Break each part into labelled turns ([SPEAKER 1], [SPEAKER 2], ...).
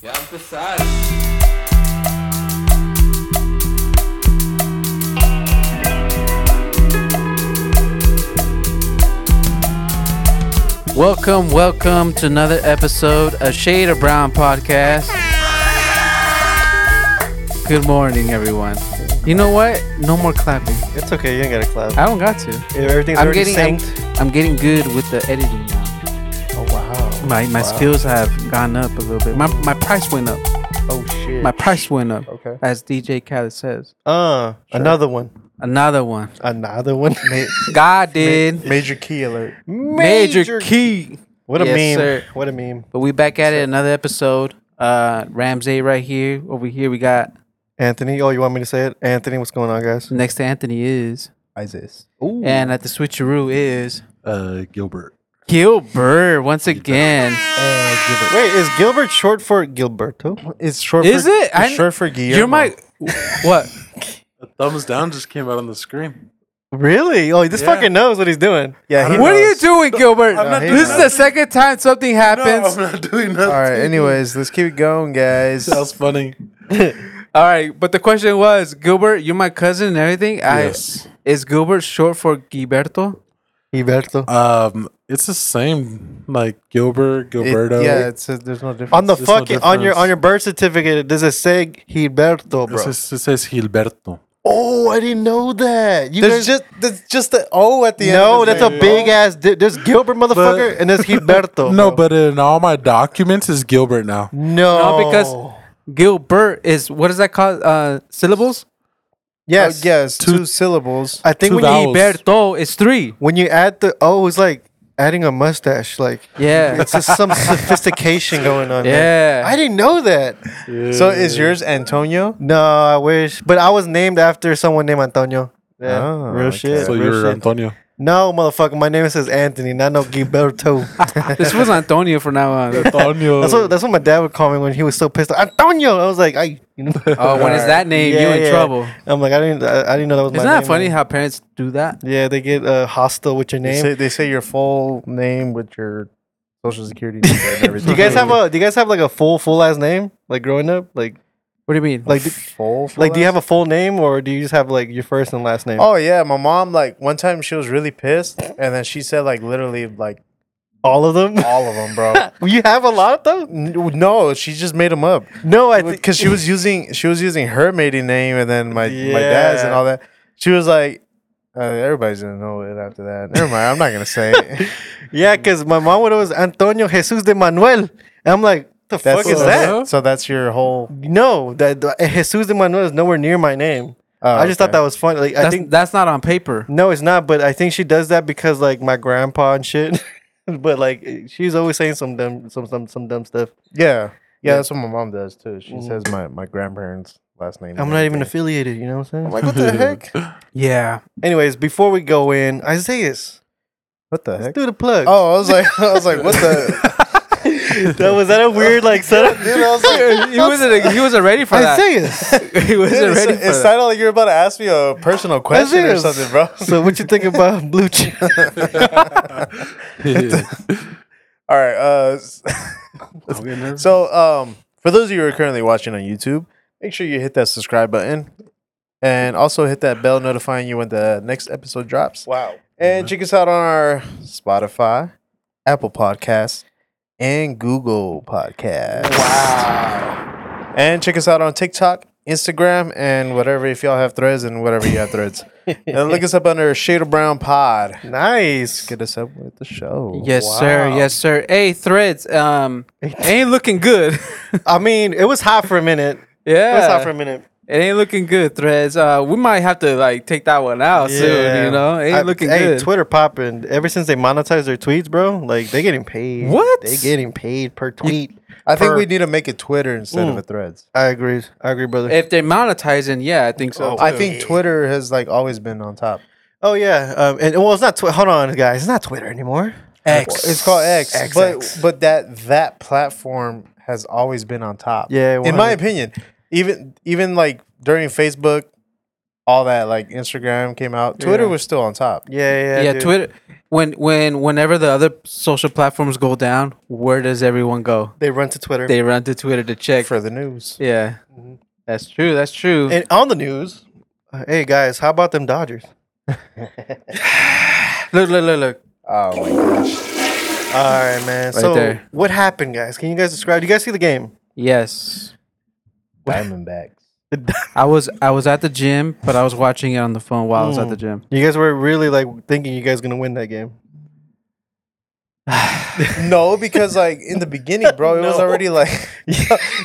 [SPEAKER 1] Ja, bis dann.
[SPEAKER 2] Welcome, welcome to another episode of Shade of Brown podcast. Good morning, everyone. You know what? No more clapping.
[SPEAKER 3] It's okay. You ain't gotta clap.
[SPEAKER 2] I don't got to.
[SPEAKER 3] Everything's
[SPEAKER 2] I'm
[SPEAKER 3] already
[SPEAKER 2] getting- I'm-
[SPEAKER 3] synced.
[SPEAKER 2] I'm getting good with the editing now.
[SPEAKER 3] Oh wow.
[SPEAKER 2] My my
[SPEAKER 3] Wow.
[SPEAKER 2] skills have gone up a little bit. My my price went up.
[SPEAKER 3] Oh shit.
[SPEAKER 2] My price went up,
[SPEAKER 3] Okay.
[SPEAKER 2] as DJ Khaled says.
[SPEAKER 3] Uh, another one.
[SPEAKER 2] Another one.
[SPEAKER 3] Another one.
[SPEAKER 2] God did
[SPEAKER 3] Major key alert.
[SPEAKER 2] major key.
[SPEAKER 3] What a
[SPEAKER 2] Yes,
[SPEAKER 3] meme.
[SPEAKER 2] sir.
[SPEAKER 3] What a meme.
[SPEAKER 2] But we back at it. Another episode. Uh, Ramsey right here. Over here we got
[SPEAKER 3] Anthony. Oh, you want me to say it? Anthony, what's going on, guys?
[SPEAKER 2] next to Anthony is
[SPEAKER 4] Isis.
[SPEAKER 2] And at the switcheroo is
[SPEAKER 4] Uh, Gilbert.
[SPEAKER 2] Gilbert once again.
[SPEAKER 4] Uh, Gilbert.
[SPEAKER 3] Wait, is Gilbert short for Gilberto? It's short.
[SPEAKER 2] Is
[SPEAKER 3] for,
[SPEAKER 2] it?
[SPEAKER 3] It's
[SPEAKER 2] I-
[SPEAKER 3] short for Guillermo.
[SPEAKER 2] You're my what?
[SPEAKER 4] A thumbs down just came out on the screen.
[SPEAKER 3] Really? Oh, this
[SPEAKER 4] Yeah.
[SPEAKER 3] fucking knows what he's doing. Yeah. He
[SPEAKER 2] What are you
[SPEAKER 3] knows.
[SPEAKER 2] doing, Gilbert?
[SPEAKER 3] not
[SPEAKER 2] this
[SPEAKER 3] doing
[SPEAKER 2] is the
[SPEAKER 3] that.
[SPEAKER 2] second time something happens.
[SPEAKER 4] I'm not doing nothing.
[SPEAKER 5] All right. Anyways, let's keep it going, guys.
[SPEAKER 4] That was funny.
[SPEAKER 2] All right, but the question was, Gilbert, you're my cousin and everything.
[SPEAKER 4] Yes.
[SPEAKER 2] I is Gilbert short for Gilberto?
[SPEAKER 3] Gilberto.
[SPEAKER 4] Um, it's the same like Gilbert,
[SPEAKER 5] It-
[SPEAKER 4] Gilberto.
[SPEAKER 5] yeah, it's a, there's no difference.
[SPEAKER 3] on the
[SPEAKER 4] there's no
[SPEAKER 3] fucking on your
[SPEAKER 4] difference.
[SPEAKER 3] on your birth certificate, does it say Gilberto,
[SPEAKER 4] it,
[SPEAKER 3] bro?
[SPEAKER 4] says, it says Gilberto.
[SPEAKER 3] oh, I didn't know that. You
[SPEAKER 5] there's just there's just the
[SPEAKER 3] oh,
[SPEAKER 5] O at the end.
[SPEAKER 3] no,
[SPEAKER 5] of his
[SPEAKER 3] that's a
[SPEAKER 5] name.
[SPEAKER 3] big ass. Di- there's Gilbert, motherfucker, and there's Gilberto. Oh,
[SPEAKER 4] No,
[SPEAKER 3] bro.
[SPEAKER 4] but in all my documents is Gilbert now.
[SPEAKER 3] no,
[SPEAKER 2] No, because Gilbert is what is that called? Uh, syllables.
[SPEAKER 5] Oh,
[SPEAKER 3] yes,
[SPEAKER 5] yes, two,
[SPEAKER 4] Two-
[SPEAKER 5] syllables.
[SPEAKER 3] I think
[SPEAKER 4] Two
[SPEAKER 3] when
[SPEAKER 4] vowels.
[SPEAKER 3] you
[SPEAKER 2] Gilberto is three.
[SPEAKER 3] when you add the oh, it's like adding a mustache. Like
[SPEAKER 2] Yeah,
[SPEAKER 3] it's just some sophistication going on.
[SPEAKER 2] yeah.
[SPEAKER 3] there. I didn't know that.
[SPEAKER 5] So is yours Antonio?
[SPEAKER 3] No, I wish, but I was named after someone named Antonio. Yeah,
[SPEAKER 5] Oh,
[SPEAKER 3] real
[SPEAKER 5] okay.
[SPEAKER 3] shit.
[SPEAKER 4] So
[SPEAKER 3] real
[SPEAKER 4] you're
[SPEAKER 3] shit.
[SPEAKER 4] Antonio.
[SPEAKER 3] no, motherfucker. My name says Anthony, not no Gilberto.
[SPEAKER 2] this was Antonio from now on.
[SPEAKER 4] Antonio.
[SPEAKER 3] that's what that's what my dad would call me when he was so pissed. off. Antonio, I was like, I. You know,
[SPEAKER 2] Oh, when it's that name, you
[SPEAKER 3] Yeah,
[SPEAKER 2] in
[SPEAKER 3] yeah.
[SPEAKER 2] trouble.
[SPEAKER 3] I'm like, I didn't, I, I didn't know that was
[SPEAKER 2] Isn't
[SPEAKER 3] my
[SPEAKER 2] that
[SPEAKER 3] name.
[SPEAKER 2] funny how parents do that?
[SPEAKER 3] Yeah, they get uh, hostile with your
[SPEAKER 5] They
[SPEAKER 3] name.
[SPEAKER 5] say, they say your full name with your social security number and everything.
[SPEAKER 3] Do you guys have a? Do you guys have like a full full ass name? Like growing up, like
[SPEAKER 2] What do you mean?
[SPEAKER 3] like do,
[SPEAKER 5] full? full
[SPEAKER 3] like do you have
[SPEAKER 5] ass?
[SPEAKER 3] a full name or do you just have like your first and last name?
[SPEAKER 5] Oh yeah, my mom like one time she was really pissed, and then she said like literally like
[SPEAKER 3] all of them.
[SPEAKER 5] all of them, bro.
[SPEAKER 3] you have a lot of them.
[SPEAKER 5] N- No, she just made them up.
[SPEAKER 3] No, I think
[SPEAKER 5] because she was using she was using her maiden name and then my my dad's and
[SPEAKER 3] Yeah.
[SPEAKER 5] all that. She was like, uh, everybody's gonna know it after that. Never mind, I'm not gonna say it.
[SPEAKER 3] yeah, because my mom would always Antonio Jesus de Manuel. And I'm like, the
[SPEAKER 5] That's
[SPEAKER 3] fuck is that?
[SPEAKER 5] So that's your whole.
[SPEAKER 3] No, that the- Jesus de Manuel is nowhere near my name.
[SPEAKER 5] Oh,
[SPEAKER 3] I just
[SPEAKER 5] okay.
[SPEAKER 3] thought that was funny. Like I
[SPEAKER 2] that's,
[SPEAKER 3] think
[SPEAKER 2] that's not on paper.
[SPEAKER 3] no, it's not. But I think she does that because like my grandpa and shit. but like she's always saying some dumb some some some dumb stuff.
[SPEAKER 5] Yeah. yeah,
[SPEAKER 3] Yeah.
[SPEAKER 5] That's what my mom does too. She
[SPEAKER 3] Mhm.
[SPEAKER 5] says my my grandparents' last name.
[SPEAKER 3] I'm
[SPEAKER 5] and
[SPEAKER 3] not even
[SPEAKER 5] everything.
[SPEAKER 3] affiliated. You know what I'm saying? I'm like, what the heck?
[SPEAKER 2] Yeah.
[SPEAKER 3] Anyways, before we go in, Isaias,
[SPEAKER 5] What the
[SPEAKER 3] let's
[SPEAKER 5] heck?
[SPEAKER 3] do the plug.
[SPEAKER 5] Oh, I was like, I was like, what the?
[SPEAKER 3] that was that a weird like setup?
[SPEAKER 5] Dude, I was like,
[SPEAKER 2] he wasn't he wasn't ready for that.
[SPEAKER 3] Isaias.
[SPEAKER 2] he
[SPEAKER 5] dude,
[SPEAKER 2] wasn't
[SPEAKER 5] it's-
[SPEAKER 2] ready
[SPEAKER 5] it,
[SPEAKER 2] for that.
[SPEAKER 5] sounded like you were about to ask me a personal question or
[SPEAKER 3] serious.
[SPEAKER 5] something, bro.
[SPEAKER 3] so what you think about blue chew?
[SPEAKER 5] All right. Uh, s- so, um, for those of you who are currently watching on YouTube, make sure you hit that subscribe button and also hit that bell notifying you when the next episode drops.
[SPEAKER 3] wow.
[SPEAKER 5] And check us out on our Spotify, Apple Podcasts, and Google Podcasts.
[SPEAKER 2] Wow.
[SPEAKER 5] And check us out on TikTok, Instagram, and whatever if y'all have threads and whatever you have threads. and look us up under Shade of Brown Pod.
[SPEAKER 3] Nice.
[SPEAKER 5] Get us up with the show.
[SPEAKER 2] Yes, sir.
[SPEAKER 3] Wow.
[SPEAKER 2] Yes, sir. Hey, threads. Um, it ain't looking good.
[SPEAKER 3] I mean, it was hot for a minute. It was hot for
[SPEAKER 2] yeah.
[SPEAKER 3] a minute.
[SPEAKER 2] It ain't looking good, threads. Uh, we might have to like take that one out soon. You know, it ain't
[SPEAKER 3] I-
[SPEAKER 2] looking
[SPEAKER 3] hey,
[SPEAKER 2] good.
[SPEAKER 3] Twitter popping. Ever since they monetize their tweets, bro, like they getting paid.
[SPEAKER 2] What?
[SPEAKER 3] They getting paid per tweet.
[SPEAKER 5] I think
[SPEAKER 3] Per-
[SPEAKER 5] we need to make it Twitter instead of a threads.
[SPEAKER 3] I agree. I agree, brother.
[SPEAKER 2] if they're monetizing, yeah, I think so.
[SPEAKER 5] I
[SPEAKER 2] too.
[SPEAKER 5] think Twitter has like always been on top.
[SPEAKER 3] oh yeah. Um, and well, it's not. Twi- Hold on, guys. It's not Twitter anymore.
[SPEAKER 2] X.
[SPEAKER 5] It's called X,
[SPEAKER 3] X,
[SPEAKER 5] but
[SPEAKER 3] X.
[SPEAKER 5] but that that platform has always been on top.
[SPEAKER 3] Yeah,
[SPEAKER 5] in my
[SPEAKER 3] 100.
[SPEAKER 5] opinion, even even like during Facebook, all that like Instagram came out. Twitter
[SPEAKER 3] Yeah.
[SPEAKER 5] was still on top.
[SPEAKER 3] Yeah, yeah.
[SPEAKER 2] yeah,
[SPEAKER 3] dude.
[SPEAKER 2] Twitter. When when whenever the other social platforms go down, where does everyone go?
[SPEAKER 3] They run to Twitter.
[SPEAKER 2] They run to Twitter to check.
[SPEAKER 5] for the news.
[SPEAKER 2] yeah, that's true. That's true.
[SPEAKER 3] Mm-hmm. and on the news, uh, hey guys, how about them Dodgers?
[SPEAKER 2] look, look, look, look.
[SPEAKER 5] Oh my gosh.
[SPEAKER 3] All right, man.
[SPEAKER 2] Right
[SPEAKER 3] so
[SPEAKER 2] there.
[SPEAKER 3] what happened, guys? Can you guys describe? Do you guys see the game?
[SPEAKER 2] Yes,
[SPEAKER 5] Diamondbacks.
[SPEAKER 2] I was I was at the gym, but I was watching it on the phone while I was at
[SPEAKER 3] Mm.
[SPEAKER 2] the gym.
[SPEAKER 3] You guys were really like thinking you guys gonna win that game.
[SPEAKER 5] no, because like in the beginning, bro, it was
[SPEAKER 3] No.
[SPEAKER 5] already like,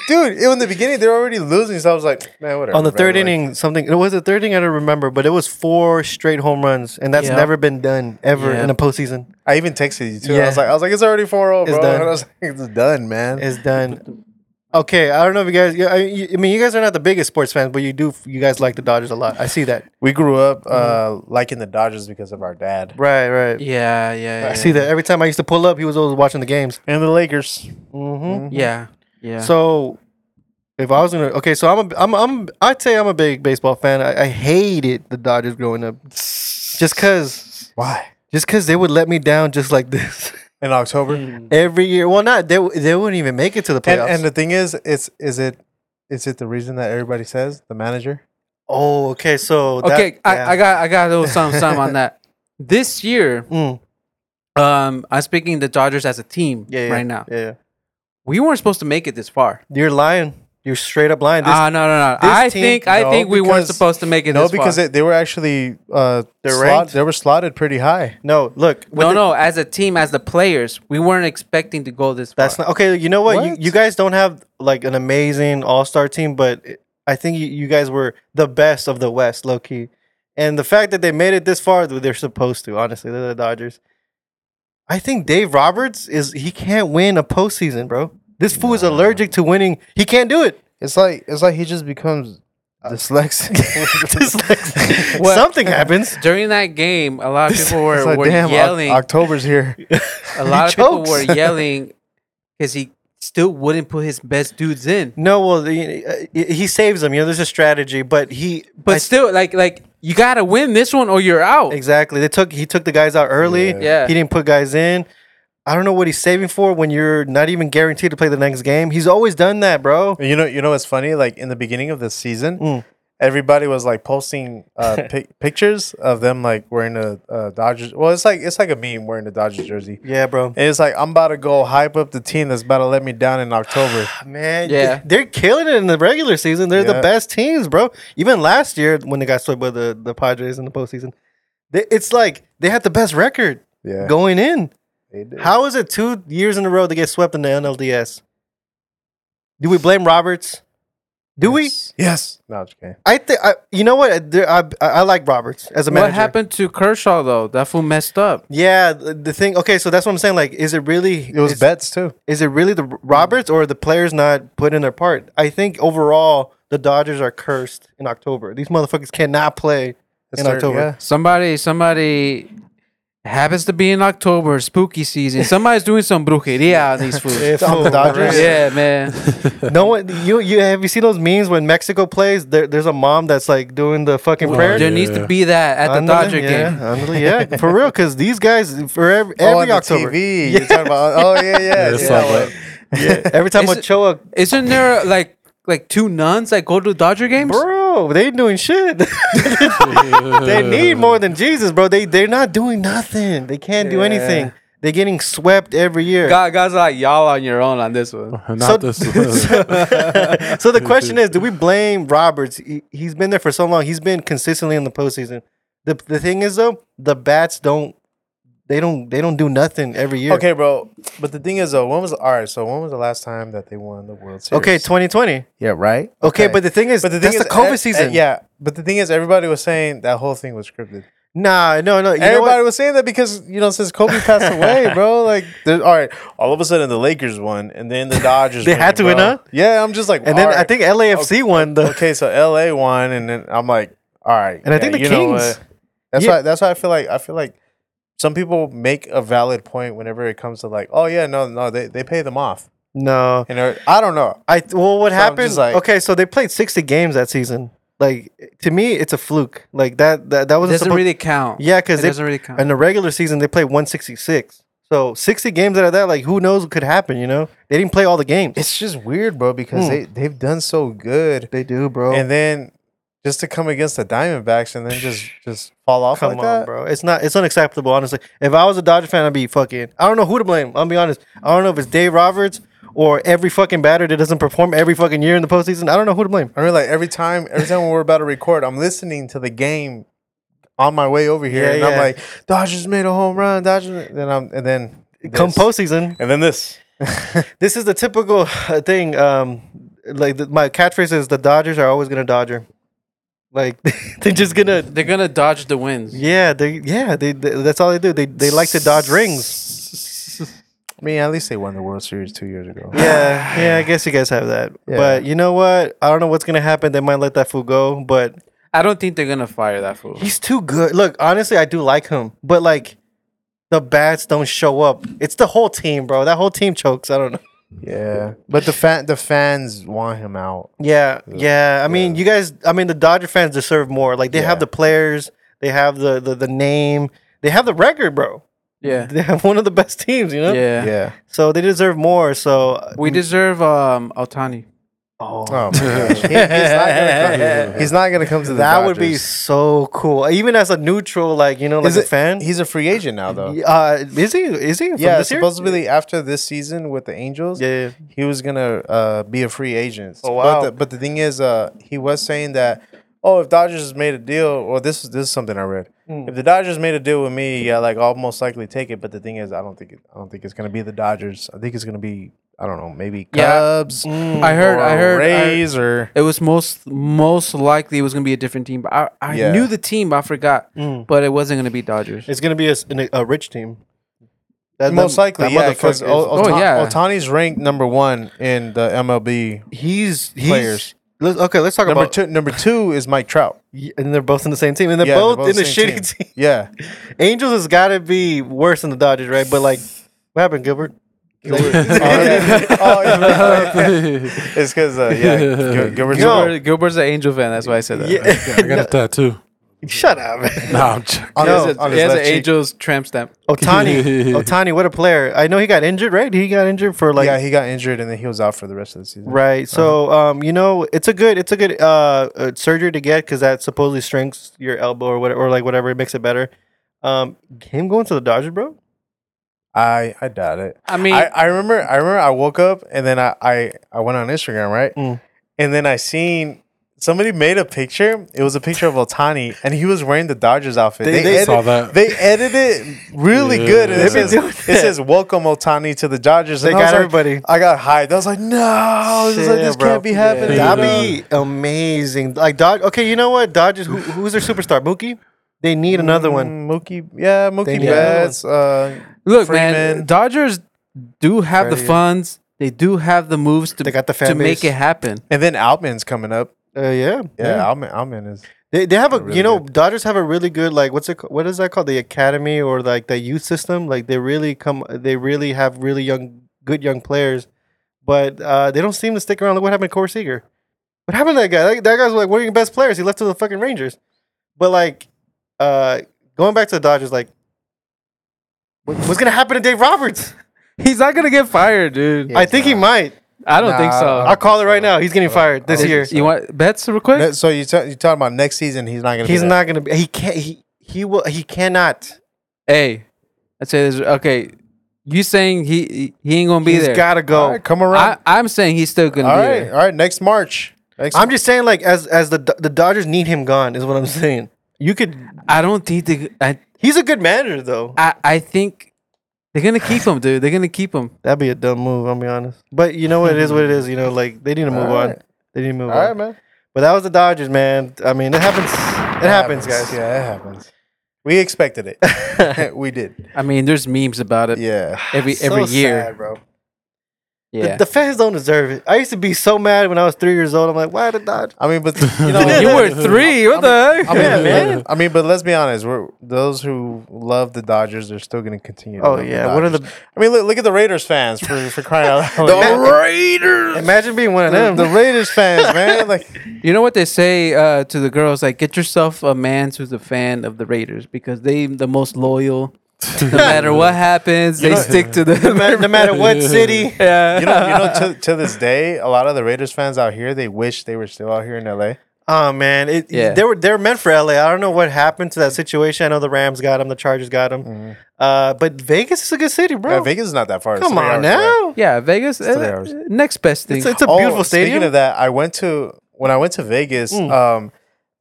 [SPEAKER 5] dude, it, in the beginning they were already losing. So I was like, man, whatever.
[SPEAKER 3] On the
[SPEAKER 5] bro,
[SPEAKER 3] third
[SPEAKER 5] like-
[SPEAKER 3] inning, something it was the third inning. I don't remember, but it was four straight home runs, and that's
[SPEAKER 2] Yeah.
[SPEAKER 3] never been done ever
[SPEAKER 2] Yeah.
[SPEAKER 3] in a postseason.
[SPEAKER 5] I even texted you too. I
[SPEAKER 2] Yeah.
[SPEAKER 5] was like, I was like, it's already 4-0,
[SPEAKER 3] It's
[SPEAKER 5] bro.
[SPEAKER 3] done.
[SPEAKER 5] And I was like, it's done, man.
[SPEAKER 3] It's done. Okay, I don't know if you guys. yeah, I you- I mean, you guys are not the biggest sports fans, but you do. You guys like the Dodgers a lot. I see that.
[SPEAKER 5] we grew up uh, liking the Dodgers because of our dad
[SPEAKER 3] Right, right.
[SPEAKER 2] Yeah, yeah. yeah.
[SPEAKER 3] I see that every time I used to pull up, he was always watching the games.
[SPEAKER 5] and the Lakers.
[SPEAKER 3] Mm-hmm.
[SPEAKER 2] Yeah, yeah.
[SPEAKER 3] So, if I was gonna, okay, so I'm, a, I'm, I'm, I'd say I'm a big baseball fan. I, I hated the Dodgers growing up, just cause,
[SPEAKER 5] Why?
[SPEAKER 3] just cause they would let me down just like this
[SPEAKER 5] In October.
[SPEAKER 3] every year. Well, not they, they wouldn't even make it to the
[SPEAKER 5] And,
[SPEAKER 3] playoffs.
[SPEAKER 5] and the thing is, it's is it is it the reason that everybody says the manager?
[SPEAKER 3] oh, okay, so that-
[SPEAKER 2] okay,
[SPEAKER 3] yeah.
[SPEAKER 2] I, I got I got a little something, something on that. This year,
[SPEAKER 3] Mm,
[SPEAKER 2] um, I'm speaking the Dodgers as a team
[SPEAKER 3] yeah, yeah,
[SPEAKER 2] right now.
[SPEAKER 3] Yeah, yeah.
[SPEAKER 2] We weren't supposed to make it this far.
[SPEAKER 3] you're lying. You're straight up lying. This,
[SPEAKER 2] Ah, no, no, no.
[SPEAKER 3] this
[SPEAKER 2] I
[SPEAKER 3] team-
[SPEAKER 2] think I
[SPEAKER 5] no,
[SPEAKER 2] think we weren't
[SPEAKER 5] because-
[SPEAKER 2] supposed to make it.
[SPEAKER 5] No,
[SPEAKER 2] this
[SPEAKER 5] because
[SPEAKER 2] far.
[SPEAKER 5] it, they were actually uh,
[SPEAKER 3] They're
[SPEAKER 5] slot-
[SPEAKER 3] ranked?
[SPEAKER 5] They were slotted pretty high.
[SPEAKER 3] no, look. with
[SPEAKER 2] no,
[SPEAKER 3] the-
[SPEAKER 2] no. As a team, as the players, we weren't expecting to go this.
[SPEAKER 3] That's
[SPEAKER 2] far.
[SPEAKER 3] not okay. You know what? You,
[SPEAKER 5] What?
[SPEAKER 3] you guys don't have like an amazing all star team, but it- I think you, you guys were the best of the West, low key. And the fact that they made it this far, they're supposed to. Honestly, they're the Dodgers. I think Dave Roberts is he can't win a postseason, bro. This fool is allergic to winning. He can't do it.
[SPEAKER 5] It's like it's like he just becomes dyslexic.
[SPEAKER 3] It's like-
[SPEAKER 2] Well-
[SPEAKER 3] something happens.
[SPEAKER 2] During that game, a lot of people
[SPEAKER 5] It's
[SPEAKER 2] were,
[SPEAKER 5] like,
[SPEAKER 2] were
[SPEAKER 5] damn, Oc-
[SPEAKER 2] yelling.
[SPEAKER 5] October's here.
[SPEAKER 2] a lot of people
[SPEAKER 3] chokes.
[SPEAKER 2] were yelling because he still wouldn't put his best dudes in.
[SPEAKER 3] No, well, the, uh, he saves them. You know, there's a strategy, but he
[SPEAKER 2] But still, like like you gotta win this one or you're out.
[SPEAKER 3] Exactly. They took he took the guys out early.
[SPEAKER 5] Yeah.
[SPEAKER 2] Yeah.
[SPEAKER 3] He didn't put guys in. I don't know what he's saving for when you're not even guaranteed to play the next game. He's always done that, bro.
[SPEAKER 5] You know, you know what's funny? Like in the beginning of the season,
[SPEAKER 3] Mm.
[SPEAKER 5] everybody was like posting uh, pic- pictures of them like wearing a uh, Dodgers. Well, it's like it's like a meme wearing a Dodgers jersey.
[SPEAKER 3] Yeah, bro.
[SPEAKER 5] And it's like I'm about to go hype up the team that's about to let me down in October.
[SPEAKER 3] Ah, Man,
[SPEAKER 2] Yeah.
[SPEAKER 3] they're killing it in the regular season. They're the
[SPEAKER 5] Yeah.
[SPEAKER 3] best teams, bro. Even last year when they got swept by the, the Padres in the postseason, they, it's like they had the best record
[SPEAKER 5] yeah,
[SPEAKER 3] going in.
[SPEAKER 5] they did.
[SPEAKER 3] How is it two years in a row they get swept in the NLDS? Do we blame Roberts? Do we?
[SPEAKER 2] Yes.
[SPEAKER 5] Yes. No, it's okay.
[SPEAKER 3] I think I, you know what There- I, I I like Roberts as a manager.
[SPEAKER 2] What happened to Kershaw though? That fool messed up.
[SPEAKER 3] Yeah, the the thing. Okay, so that's what I'm saying. Like, is it really?
[SPEAKER 5] It was
[SPEAKER 3] is,
[SPEAKER 5] bets too.
[SPEAKER 3] Is it really the Roberts or the players not putting in their part? I think overall the Dodgers are cursed in October. These motherfuckers cannot play in
[SPEAKER 5] It's their-
[SPEAKER 3] October.
[SPEAKER 5] yeah.
[SPEAKER 2] Somebody, somebody happens to be in October, spooky season. Somebody's doing some brujeria on these fools.
[SPEAKER 3] If-
[SPEAKER 5] On the Dodgers?
[SPEAKER 2] yeah, man.
[SPEAKER 3] no one. You you have you seen those memes when Mexico plays? There, there's a mom that's like doing the fucking prayer.
[SPEAKER 2] There needs to be that at the
[SPEAKER 3] Ándale,
[SPEAKER 2] Dodger
[SPEAKER 3] yeah,
[SPEAKER 2] game.
[SPEAKER 3] ándale, yeah, for real. Because these guys for every,
[SPEAKER 5] Oh,
[SPEAKER 3] every
[SPEAKER 5] on
[SPEAKER 3] October,
[SPEAKER 5] the TV. You're talking about. Oh yeah, yeah.
[SPEAKER 4] it's
[SPEAKER 5] yeah,
[SPEAKER 4] like
[SPEAKER 5] that
[SPEAKER 4] that.
[SPEAKER 3] yeah, every time
[SPEAKER 2] It's-
[SPEAKER 3] Ochoa,
[SPEAKER 2] Isn't there like like two nuns that go to Dodger games?
[SPEAKER 3] bro, they ain't doing shit. they need more than Jesus, bro. They they're not doing nothing. They can't do anything. They're getting swept every year.
[SPEAKER 2] God, guys are like y'all on your own on this one.
[SPEAKER 4] Not
[SPEAKER 3] So-
[SPEAKER 4] this one.
[SPEAKER 3] so the question is, do we blame Roberts? He, he's been there for so long. He's been consistently in the postseason. The the thing is though, the bats don't they don't they don't do nothing every year.
[SPEAKER 5] one. Okay, bro. But the thing is, though, when was all right? So when was the last time that they won the World Series?
[SPEAKER 3] Okay, 2020. Okay,
[SPEAKER 5] yeah, right.
[SPEAKER 3] but the thing is,
[SPEAKER 5] But the thing
[SPEAKER 3] that's
[SPEAKER 5] is,
[SPEAKER 3] the COVID
[SPEAKER 5] eh, eh,
[SPEAKER 3] season.
[SPEAKER 5] yeah, but the thing is, everybody was saying that whole thing was scripted.
[SPEAKER 3] Nah, no, no. You know
[SPEAKER 5] everybody
[SPEAKER 3] what?
[SPEAKER 5] was saying that because you know since Kobe passed away, bro. Like, there- all right, all of a sudden the Lakers won, and then the Dodgers.
[SPEAKER 3] They had to
[SPEAKER 5] bro.
[SPEAKER 3] win, huh?
[SPEAKER 5] Yeah, I'm just like,
[SPEAKER 3] And then
[SPEAKER 5] all right.
[SPEAKER 3] I think LAFC won the.
[SPEAKER 5] okay, so LA won, and then I'm like, all right,
[SPEAKER 3] And I
[SPEAKER 5] yeah,
[SPEAKER 3] think the
[SPEAKER 5] you know
[SPEAKER 3] Kings.
[SPEAKER 5] what? That's
[SPEAKER 3] Yeah.
[SPEAKER 5] why. That's why I feel like I feel like some people make a valid point whenever it comes to like, oh yeah, no, no, they they pay them off,
[SPEAKER 3] No,
[SPEAKER 5] and they're- I don't know.
[SPEAKER 3] I well, what
[SPEAKER 5] So I'm
[SPEAKER 3] happened?
[SPEAKER 5] just like-
[SPEAKER 3] okay, so they played sixty games that season. Like to me, it's a fluke. Like that that that
[SPEAKER 2] It
[SPEAKER 3] wasn't
[SPEAKER 2] doesn't
[SPEAKER 3] supposed.
[SPEAKER 2] really count.
[SPEAKER 3] yeah,
[SPEAKER 2] it
[SPEAKER 3] because
[SPEAKER 2] doesn't really count.
[SPEAKER 3] in the regular season they play 166. So 60 games out of that, like who knows what could happen? You know, they didn't play all the games.
[SPEAKER 5] It's just weird, bro, because
[SPEAKER 3] Hmm.
[SPEAKER 5] they they've done so good,
[SPEAKER 3] They do, bro.
[SPEAKER 5] and then just to come against the Diamondbacks and then just just fall off
[SPEAKER 3] Come
[SPEAKER 5] like
[SPEAKER 3] on,
[SPEAKER 5] that.
[SPEAKER 3] bro. It's not. It's unacceptable. Honestly, if I was a Dodger fan, I'd be fucking. I don't know who to blame. I'll be honest. I don't know if it's Dave Roberts or every fucking batter that doesn't perform every fucking year in the postseason. I don't know who to blame.
[SPEAKER 5] I mean, like every time, every time we're about to record, I'm listening to the game on my way over here,
[SPEAKER 3] Yeah,
[SPEAKER 5] and I'm
[SPEAKER 3] yeah.
[SPEAKER 5] like, Dodgers made a home run, Dodgers. made-" Then I'm, and then
[SPEAKER 3] Come
[SPEAKER 5] this.
[SPEAKER 3] postseason,
[SPEAKER 5] and then this.
[SPEAKER 3] this is the typical uh, thing. Um, like the, my catchphrase is the Dodgers are always gonna Dodger. Like they're just gonna.
[SPEAKER 2] They're gonna dodge the wins.
[SPEAKER 3] Yeah, they. Yeah, they, they. That's all they do. They they like to dodge rings.
[SPEAKER 5] I mean, at least they won the World Series two years ago.
[SPEAKER 3] Yeah, yeah. I guess you guys have that.
[SPEAKER 5] Yeah.
[SPEAKER 3] But you know what? I don't know what's gonna happen. They might let that fool go, but.
[SPEAKER 2] I don't think they're gonna fire that fool.
[SPEAKER 3] He's too good. Look, honestly, I do like him, but like the bats don't show up. It's the whole team, bro. That whole team chokes. I don't know.
[SPEAKER 5] yeah. But the fan, the fans want him out.
[SPEAKER 3] Yeah, yeah. I mean, you guys. I mean, the Dodger fans deserve more. Like they have
[SPEAKER 5] Yeah.
[SPEAKER 3] the players, they have the, the the name, they have the record, bro.
[SPEAKER 2] Yeah.
[SPEAKER 3] They have one of the best teams, you know.
[SPEAKER 2] Yeah.
[SPEAKER 5] Yeah.
[SPEAKER 3] So they deserve more. So
[SPEAKER 2] We deserve um Altani.
[SPEAKER 3] oh,
[SPEAKER 5] Oh my gosh. He- he's, not gonna come, he's not gonna come to the.
[SPEAKER 3] that would be
[SPEAKER 5] Dodgers.
[SPEAKER 3] so cool. Even as a neutral, like you know, like
[SPEAKER 5] Is
[SPEAKER 3] a
[SPEAKER 5] it-
[SPEAKER 3] fan.
[SPEAKER 5] He's a free agent now, though. Yeah,
[SPEAKER 3] uh, is he? Is he? From this year?
[SPEAKER 5] supposedly after this season with the Angels,
[SPEAKER 3] Yeah, yeah.
[SPEAKER 5] he was gonna uh, be a free agent.
[SPEAKER 3] Oh,
[SPEAKER 5] But
[SPEAKER 3] wow.
[SPEAKER 5] the, but the thing is, uh, he was saying that, oh, if Dodgers made a deal, or this is this is something I read. If the Dodgers made a deal with me, yeah, like I'll most likely take it. But the thing is, I don't think it, I don't think it's gonna be the Dodgers. I think it's gonna be I don't know, maybe
[SPEAKER 2] Yeah.
[SPEAKER 5] Cubs.
[SPEAKER 2] I heard. I
[SPEAKER 5] Hmm. or
[SPEAKER 2] heard. I-
[SPEAKER 5] Rays or
[SPEAKER 2] it was most most likely it was gonna be a different team. But I, I
[SPEAKER 5] Yeah.
[SPEAKER 2] knew the team. But I forgot.
[SPEAKER 3] Mm.
[SPEAKER 2] But it wasn't gonna be Dodgers.
[SPEAKER 3] It's gonna be a, s- an- a rich team. That,
[SPEAKER 5] most
[SPEAKER 3] that-
[SPEAKER 5] likely,
[SPEAKER 3] that
[SPEAKER 5] yeah, because
[SPEAKER 3] motherfucker is-
[SPEAKER 2] Oh, yeah.
[SPEAKER 5] Otani's ranked number one in the MLB.
[SPEAKER 3] he's, he's
[SPEAKER 5] players.
[SPEAKER 3] Let's, okay, let's talk
[SPEAKER 5] Number
[SPEAKER 3] about
[SPEAKER 5] two, number two is Mike Trout.
[SPEAKER 3] y- and they're both in the same team, and they're
[SPEAKER 5] Yeah,
[SPEAKER 3] both, in the
[SPEAKER 5] same
[SPEAKER 3] shitty team.
[SPEAKER 5] Yeah,
[SPEAKER 3] Angels has got to be worse than the Dodgers, right? But like, what happened, Gilbert?
[SPEAKER 5] oh, it's because uh, yeah, Gil- Gilbert's
[SPEAKER 3] Yo.
[SPEAKER 2] Gilbert- Gilbert's an Angel fan. That's why I said that.
[SPEAKER 3] Yeah.
[SPEAKER 4] I got a tattoo.
[SPEAKER 3] Shut up. man.
[SPEAKER 4] No, I'm joking.
[SPEAKER 5] on
[SPEAKER 3] Yo.
[SPEAKER 5] his, on
[SPEAKER 2] He
[SPEAKER 5] his
[SPEAKER 2] has
[SPEAKER 5] left
[SPEAKER 2] an
[SPEAKER 5] cheek.
[SPEAKER 2] Angels tramp stamp.
[SPEAKER 3] Otani, Otani, what a player! I know he got injured, right? He got injured for like
[SPEAKER 5] yeah, he got injured and then he was out for the rest of the season.
[SPEAKER 3] Right. So, um, you know, it's a good, it's a good uh, uh surgery to get because that supposedly strengthens your elbow or whatever, or like whatever, it makes it better. Um, him going to the Dodgers, bro.
[SPEAKER 5] I I doubt it.
[SPEAKER 2] I mean,
[SPEAKER 5] I, I remember I remember I woke up and then I I, I went on Instagram right,
[SPEAKER 3] Mm.
[SPEAKER 5] and then I seen. Somebody made a picture. It was a picture of Otani, and he was wearing the Dodgers outfit.
[SPEAKER 3] They-
[SPEAKER 5] They,
[SPEAKER 3] they-
[SPEAKER 5] edit-
[SPEAKER 4] Saw that.
[SPEAKER 5] they edited it really good. And
[SPEAKER 4] Yeah. They've
[SPEAKER 5] it, says,
[SPEAKER 3] been doing
[SPEAKER 5] it says, Welcome Otani to the Dodgers.
[SPEAKER 3] They
[SPEAKER 5] And I was
[SPEAKER 3] got
[SPEAKER 5] like-
[SPEAKER 3] everybody.
[SPEAKER 5] I got hyped. I was like, No, I was Oh, like,
[SPEAKER 3] Shit,
[SPEAKER 5] this
[SPEAKER 3] bro.
[SPEAKER 5] can't be happening.
[SPEAKER 4] Yeah.
[SPEAKER 3] That'd be amazing. Like Dodge. Okay, you know what? Dodgers. Who, who's their superstar? Mookie. They need another one.
[SPEAKER 5] Mm, Mookie, yeah, Mookie
[SPEAKER 3] need another
[SPEAKER 5] Betts. Uh,
[SPEAKER 2] look,
[SPEAKER 5] Freeman.
[SPEAKER 2] man. Dodgers do have the
[SPEAKER 3] Freddie.
[SPEAKER 2] funds. They do have the moves to
[SPEAKER 5] Mm.
[SPEAKER 3] They got the fan
[SPEAKER 2] to make
[SPEAKER 3] base.
[SPEAKER 2] it happen.
[SPEAKER 5] and then Altman's coming up.
[SPEAKER 3] Uh, yeah.
[SPEAKER 5] Yeah, Altman, Altman is.
[SPEAKER 3] They, they have a
[SPEAKER 5] Really
[SPEAKER 3] you know
[SPEAKER 5] good.
[SPEAKER 3] Dodgers have a really good like what's it ca- what is that called the academy or like the youth system like they really come they really have really young good young players, but uh, they don't seem to stick around. Look what happened to Corey Seager. What happened to that guy? That, that guy's like one of your best players. He left to the fucking Rangers. But like, uh, going back to the Dodgers, like, what- what's gonna happen to Dave Roberts?
[SPEAKER 2] He's not gonna get fired, dude.
[SPEAKER 3] I think he might.
[SPEAKER 2] I don't
[SPEAKER 5] Nah,
[SPEAKER 2] think so.
[SPEAKER 5] I
[SPEAKER 3] I'll call it right now. He's getting fired this
[SPEAKER 5] don't
[SPEAKER 3] year.
[SPEAKER 5] Uh, think
[SPEAKER 2] You want bets real quick?
[SPEAKER 5] Ne- So you ta- you talking about next season? He's not gonna. be
[SPEAKER 3] He's
[SPEAKER 5] there.
[SPEAKER 3] not gonna be. He can't. He he will. He cannot.
[SPEAKER 2] Hey, I'd say this. Okay, you saying he he ain't gonna be
[SPEAKER 3] He's
[SPEAKER 2] there?
[SPEAKER 3] gotta
[SPEAKER 5] All
[SPEAKER 3] go.
[SPEAKER 5] right, come around.
[SPEAKER 2] I, I'm saying he's still gonna
[SPEAKER 5] all
[SPEAKER 2] be
[SPEAKER 5] right,
[SPEAKER 2] there.
[SPEAKER 5] all right. Next March. Next
[SPEAKER 3] I'm just saying, like, as as the the Dodgers need him gone, is what I'm saying. You could.
[SPEAKER 2] I don't think they. I,
[SPEAKER 3] He's a good manager, though.
[SPEAKER 2] I I think they're gonna keep him, dude. They're gonna keep him.
[SPEAKER 3] That'd be a dumb move. I'll be honest. But you know what? It is what it is. You know, like they need to move on.
[SPEAKER 5] Alright.
[SPEAKER 3] They need to move
[SPEAKER 5] All right,
[SPEAKER 3] on.
[SPEAKER 5] man.
[SPEAKER 3] But that was the Dodgers, man. I mean, it happens. It happens, guys.
[SPEAKER 5] Yeah, it happens. We expected it. we did.
[SPEAKER 2] I mean, there's memes about it
[SPEAKER 5] Yeah.
[SPEAKER 2] every
[SPEAKER 3] So
[SPEAKER 2] every year.
[SPEAKER 3] sad, bro.
[SPEAKER 2] Yeah.
[SPEAKER 3] The, the fans don't deserve it. I used to be so mad when I was three years old. I'm like, why the Dodgers?
[SPEAKER 5] I mean, but you know,
[SPEAKER 2] you were three. What the heck?
[SPEAKER 5] I mean,
[SPEAKER 3] Yeah, man.
[SPEAKER 5] I mean, but let's be honest. We're those who love the Dodgers. They're still going to continue. To
[SPEAKER 3] Oh
[SPEAKER 5] love
[SPEAKER 3] yeah, one of
[SPEAKER 5] Dodgers.
[SPEAKER 3] the
[SPEAKER 5] I mean, look, look at the Raiders fans for, for crying out loud.
[SPEAKER 4] Raiders.
[SPEAKER 3] imagine being one of
[SPEAKER 5] the,
[SPEAKER 3] them.
[SPEAKER 5] the Raiders fans, man. Like,
[SPEAKER 2] You know what they say uh, to the girls? Like, get yourself a man who's a fan of the Raiders because they the most loyal. No matter what happens, they
[SPEAKER 3] know-
[SPEAKER 2] stick to
[SPEAKER 3] no, ma-
[SPEAKER 2] the.
[SPEAKER 3] no matter what city.
[SPEAKER 2] yeah.
[SPEAKER 5] you know, you know, to, to this day, a lot of the Raiders fans out here, they wish they were still out here in LA.
[SPEAKER 3] Oh man, it,
[SPEAKER 2] Yeah.
[SPEAKER 3] they were they're meant for LA. I don't know what happened to that situation. I know the Rams got him, the Chargers got him, uh, but Vegas is a good city, bro.
[SPEAKER 5] Mm-hmm. Yeah, Vegas is not that far. It's
[SPEAKER 3] Come
[SPEAKER 5] three
[SPEAKER 3] on
[SPEAKER 5] hours away.
[SPEAKER 3] now,
[SPEAKER 2] yeah, Vegas.
[SPEAKER 5] three
[SPEAKER 2] uh,
[SPEAKER 5] hours.
[SPEAKER 2] next best thing.
[SPEAKER 3] it's, it's a
[SPEAKER 5] Oh,
[SPEAKER 3] beautiful stadium.
[SPEAKER 5] Speaking of that, I went to when I went to Vegas.
[SPEAKER 3] Mm.
[SPEAKER 5] Um,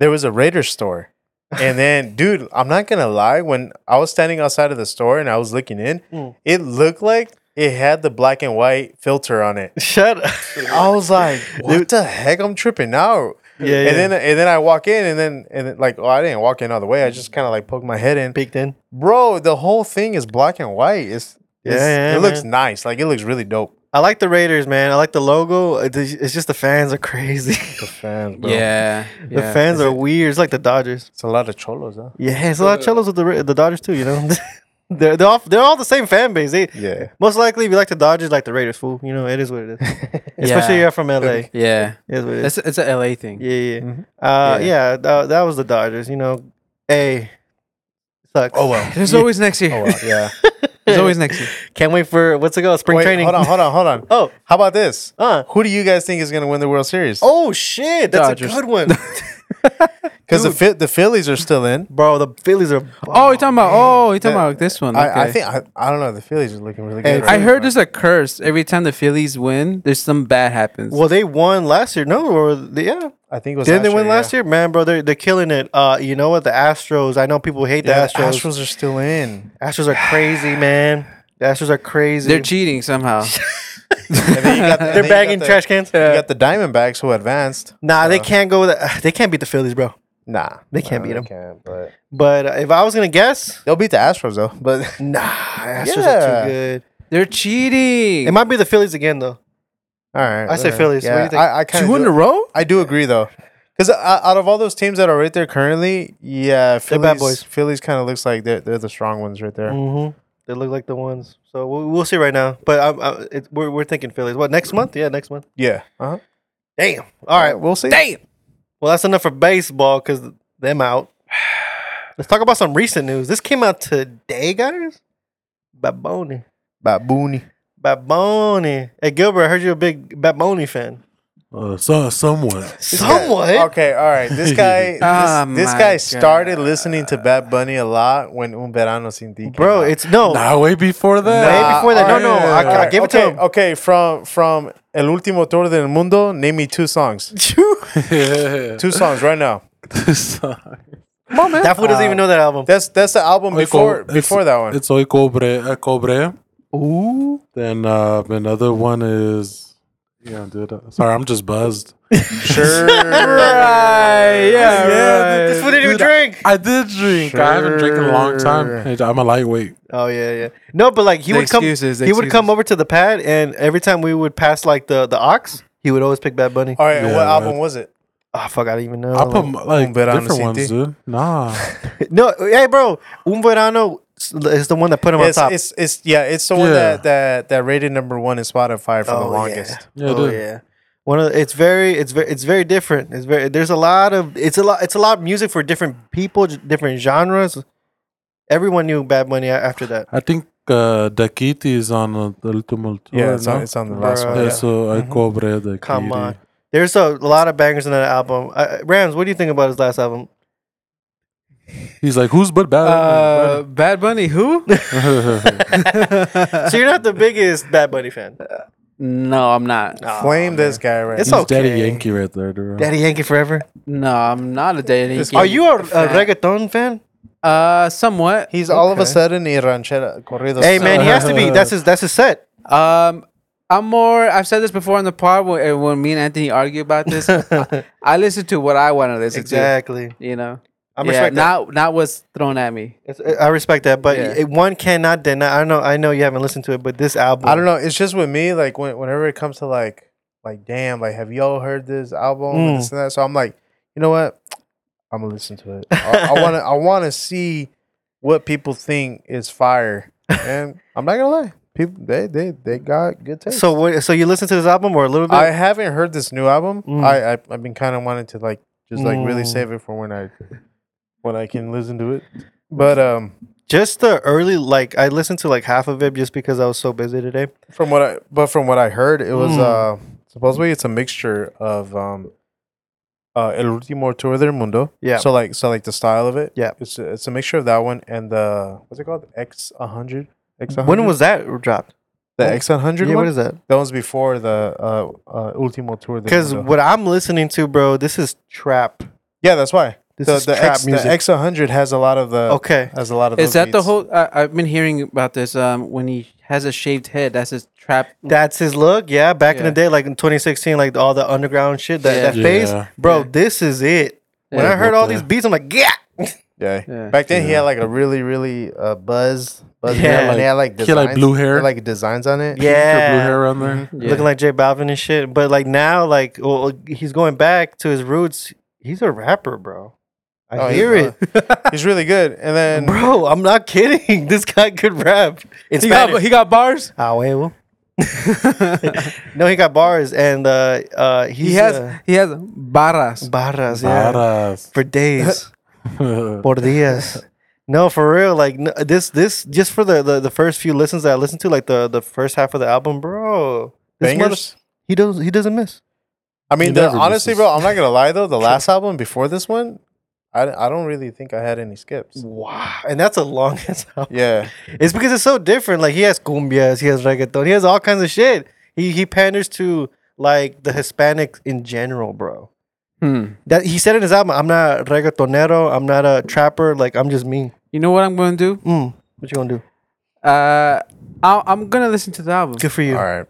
[SPEAKER 5] there was a Raiders store, and then, dude, I'm not gonna lie. When I was standing outside of the store and I was looking in,
[SPEAKER 3] Mm.
[SPEAKER 5] it looked like it had the black and white filter on it.
[SPEAKER 3] Shut up.
[SPEAKER 5] I was like, "What the heck? I'm tripping out."
[SPEAKER 3] yeah, yeah.
[SPEAKER 5] And then, and then I walk in, and then, and then, like, oh, I didn't walk in all the way. I just kind of like poked my head in.
[SPEAKER 3] peeked in.
[SPEAKER 5] Bro, the whole thing is black and white. It's, it's
[SPEAKER 3] Yeah, yeah,
[SPEAKER 5] it looks
[SPEAKER 3] man.
[SPEAKER 5] nice. Like it looks really dope.
[SPEAKER 3] I like the Raiders, man. I like the logo. It- It's just the fans are crazy.
[SPEAKER 5] The fans, bro.
[SPEAKER 2] yeah.
[SPEAKER 3] the
[SPEAKER 2] yeah.
[SPEAKER 3] fans are weird. It's like the Dodgers.
[SPEAKER 5] it's a lot of cholos, huh?
[SPEAKER 3] Yeah, it's a
[SPEAKER 5] Uh.
[SPEAKER 3] lot of cellos with the Ra- the Dodgers too. You know, they're they're all they're all the same fan base. They
[SPEAKER 5] Yeah.
[SPEAKER 3] most likely if you like the Dodgers, like the Raiders. Fool, you know it is what it is. Especially if you're from LA. It
[SPEAKER 2] Yeah.
[SPEAKER 3] is what it is.
[SPEAKER 2] It's, it's a LA thing.
[SPEAKER 3] Yeah, yeah.
[SPEAKER 5] Mhm.
[SPEAKER 3] Uh,
[SPEAKER 2] Yeah.
[SPEAKER 3] yeah, tha- that was the Dodgers. You know, a sucks.
[SPEAKER 5] Oh well.
[SPEAKER 2] There's always next year.
[SPEAKER 5] Oh well. Yeah.
[SPEAKER 2] There's always next year.
[SPEAKER 3] Can't wait for what's it called? Spring
[SPEAKER 5] Wait,
[SPEAKER 3] training.
[SPEAKER 5] Hold on, hold on, hold on.
[SPEAKER 3] Oh,
[SPEAKER 5] How about this?
[SPEAKER 3] uh.
[SPEAKER 5] Who do you guys think is gonna win the World Series?
[SPEAKER 3] Oh shit, that's
[SPEAKER 2] Dodgers.
[SPEAKER 3] a good one,
[SPEAKER 5] because the Phil- the Phillies are still in.
[SPEAKER 3] bro. The Phillies are.
[SPEAKER 2] Oh, you're talking about. Oh, you're talking
[SPEAKER 5] Uh,
[SPEAKER 2] about this one.
[SPEAKER 5] I, I
[SPEAKER 2] okay.
[SPEAKER 5] think I, I don't know. The Phillies are looking really
[SPEAKER 3] Hey,
[SPEAKER 5] good.
[SPEAKER 2] I
[SPEAKER 5] right
[SPEAKER 2] heard
[SPEAKER 5] now.
[SPEAKER 2] there's a curse. Every time the Phillies win, there's some bad happens.
[SPEAKER 3] Well, they won last year. No, or the, yeah.
[SPEAKER 5] I think it was
[SPEAKER 3] Didn't they
[SPEAKER 5] last
[SPEAKER 3] win
[SPEAKER 5] year,
[SPEAKER 3] last year? Man, bro, they're, they're killing it. Uh, you know what? The Astros. I know people hate
[SPEAKER 5] Yeah,
[SPEAKER 3] the Astros. Astros.
[SPEAKER 5] Astros are still in.
[SPEAKER 3] are crazy, man. The Astros are crazy.
[SPEAKER 2] They're cheating somehow.
[SPEAKER 5] And then you got- and
[SPEAKER 3] They're
[SPEAKER 5] then you got
[SPEAKER 3] bagging
[SPEAKER 5] the-
[SPEAKER 3] trash cans.
[SPEAKER 5] You got the Diamondbacks who advanced.
[SPEAKER 3] Nah, they can't go. With the, they can't beat the Phillies, bro.
[SPEAKER 5] Nah,
[SPEAKER 3] They can't beat 'em.
[SPEAKER 5] Can't, but
[SPEAKER 3] But uh, if I was gonna guess,
[SPEAKER 5] they'll beat the Astros though. But
[SPEAKER 3] nah, Astros are
[SPEAKER 5] Yeah.
[SPEAKER 3] too good.
[SPEAKER 2] They're cheating.
[SPEAKER 3] It might be the Phillies again, though.
[SPEAKER 5] all right,
[SPEAKER 3] I say
[SPEAKER 5] whatever.
[SPEAKER 3] Phillies. What do
[SPEAKER 5] Yeah,
[SPEAKER 3] you think?
[SPEAKER 5] I, I kind
[SPEAKER 2] Two in a
[SPEAKER 5] of.
[SPEAKER 2] row?
[SPEAKER 5] I do agree though, because out of all those teams that are right there currently, yeah,
[SPEAKER 3] They're
[SPEAKER 5] Phillies,
[SPEAKER 3] bad boys.
[SPEAKER 5] Phillies kind of looks like they're they're the strong ones right there.
[SPEAKER 3] Mm-hmm. They look like the ones. So we'll, we'll see right now. But I'm, i it, we're we're thinking Phillies. What next month? Yeah, next month.
[SPEAKER 5] Yeah. Uh-huh.
[SPEAKER 3] Damn. All right.
[SPEAKER 5] we'll see.
[SPEAKER 2] Damn.
[SPEAKER 3] Well, that's enough for baseball because them out. Let's talk about some recent news. This came out today, guys. Baboni.
[SPEAKER 5] Babuni.
[SPEAKER 3] Baboni. Hey, Gilbert, I heard you're a big Baboni fan.
[SPEAKER 4] Uh, so, someone.
[SPEAKER 3] Somewhat.
[SPEAKER 5] Okay, all right. This guy, this,
[SPEAKER 2] Ah,
[SPEAKER 3] Oh
[SPEAKER 5] this
[SPEAKER 2] my
[SPEAKER 5] guy started
[SPEAKER 2] God.
[SPEAKER 5] listening to Bad Bunny a lot when Un Verano Sin Ti. came
[SPEAKER 3] Bro,
[SPEAKER 5] out.
[SPEAKER 3] it's no.
[SPEAKER 4] Nah, way before that.
[SPEAKER 3] Way before that.
[SPEAKER 5] all
[SPEAKER 3] No, no, I- I
[SPEAKER 5] all
[SPEAKER 3] gave it to
[SPEAKER 5] okay,
[SPEAKER 3] him.
[SPEAKER 5] Okay, from from El Último Tour del Mundo, name me two songs.
[SPEAKER 4] Yeah.
[SPEAKER 5] Two songs right now.
[SPEAKER 2] Come on, man.
[SPEAKER 3] that fool doesn't even know that album.
[SPEAKER 5] That's that's the album
[SPEAKER 4] Oy
[SPEAKER 5] before
[SPEAKER 4] Co-
[SPEAKER 5] before
[SPEAKER 4] it's-
[SPEAKER 5] that one.
[SPEAKER 4] It's Oi Cobre. Uh, Cobre. Ooh. Then uh, another one is. Yeah, dude. uh, Sorry, I'm just buzzed.
[SPEAKER 5] Sure.
[SPEAKER 2] right. Yeah. right.
[SPEAKER 3] this fool didn't even
[SPEAKER 4] Dude,
[SPEAKER 3] drink.
[SPEAKER 4] I did drink. I haven't drank in a long time.
[SPEAKER 5] Sure.
[SPEAKER 4] And I'm a lightweight.
[SPEAKER 3] Oh yeah, yeah. No, but like he
[SPEAKER 2] The
[SPEAKER 3] would come,
[SPEAKER 2] excuses, the
[SPEAKER 3] he would come
[SPEAKER 2] excuses.
[SPEAKER 3] over to the pad, and every time we would pass like the the ox, he would always pick Bad Bunny.
[SPEAKER 5] All right,
[SPEAKER 4] Yeah,
[SPEAKER 5] what
[SPEAKER 4] right.
[SPEAKER 5] album was it?
[SPEAKER 3] Oh fuck, I don't even know.
[SPEAKER 4] I put
[SPEAKER 3] Like-
[SPEAKER 4] like
[SPEAKER 5] Un verano
[SPEAKER 4] different
[SPEAKER 5] sin ti.
[SPEAKER 4] ones, dude. Nah.
[SPEAKER 3] no, hey bro, Un Verano is the one that put him
[SPEAKER 5] It's,
[SPEAKER 3] on top.
[SPEAKER 5] it's it's yeah, it's the one
[SPEAKER 4] Yeah.
[SPEAKER 5] that, that that rated number one in Spotify for the longest.
[SPEAKER 3] Yeah.
[SPEAKER 4] Yeah,
[SPEAKER 3] oh
[SPEAKER 4] dude.
[SPEAKER 3] yeah. One of the, it's very it's very it's very different. It's very there's a lot of it's a lot it's a lot of music for different people, j- different genres. Everyone knew Bad Bunny a- after that.
[SPEAKER 4] I think uh, Dakiti is on uh, the Ultimo Tour.
[SPEAKER 5] Yeah, it's, on,
[SPEAKER 4] no?
[SPEAKER 5] it's on the last
[SPEAKER 3] Bruh.
[SPEAKER 5] one.
[SPEAKER 4] yeah,
[SPEAKER 3] yeah.
[SPEAKER 4] so I Cobre Dakiti.
[SPEAKER 3] Come on. There's a lot of bangers in that album. Uh, Rams, what do you think about his last album?
[SPEAKER 4] He's like, who's but bad?
[SPEAKER 2] Uh, Bad Bunny, who?
[SPEAKER 3] So you're not the biggest Bad Bunny fan.
[SPEAKER 2] no, I'm not.
[SPEAKER 5] Flame this guy right
[SPEAKER 3] Oh, It's
[SPEAKER 5] now.
[SPEAKER 4] He's Daddy
[SPEAKER 3] okay.
[SPEAKER 4] Yankee right there, dude.
[SPEAKER 3] Daddy Yankee forever.
[SPEAKER 2] No, I'm not a dating.
[SPEAKER 5] It's-
[SPEAKER 2] game
[SPEAKER 3] Are you a, a
[SPEAKER 2] fan.
[SPEAKER 3] reggaeton fan?
[SPEAKER 2] Uh, somewhat.
[SPEAKER 5] He's all of a
[SPEAKER 3] Okay.
[SPEAKER 5] sudden a ranchera corridos.
[SPEAKER 3] Hey man, he has to be. That's his. That's his set.
[SPEAKER 2] Um, I'm more. I've said this before on the pod when, when me and Anthony argue about this. I, I listen to what I want to listen to. You know.
[SPEAKER 3] I'm
[SPEAKER 2] yeah,
[SPEAKER 3] respect that.
[SPEAKER 2] not not what's thrown at me.
[SPEAKER 3] It's- I respect that, but
[SPEAKER 2] Yeah.
[SPEAKER 3] it- one cannot deny. I know, I know you haven't listened to it, but this album,
[SPEAKER 5] I don't know. It's just with me, like when, whenever it comes to like, like damn, like have y'all heard this album and
[SPEAKER 3] Mm.
[SPEAKER 5] this and that? So I'm like, you know what? I'm gonna listen to it. I want to. I want to see what people think is fire. And I'm not gonna lie, people they they they got good taste.
[SPEAKER 3] So, what, so you listen to this album or a little bit?
[SPEAKER 5] I haven't heard this new album.
[SPEAKER 3] Mm.
[SPEAKER 5] I, I I've been kind of wanting to like just like really
[SPEAKER 3] Mm.
[SPEAKER 5] save it for when I when I can listen to it. But um,
[SPEAKER 3] just the early, like I listened to like half of it just because I was so busy today.
[SPEAKER 5] from what I but from what I heard, it was
[SPEAKER 3] Mm.
[SPEAKER 5] uh supposedly it's a mixture of um uh El Último Tour del Mundo.
[SPEAKER 3] Yeah.
[SPEAKER 5] So like so like the style of it.
[SPEAKER 3] Yeah.
[SPEAKER 5] It's a, it's a mixture of that one and the what's it called X hundred. X
[SPEAKER 3] When was that dropped?
[SPEAKER 5] the X hundred
[SPEAKER 3] Yeah,
[SPEAKER 5] one?
[SPEAKER 3] what is that?
[SPEAKER 5] that was before the uh, uh Ultimo Tour. del
[SPEAKER 3] Because
[SPEAKER 5] Mundo.
[SPEAKER 3] what I'm listening to, bro, this is trap.
[SPEAKER 5] yeah, that's why
[SPEAKER 3] This
[SPEAKER 5] the,
[SPEAKER 3] is
[SPEAKER 5] the
[SPEAKER 3] trap
[SPEAKER 5] X,
[SPEAKER 3] music.
[SPEAKER 5] The X uh, hundred has a lot of the
[SPEAKER 3] okay,
[SPEAKER 5] has a lot of.
[SPEAKER 2] Is
[SPEAKER 5] those
[SPEAKER 2] that the
[SPEAKER 5] beats.
[SPEAKER 2] whole? I, I've been hearing about this. Um, when he has a shaved head, that's his trap.
[SPEAKER 3] that's his look. Yeah, back in the
[SPEAKER 2] Yeah.
[SPEAKER 3] day, like in 2016, like all the underground shit, that, that
[SPEAKER 4] Yeah.
[SPEAKER 3] face,
[SPEAKER 4] Yeah.
[SPEAKER 3] bro.
[SPEAKER 2] Yeah.
[SPEAKER 3] This is it. When
[SPEAKER 2] Yeah.
[SPEAKER 3] I heard all
[SPEAKER 4] Yeah.
[SPEAKER 3] these beats, I'm like, yeah.
[SPEAKER 5] Yeah.
[SPEAKER 2] Yeah.
[SPEAKER 5] Back then, he
[SPEAKER 4] Yeah.
[SPEAKER 5] had like a really, really uh, buzz. buzz
[SPEAKER 3] Yeah,
[SPEAKER 5] yeah, and they had like
[SPEAKER 4] he had, like,
[SPEAKER 5] designs.
[SPEAKER 4] blue hair.
[SPEAKER 5] they had, like designs on it.
[SPEAKER 3] Yeah.
[SPEAKER 4] blue hair on there.
[SPEAKER 2] Yeah.
[SPEAKER 3] looking like J Balvin and shit. But like now, like well, he's going back to his roots. He's a rapper, bro. I
[SPEAKER 5] Oh, he's
[SPEAKER 3] hear it,
[SPEAKER 5] he's really good. And then
[SPEAKER 3] bro. I'm not kidding. This guy could rap. In
[SPEAKER 2] he got
[SPEAKER 3] Spanish.
[SPEAKER 2] he got bars.
[SPEAKER 3] Ah, huevo. no, he got bars, and uh, uh, he's,
[SPEAKER 2] He has
[SPEAKER 3] uh,
[SPEAKER 2] he has barras.
[SPEAKER 3] barras, yeah,
[SPEAKER 4] Badass.
[SPEAKER 3] for days, por días. No, for real. Like n this, this just for the, the the first few listens that I listened to, like the the first half of the album, bro. This mother-
[SPEAKER 5] bangers.
[SPEAKER 3] he does. He doesn't miss.
[SPEAKER 5] I
[SPEAKER 4] He
[SPEAKER 5] mean, the,
[SPEAKER 4] never
[SPEAKER 5] honestly,
[SPEAKER 4] misses.
[SPEAKER 5] bro, I'm not gonna lie though. The last album before this one, I, I don't really think I had any skips.
[SPEAKER 3] Wow, and that's a long ass album.
[SPEAKER 5] Yeah,
[SPEAKER 3] It's because it's so different. Like he has cumbias, he has reggaeton, he has all kinds of shit. He he panders to like the Hispanics in general, bro.
[SPEAKER 2] Hmm.
[SPEAKER 3] That he said in his album, "I'm not reggaetonero. I'm not a trapper. Like I'm just me."
[SPEAKER 2] You know what I'm going to
[SPEAKER 3] Mm. What you gonna do?
[SPEAKER 2] do? Uh, I, I'm going to listen to the album.
[SPEAKER 3] Good for
[SPEAKER 5] all
[SPEAKER 3] you.
[SPEAKER 5] right.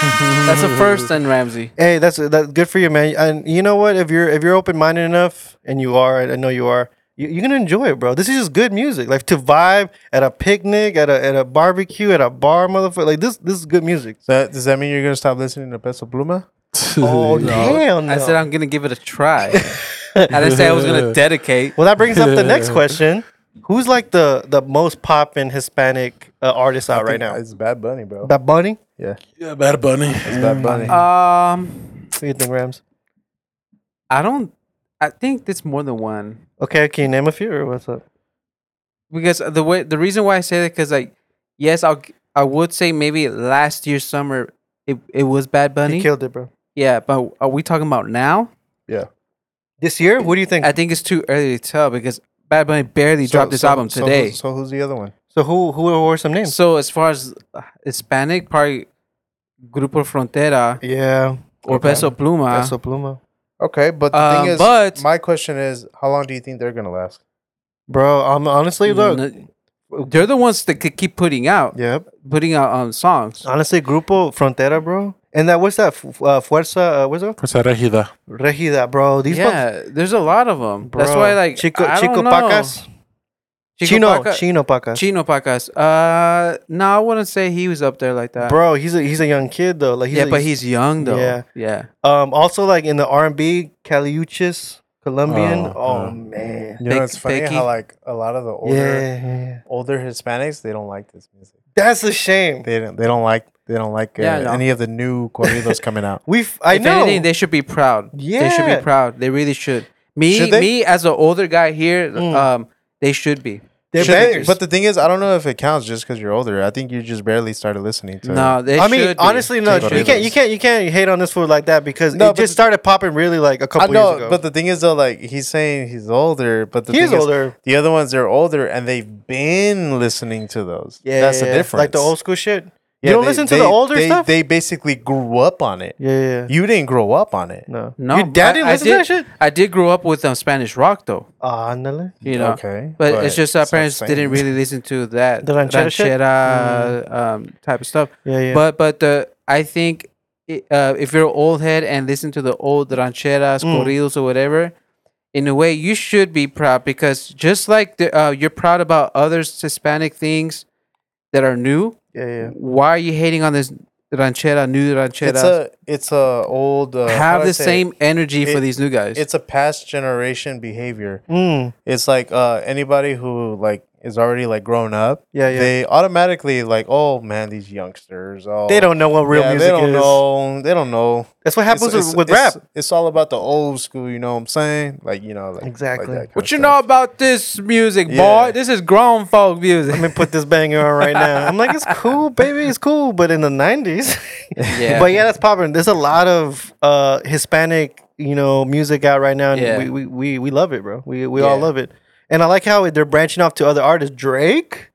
[SPEAKER 2] That's a first, then Ramsey.
[SPEAKER 3] Hey, that's that's good for you, man. And you know what? If you're if you're open minded enough, and you are, I I know you are. You, you're gonna enjoy it, bro. This is just good music, like to vibe at a picnic, at a at a barbecue, at a bar, motherfucker. Like this, this is good music.
[SPEAKER 5] So does that mean you're gonna stop listening to Peso Pluma?
[SPEAKER 3] Oh damn!
[SPEAKER 2] I
[SPEAKER 3] no.
[SPEAKER 2] said I'm going to give it a try. I didn't say I was going to dedicate.
[SPEAKER 3] Well, that brings up the next question: Who's like the the most poppin' Hispanic uh, artist out right now?
[SPEAKER 5] it's Bad Bunny, bro.
[SPEAKER 3] That Bunny?
[SPEAKER 5] yeah,
[SPEAKER 4] Yeah, Bad Bunny.
[SPEAKER 5] it's Bad Bunny.
[SPEAKER 2] Uh, Um,
[SPEAKER 3] What do you think, Rams?
[SPEAKER 2] I don't. I think there's more than one
[SPEAKER 3] Okay, can you name a few or what's up?
[SPEAKER 2] because the way the reason why I say that because like yes I'll g- I would say maybe last year's summer it, it was Bad
[SPEAKER 3] He
[SPEAKER 2] Bunny
[SPEAKER 3] killed it, bro.
[SPEAKER 2] yeah but are we talking about now
[SPEAKER 3] This year? What do you think?
[SPEAKER 2] I think it's too early to tell because Bad Bunny barely
[SPEAKER 5] So-
[SPEAKER 2] dropped this
[SPEAKER 5] so-
[SPEAKER 2] album
[SPEAKER 5] so
[SPEAKER 2] today
[SPEAKER 5] who's- So who's the other one?
[SPEAKER 3] so who who were some names?
[SPEAKER 2] So as far as uh, Hispanic, probably Grupo Frontera
[SPEAKER 3] Yeah,
[SPEAKER 2] or
[SPEAKER 5] Okay.
[SPEAKER 2] Peso Pluma.
[SPEAKER 3] Peso Pluma.
[SPEAKER 5] Okay, but the
[SPEAKER 2] Um,
[SPEAKER 5] thing is,
[SPEAKER 2] but-
[SPEAKER 5] my question is, how long do you think they're gonna last?
[SPEAKER 3] Bro, um, honestly, look.
[SPEAKER 2] N- they're the ones that could keep putting out,
[SPEAKER 3] Yep.
[SPEAKER 2] putting out um, songs.
[SPEAKER 3] Honestly, Grupo Frontera, bro. And that what's that? F- uh, Fuerza? Uh, what's it? called?
[SPEAKER 4] Pues era Gida.
[SPEAKER 3] Regida, bro. These yeah,
[SPEAKER 2] yeah, there's a lot of them.
[SPEAKER 3] bro.
[SPEAKER 2] That's why, like,
[SPEAKER 3] Chico
[SPEAKER 2] I
[SPEAKER 3] Chico
[SPEAKER 2] don't know.
[SPEAKER 3] Pacas,
[SPEAKER 2] Chico
[SPEAKER 3] Chino
[SPEAKER 2] Paca-
[SPEAKER 3] Chino Pacas.
[SPEAKER 2] Chino Pacas. Uh, no, I wouldn't say he was up there like that.
[SPEAKER 3] Bro, he's a he's a young kid though. Like he's
[SPEAKER 2] uh, yeah,
[SPEAKER 3] a,
[SPEAKER 2] but he's young though.
[SPEAKER 3] Yeah.
[SPEAKER 2] Yeah, yeah.
[SPEAKER 3] Um, also like in the R and B, Caliuchis, Colombian.
[SPEAKER 4] Oh,
[SPEAKER 3] Oh,
[SPEAKER 4] yeah.
[SPEAKER 3] man.
[SPEAKER 5] You know,
[SPEAKER 2] Pic-
[SPEAKER 5] it's funny
[SPEAKER 2] picky.
[SPEAKER 5] how like a lot of the older
[SPEAKER 3] Yeah, yeah, yeah.
[SPEAKER 5] older Hispanics they don't like this music.
[SPEAKER 3] that's a shame.
[SPEAKER 5] They don't. They don't like. They don't like uh,
[SPEAKER 2] Yeah, I know.
[SPEAKER 5] any of the new corridos coming out.
[SPEAKER 3] We, f- I
[SPEAKER 2] if
[SPEAKER 3] know.
[SPEAKER 2] anything, they should be proud. they should
[SPEAKER 3] Yeah.
[SPEAKER 2] be proud. They really should. Me,
[SPEAKER 5] Should they?
[SPEAKER 2] me as an older guy here,
[SPEAKER 3] Mm.
[SPEAKER 2] um, they should be.
[SPEAKER 3] They're
[SPEAKER 5] Should-
[SPEAKER 3] bangers.
[SPEAKER 5] But the thing is, I don't know if it counts just because you're older. I think you just barely started listening to.
[SPEAKER 2] No, they
[SPEAKER 3] I mean,
[SPEAKER 2] should be.
[SPEAKER 3] honestly, no.
[SPEAKER 5] Take
[SPEAKER 3] You can't, you
[SPEAKER 5] Corridos.
[SPEAKER 3] can't, you can't hate on this food like that because
[SPEAKER 5] No,
[SPEAKER 3] it
[SPEAKER 5] but
[SPEAKER 3] just started popping really like a
[SPEAKER 5] I
[SPEAKER 3] couple years
[SPEAKER 5] know,
[SPEAKER 3] ago.
[SPEAKER 5] but the thing is though, like he's saying he's older, but the
[SPEAKER 3] he's
[SPEAKER 5] thing is,
[SPEAKER 3] older.
[SPEAKER 5] the other ones they're older and they've been listening to those.
[SPEAKER 3] Yeah,
[SPEAKER 5] that's the
[SPEAKER 3] yeah, yeah.
[SPEAKER 5] difference.
[SPEAKER 3] Like the old school shit.
[SPEAKER 5] Yeah,
[SPEAKER 3] you don't
[SPEAKER 5] they-
[SPEAKER 3] listen to
[SPEAKER 5] they-
[SPEAKER 3] the older
[SPEAKER 5] they-
[SPEAKER 3] stuff.
[SPEAKER 5] They basically grew up on it.
[SPEAKER 3] yeah, yeah, yeah.
[SPEAKER 5] You didn't grow up on it.
[SPEAKER 3] No,
[SPEAKER 2] No,
[SPEAKER 3] Your dad didn't
[SPEAKER 2] I,
[SPEAKER 3] listen
[SPEAKER 2] I did,
[SPEAKER 3] to that shit.
[SPEAKER 2] I did grow up with um, Spanish rock though,
[SPEAKER 3] Ah, ándale.
[SPEAKER 2] you know.
[SPEAKER 5] okay,
[SPEAKER 2] But, it's just our
[SPEAKER 5] it's not the
[SPEAKER 2] parents
[SPEAKER 5] same.
[SPEAKER 2] didn't really listen to that
[SPEAKER 3] The ranchera shit?
[SPEAKER 2] ranchera, um, type of stuff.
[SPEAKER 3] Yeah, yeah.
[SPEAKER 2] But but the I think i- uh, if you're an old head and listen to the old rancheras,
[SPEAKER 3] Mm.
[SPEAKER 2] corridos, or whatever, in a way, you should be proud because just like the, uh, you're proud about other Hispanic things that are new,
[SPEAKER 3] Yeah, yeah.
[SPEAKER 2] why are you hating on this ranchera, new ranchera?
[SPEAKER 5] It's a it's a old uh, how
[SPEAKER 2] Have
[SPEAKER 5] do I
[SPEAKER 2] the
[SPEAKER 5] say it?
[SPEAKER 2] same energy for
[SPEAKER 5] It-
[SPEAKER 2] these new guys.
[SPEAKER 5] It's a past generation behavior.
[SPEAKER 3] Mm.
[SPEAKER 5] It's like uh, anybody who like is already like grown up.
[SPEAKER 3] Yeah, yeah.
[SPEAKER 5] They automatically like, oh man, these youngsters. Oh,
[SPEAKER 3] They don't know what real
[SPEAKER 5] yeah,
[SPEAKER 3] music
[SPEAKER 5] they don't
[SPEAKER 3] is.
[SPEAKER 5] know. They don't know.
[SPEAKER 3] That's what happens
[SPEAKER 5] It's-
[SPEAKER 3] with, with rap.
[SPEAKER 5] it's- It's, it's all about the old school. You know what I'm saying? Like you know, like like
[SPEAKER 3] Exactly.
[SPEAKER 5] that kind
[SPEAKER 2] what
[SPEAKER 5] of
[SPEAKER 2] you
[SPEAKER 5] stuff.
[SPEAKER 2] know about this music,
[SPEAKER 5] Yeah.
[SPEAKER 2] boy? This is grown folk music.
[SPEAKER 3] Let me put this banger on right now. I'm like, it's cool, baby, it's cool. But in the '90s,
[SPEAKER 2] Yeah.
[SPEAKER 3] but yeah, that's popular. There's a lot of uh, Hispanic, you know, music out right now, and
[SPEAKER 2] Yeah.
[SPEAKER 3] we, we we we love it, bro. We we all
[SPEAKER 2] Yeah.
[SPEAKER 3] love it. And I like how they're branching off to other artists. Drake,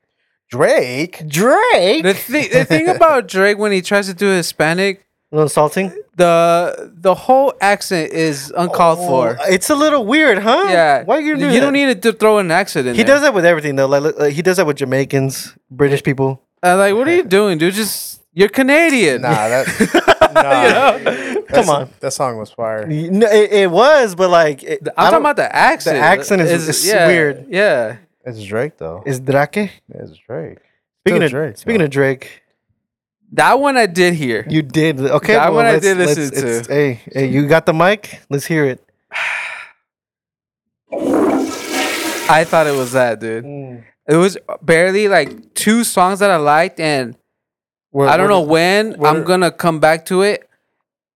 [SPEAKER 5] Drake.
[SPEAKER 3] Drake,
[SPEAKER 2] the, thi- the thing about Drake when he tries to do Hispanic,
[SPEAKER 3] a little insulting.
[SPEAKER 2] the the whole accent is uncalled
[SPEAKER 3] Oh,
[SPEAKER 2] for.
[SPEAKER 3] It's a little weird, huh?
[SPEAKER 2] Yeah,
[SPEAKER 3] Why are you?
[SPEAKER 2] you
[SPEAKER 3] Doing that?
[SPEAKER 2] don't need to throw an accent in.
[SPEAKER 3] He
[SPEAKER 2] there.
[SPEAKER 3] does that with everything though. Like look, uh, he does that with Jamaicans, British people.
[SPEAKER 2] I'm like, what are you doing, dude? Just you're Canadian.
[SPEAKER 5] Nah, that. nah, that
[SPEAKER 3] Come
[SPEAKER 5] song-
[SPEAKER 3] on.
[SPEAKER 5] that song was fire.
[SPEAKER 3] Y- No, it, it was, but like it,
[SPEAKER 2] I'm
[SPEAKER 3] I
[SPEAKER 2] talking
[SPEAKER 3] don't-
[SPEAKER 2] about the accent.
[SPEAKER 3] accent is- is
[SPEAKER 2] yeah,
[SPEAKER 3] weird.
[SPEAKER 2] Yeah,
[SPEAKER 5] It's Drake though.
[SPEAKER 3] is Drake.
[SPEAKER 5] It's
[SPEAKER 3] Speaking
[SPEAKER 5] Drake. Still
[SPEAKER 3] of
[SPEAKER 5] Drake,
[SPEAKER 3] Drake, speaking
[SPEAKER 5] bro.
[SPEAKER 3] of Drake,
[SPEAKER 2] that one I did hear.
[SPEAKER 3] you did okay.
[SPEAKER 2] That one I
[SPEAKER 3] let's-
[SPEAKER 2] did
[SPEAKER 3] let's-
[SPEAKER 2] listen
[SPEAKER 3] it's- Hey, hey, you got the mic? Let's hear it.
[SPEAKER 2] I thought it was that, dude. It was barely like two songs that I liked, and
[SPEAKER 5] What-
[SPEAKER 2] I don't know
[SPEAKER 5] what
[SPEAKER 2] when
[SPEAKER 5] what
[SPEAKER 2] I'm
[SPEAKER 5] are-
[SPEAKER 2] gonna come back to it.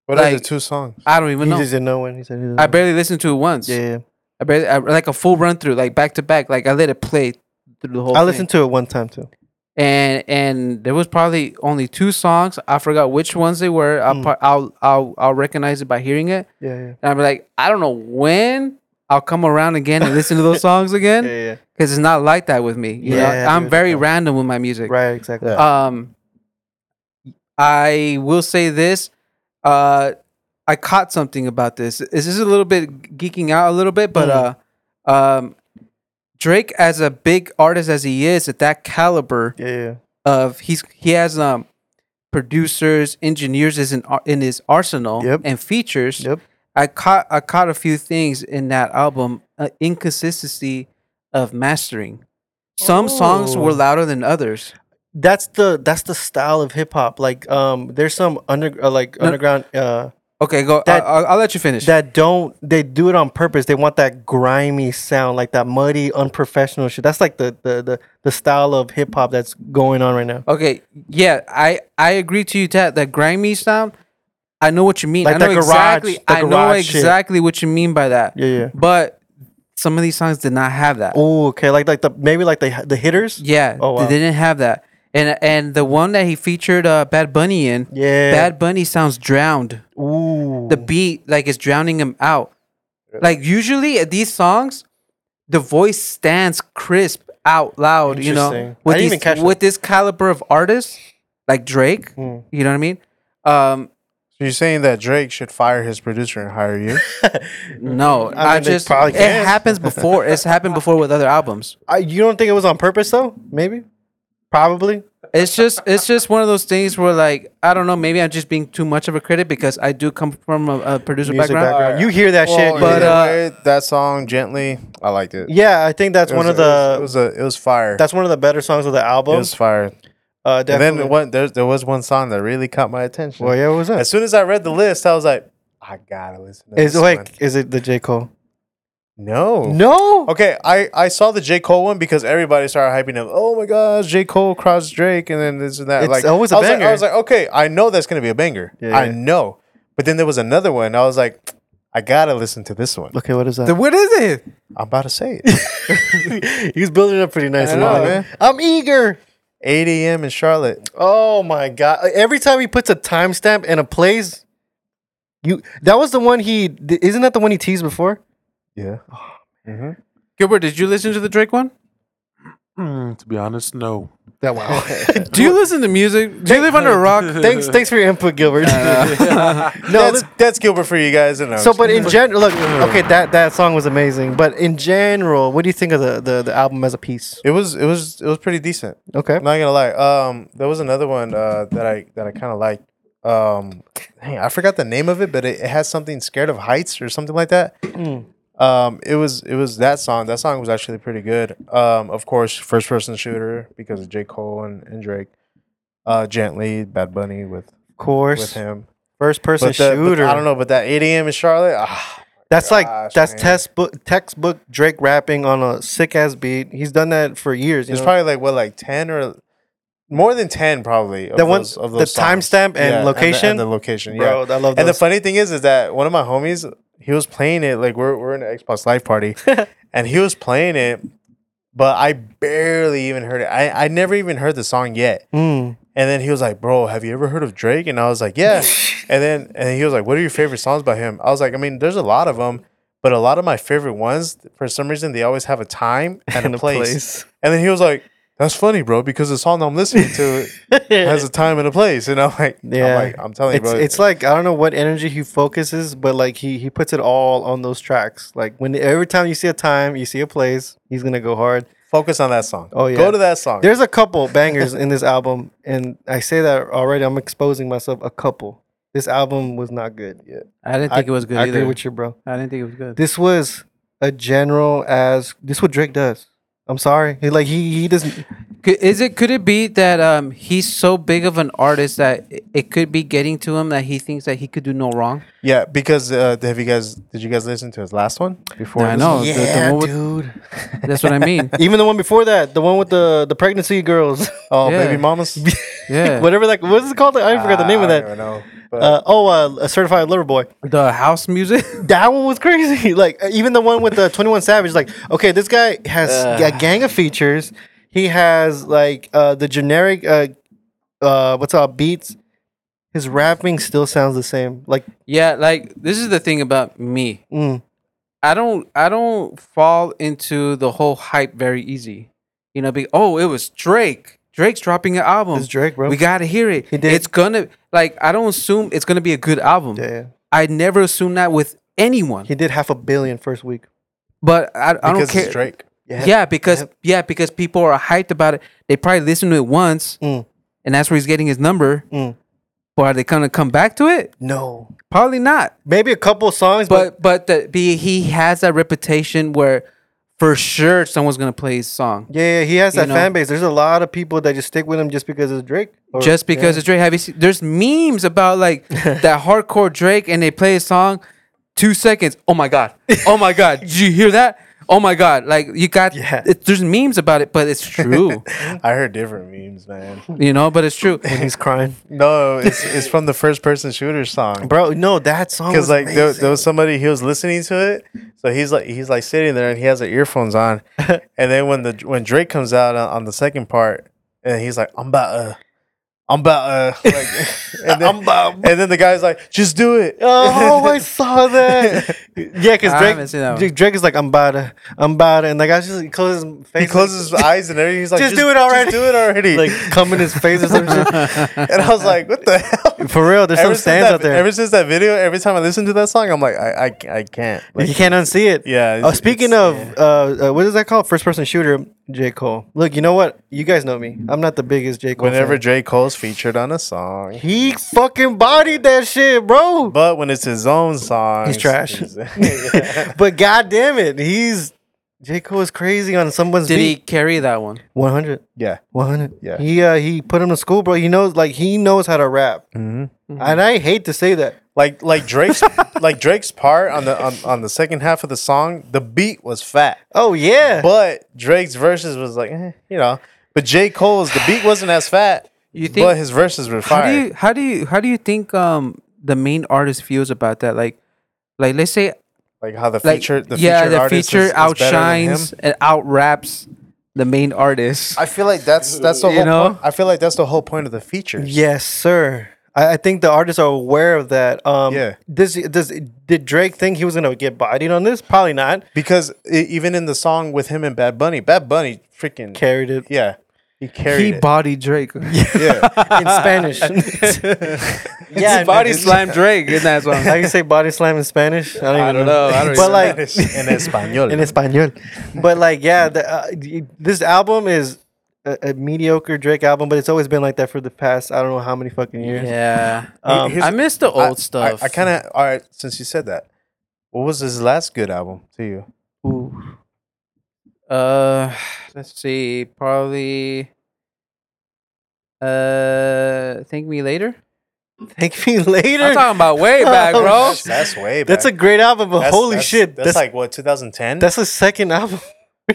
[SPEAKER 5] What are the
[SPEAKER 2] like-
[SPEAKER 5] two songs?
[SPEAKER 2] I don't even
[SPEAKER 3] He
[SPEAKER 2] know.
[SPEAKER 3] just didn't know when he said. He
[SPEAKER 2] I barely listened to it once.
[SPEAKER 3] Yeah, yeah.
[SPEAKER 2] I barely I, like a full run through, like back to back. Like I let it play through the whole.
[SPEAKER 3] I
[SPEAKER 2] thing.
[SPEAKER 3] listened to it one time too.
[SPEAKER 2] and and there was probably only two songs. I forgot which ones they were. I'll
[SPEAKER 3] Mm.
[SPEAKER 2] pro- I'll, I'll I'll recognize it by hearing it,
[SPEAKER 3] Yeah,
[SPEAKER 2] and I'll be like, I don't know when I'll come around again and listen to those songs
[SPEAKER 3] yeah,
[SPEAKER 2] again
[SPEAKER 3] yeah, yeah.
[SPEAKER 2] because it's not like that with me. You
[SPEAKER 3] Yeah,
[SPEAKER 2] know? I'm
[SPEAKER 3] dude,
[SPEAKER 2] very
[SPEAKER 3] yeah.
[SPEAKER 2] random with my music.
[SPEAKER 3] Right, exactly.
[SPEAKER 5] Yeah.
[SPEAKER 2] Um, I will say this. Uh, I caught something about this. This is a little bit geeking out a little bit, but
[SPEAKER 3] Mm.
[SPEAKER 2] uh, um, Drake as a big artist as he is at that caliber
[SPEAKER 3] Yeah, yeah.
[SPEAKER 2] of he's he has um producers engineers is in ar- in his arsenal
[SPEAKER 3] Yep.
[SPEAKER 2] and features
[SPEAKER 3] Yep.
[SPEAKER 2] i caught i caught a few things in that album uh, inconsistency of mastering some songs were
[SPEAKER 3] Oh.
[SPEAKER 2] louder than others
[SPEAKER 3] That's the that's the style of hip hop. Like, um, there's some under uh, like
[SPEAKER 2] No.
[SPEAKER 3] underground uh
[SPEAKER 2] okay go
[SPEAKER 3] That-
[SPEAKER 2] I, will I'll let you finish
[SPEAKER 3] that don't they do it on purpose. They want that grimy sound, like that muddy, unprofessional shit. That's like the the the, the style of hip hop that's going on right now.
[SPEAKER 2] okay yeah i i agree to you that that grimy sound i know what you mean
[SPEAKER 3] Like
[SPEAKER 2] i
[SPEAKER 3] the
[SPEAKER 2] know
[SPEAKER 3] garage-
[SPEAKER 2] exactly
[SPEAKER 3] the
[SPEAKER 2] i know
[SPEAKER 3] garage shit.
[SPEAKER 2] exactly what you mean by that
[SPEAKER 3] Yeah, yeah.
[SPEAKER 2] but some of these songs did not have that
[SPEAKER 3] Oh, okay. Like like the maybe like the the hitters.
[SPEAKER 2] Yeah,
[SPEAKER 3] Oh, wow.
[SPEAKER 2] they didn't have that. And and the one that he featured uh, Bad Bunny in,
[SPEAKER 3] Yeah.
[SPEAKER 2] Bad Bunny sounds drowned.
[SPEAKER 3] Ooh.
[SPEAKER 2] The beat like is drowning him out. Like usually at these songs, the voice stands crisp out loud. You know,
[SPEAKER 3] Interesting. I
[SPEAKER 2] with
[SPEAKER 3] didn't
[SPEAKER 2] these,
[SPEAKER 3] even catch that.
[SPEAKER 2] with this caliber of artists like Drake,
[SPEAKER 3] Mm.
[SPEAKER 2] you know what I mean? Um,
[SPEAKER 5] So you're saying that Drake should fire his producer and hire you?
[SPEAKER 2] no,
[SPEAKER 3] I
[SPEAKER 2] I,
[SPEAKER 3] mean, they
[SPEAKER 2] just
[SPEAKER 3] probably
[SPEAKER 2] it
[SPEAKER 3] can.
[SPEAKER 2] happens before. it's happened before with other albums.
[SPEAKER 3] I, you don't think it was on purpose though? Maybe. Probably.
[SPEAKER 2] it's just it's just one of those things where like I don't know maybe I'm just being too much of a critic because I do come from a, a producer
[SPEAKER 3] Music
[SPEAKER 2] background.
[SPEAKER 3] background. You hear that shit.
[SPEAKER 5] Well,
[SPEAKER 3] you
[SPEAKER 5] but
[SPEAKER 2] But,
[SPEAKER 3] know?
[SPEAKER 2] uh,
[SPEAKER 5] that song gently, I liked it.
[SPEAKER 3] yeah, I think that's
[SPEAKER 5] It
[SPEAKER 3] one
[SPEAKER 5] was-
[SPEAKER 3] of the
[SPEAKER 5] it was, it was a it was fire.
[SPEAKER 3] that's one of the better songs of the
[SPEAKER 5] it
[SPEAKER 3] album.
[SPEAKER 5] was fire.
[SPEAKER 3] Uh
[SPEAKER 5] And
[SPEAKER 3] definitely.
[SPEAKER 5] then one, there there was one song that really caught my attention.
[SPEAKER 3] well, yeah, what was
[SPEAKER 5] As
[SPEAKER 3] that?
[SPEAKER 5] soon as I read the list, I was like, I gotta listen. to
[SPEAKER 3] Is
[SPEAKER 5] this
[SPEAKER 3] it like
[SPEAKER 5] one.
[SPEAKER 3] is it the J. Cole?
[SPEAKER 5] no.
[SPEAKER 3] No.
[SPEAKER 5] Okay, I, I saw the J. Cole one because everybody started hyping him. Oh my gosh, J. Cole crossed Drake and then this and that.
[SPEAKER 3] It's
[SPEAKER 5] like
[SPEAKER 3] always a
[SPEAKER 5] I was Like,
[SPEAKER 3] banger.
[SPEAKER 5] I was like, okay, I know that's gonna be a banger.
[SPEAKER 3] Yeah,
[SPEAKER 5] I
[SPEAKER 3] yeah.
[SPEAKER 5] know. But then there was another one. I was like, I gotta listen to this one.
[SPEAKER 3] Okay, what is that?
[SPEAKER 2] The- what is it?
[SPEAKER 5] I'm about to say it.
[SPEAKER 3] he was building up pretty nice.
[SPEAKER 5] I know, man.
[SPEAKER 3] I'm eager.
[SPEAKER 5] 8 a.m. in Charlotte.
[SPEAKER 3] Oh my god! Every time he puts a timestamp and a plays, you that was the one he th- isn't that the one he teased before?
[SPEAKER 5] Yeah. Oh,
[SPEAKER 2] Gilbert, did you listen to the Drake one?
[SPEAKER 4] Mm, to be honest, no.
[SPEAKER 3] That wow.
[SPEAKER 2] Do you listen to music? Do you live under a rock?
[SPEAKER 3] thanks, thanks for your input, Gilbert.
[SPEAKER 5] No, that's, that's Gilbert for you guys. And
[SPEAKER 3] so, but in general, look, okay, that that song was amazing. But in general, what do you think of the the, the album as a piece?
[SPEAKER 5] it was it was it was pretty decent.
[SPEAKER 3] Okay,
[SPEAKER 5] I'm not gonna lie. Um, there was another one uh, that I that I kind of liked. Um, dang, I forgot the name of it, but it, it has something scared of heights or something like that. Um, it was it was that song. That song was actually pretty good. Um, of course, first person shooter because of J Cole and, and Drake. Uh, gently, Bad Bunny with
[SPEAKER 3] Of course,
[SPEAKER 5] with him.
[SPEAKER 3] first person
[SPEAKER 5] But the- but
[SPEAKER 3] shooter.
[SPEAKER 5] I don't know, but that 8 a.m. in Charlotte. Ah,
[SPEAKER 3] That's
[SPEAKER 5] Gosh,
[SPEAKER 3] like that's
[SPEAKER 5] man.
[SPEAKER 3] textbook textbook Drake rapping on a sick ass beat. He's done that for years. You
[SPEAKER 5] it's
[SPEAKER 3] know?
[SPEAKER 5] probably like what, like ten or more than ten, probably. Of
[SPEAKER 3] That one-
[SPEAKER 5] those- of
[SPEAKER 3] the
[SPEAKER 5] those songs.
[SPEAKER 3] timestamp and
[SPEAKER 5] Yeah,
[SPEAKER 3] location?
[SPEAKER 5] and the, location, yeah.
[SPEAKER 3] bro. I love
[SPEAKER 5] And the
[SPEAKER 3] those.
[SPEAKER 5] funny thing is, is that one of my homies, he was playing it. Like we're we're in an Xbox Live party, and he was playing it, but I barely even heard it. I I never even heard the song yet.
[SPEAKER 3] Mm.
[SPEAKER 5] And then he was like, "Bro, have you ever heard of Drake?" And I was like, "Yeah." and then and he was like, "What are your favorite songs by him?" I was like, "I mean, there's a lot of them, but a lot of my favorite ones, for some reason, they always have a time and, a, place. And then he was like, "That's funny, bro, because the song I'm listening to has a time and a place." And I'm like, "Yeah, I'm,
[SPEAKER 3] Yeah.
[SPEAKER 5] like, I'm telling you,
[SPEAKER 3] It's,
[SPEAKER 5] bro,
[SPEAKER 3] it's like I don't know what energy he focuses, but like he he puts it all on those tracks. Like when every time you see a time, you see a place, he's gonna go hard.
[SPEAKER 5] focus on that song.
[SPEAKER 3] Oh, yeah.
[SPEAKER 5] go to that song.
[SPEAKER 3] There's a couple bangers in this album, and I say that already. I'm exposing myself. A couple. This album was not good. Yeah,
[SPEAKER 2] I didn't think it was good
[SPEAKER 3] I
[SPEAKER 2] either.
[SPEAKER 3] agree with you, bro.
[SPEAKER 2] I didn't think it was good.
[SPEAKER 3] This was a general as this what Drake does. I'm sorry. He like he he doesn't.
[SPEAKER 2] Could, is it? Could it be that um he's so big of an artist that i- it could be getting to him that he thinks that he could do no wrong?
[SPEAKER 5] yeah, because uh, have you guys? Did you guys listen to his last one before?
[SPEAKER 2] I
[SPEAKER 5] this
[SPEAKER 2] know.
[SPEAKER 5] one?
[SPEAKER 2] the- the one with-
[SPEAKER 3] dude.
[SPEAKER 2] That's what I mean.
[SPEAKER 3] Even the one before that, the one with the the pregnancy girls.
[SPEAKER 5] Oh,
[SPEAKER 2] Yeah.
[SPEAKER 5] baby mamas.
[SPEAKER 2] Yeah.
[SPEAKER 3] Whatever that what is it called? I forgot the name of
[SPEAKER 5] I
[SPEAKER 3] that.
[SPEAKER 5] don't know. But
[SPEAKER 3] Uh, oh, uh, a certified lover boy.
[SPEAKER 2] the house music.
[SPEAKER 3] That one was crazy. Like uh, even the one with the Twenty One Savage. Like okay, this guy has
[SPEAKER 5] Uh.
[SPEAKER 3] a gang of features. He has like uh, the generic uh, uh, what's up beats. His rapping still sounds the same. Like
[SPEAKER 2] yeah. Like this is the thing about me.
[SPEAKER 3] mm,
[SPEAKER 2] I don't I don't fall into the whole hype very easy. You know, be oh, it was Drake. Drake's dropping an album.
[SPEAKER 3] it's Drake, bro.
[SPEAKER 2] We gotta hear it.
[SPEAKER 3] He did.
[SPEAKER 2] It's gonna like I don't assume it's gonna be a good album.
[SPEAKER 3] yeah, yeah.
[SPEAKER 2] I never assume that with anyone.
[SPEAKER 3] He did half a billion first week.
[SPEAKER 2] But I, I don't
[SPEAKER 5] because
[SPEAKER 2] care.
[SPEAKER 5] it's Drake.
[SPEAKER 2] Yeah, because
[SPEAKER 3] Yep.
[SPEAKER 2] yeah, because people are hyped about it. They probably listened to it once,
[SPEAKER 3] Mm.
[SPEAKER 2] and that's where he's getting his number.
[SPEAKER 3] Mm.
[SPEAKER 2] But are they gonna come back to it?
[SPEAKER 3] No,
[SPEAKER 2] Probably not.
[SPEAKER 3] maybe a couple songs, but,
[SPEAKER 2] But but the, be he has that reputation where for sure someone's gonna play his song.
[SPEAKER 3] yeah, yeah, he has
[SPEAKER 2] You
[SPEAKER 3] that
[SPEAKER 2] know.
[SPEAKER 3] fan base. There's a lot of people that just stick with him just because it's Drake. or-
[SPEAKER 2] Just because it's Drake, have you seen? There's memes about like that hardcore Drake, and they play a song, two seconds. Oh my god! Oh my god! Did you hear that? Oh my god! Like you got.
[SPEAKER 3] Yeah.
[SPEAKER 2] It, there's memes about it, but it's true.
[SPEAKER 5] I heard different memes, man.
[SPEAKER 2] you know, but it's true.
[SPEAKER 3] and he's crying,
[SPEAKER 5] No, it's it's from the first person shooter song.
[SPEAKER 3] bro. No, that song
[SPEAKER 5] Because
[SPEAKER 3] was
[SPEAKER 5] like there,
[SPEAKER 3] amazing.
[SPEAKER 5] there was somebody he was listening to it, so he's like he's like sitting there and he has the earphones on, and then when the when Drake comes out on, on the second part, and he's like I'm about uh, I'm about uh, like, and then,
[SPEAKER 3] I'm about-
[SPEAKER 5] and then the guy's like just do it.
[SPEAKER 3] Oh, I saw that. Yeah, because
[SPEAKER 2] I haven't
[SPEAKER 3] Drake,
[SPEAKER 2] seen that one.
[SPEAKER 3] Drake- Drake is like, I'm about to, I'm about to, and like I just he closes his face.
[SPEAKER 5] he closes his eyes and everything. He's like
[SPEAKER 3] Just do it already."
[SPEAKER 5] do it already.
[SPEAKER 3] like, like cum in his face or some shit.
[SPEAKER 5] and I was like, what the hell?
[SPEAKER 3] For real, there's
[SPEAKER 5] Ever
[SPEAKER 3] some
[SPEAKER 5] since
[SPEAKER 3] stands
[SPEAKER 5] that-
[SPEAKER 3] out there.
[SPEAKER 5] Ever since that video, every time I listen to that song, I'm like, I I, I can't. Like,
[SPEAKER 3] you can't unsee it.
[SPEAKER 5] Yeah,
[SPEAKER 3] Oh,
[SPEAKER 5] it's-
[SPEAKER 3] speaking
[SPEAKER 5] it's-
[SPEAKER 3] of uh, uh, what is that called? First person shooter, J Cole. Look, you know what? You guys know me. I'm not the biggest J Cole.
[SPEAKER 5] whenever
[SPEAKER 3] fan.
[SPEAKER 5] J Cole's featured on a song.
[SPEAKER 3] he fucking bodied that shit, bro.
[SPEAKER 5] But when it's his own song,
[SPEAKER 3] He's trash.
[SPEAKER 5] yeah.
[SPEAKER 3] But god damn it, he's J Cole is crazy on someone's
[SPEAKER 2] Did he
[SPEAKER 3] beat.
[SPEAKER 2] carry that one?
[SPEAKER 3] 100.
[SPEAKER 5] yeah.
[SPEAKER 3] 100.
[SPEAKER 5] Yeah.
[SPEAKER 3] He uh, he put him to school, bro. He knows like he knows how to rap.
[SPEAKER 5] Mhm.
[SPEAKER 3] And I hate to say that.
[SPEAKER 5] Like like Drake's like Drake's part on the on, on the second half of the song, the beat was fat.
[SPEAKER 3] Oh yeah.
[SPEAKER 5] But Drake's verses was like, eh, you know. But J. Cole's the beat wasn't as fat.
[SPEAKER 2] You think-
[SPEAKER 5] but his verses were
[SPEAKER 2] How
[SPEAKER 5] fire.
[SPEAKER 2] do you how do you how do you think um the main artist feels about that? Like like let's say
[SPEAKER 5] like how the
[SPEAKER 2] like
[SPEAKER 5] feature the
[SPEAKER 2] yeah
[SPEAKER 5] featured
[SPEAKER 2] the
[SPEAKER 5] artist
[SPEAKER 2] feature
[SPEAKER 5] is- is better than him.
[SPEAKER 2] outshines and out raps the main artist.
[SPEAKER 5] I feel like that's that's the
[SPEAKER 2] You
[SPEAKER 5] whole
[SPEAKER 2] know?
[SPEAKER 5] point. I feel like that's the whole point of the features.
[SPEAKER 3] yes, sir. I, I think the artists are aware of that. Um
[SPEAKER 5] Yeah.
[SPEAKER 3] this does did Drake think he was gonna get bodied on this? Probably not.
[SPEAKER 5] Because e- even in the song with him and Bad Bunny, Bad Bunny freaking
[SPEAKER 3] Carried it.
[SPEAKER 5] yeah, he carried
[SPEAKER 2] he
[SPEAKER 5] it.
[SPEAKER 2] body Drake.
[SPEAKER 5] yeah.
[SPEAKER 3] In Spanish. yeah,
[SPEAKER 2] he body
[SPEAKER 3] it's-
[SPEAKER 2] slammed Drake in that song.
[SPEAKER 3] How you say body slam in Spanish? I don't,
[SPEAKER 2] I don't know. I don't
[SPEAKER 3] but
[SPEAKER 2] even
[SPEAKER 3] like
[SPEAKER 5] in español.
[SPEAKER 3] in español. But like, yeah, the, uh, y- this album is a, a mediocre Drake album, but it's always been like that for the past I don't know how many fucking years.
[SPEAKER 2] yeah,
[SPEAKER 3] Um,
[SPEAKER 5] Here's-
[SPEAKER 2] I miss the
[SPEAKER 5] Uh, I-
[SPEAKER 2] old stuff.
[SPEAKER 5] I, kind of all right. Since you said that, What was his last good album to you?
[SPEAKER 2] Ooh. Uh, let's see. Probably. Uh, thank me later.
[SPEAKER 3] Thank me later.
[SPEAKER 2] I'm talking about way back,
[SPEAKER 3] Oh,
[SPEAKER 2] bro.
[SPEAKER 5] That's, that's way back.
[SPEAKER 3] that's a great album, but
[SPEAKER 5] That's-
[SPEAKER 3] holy
[SPEAKER 5] that's-
[SPEAKER 3] shit,
[SPEAKER 5] That's,
[SPEAKER 3] that's that's,
[SPEAKER 5] like what 2010.
[SPEAKER 3] his second album.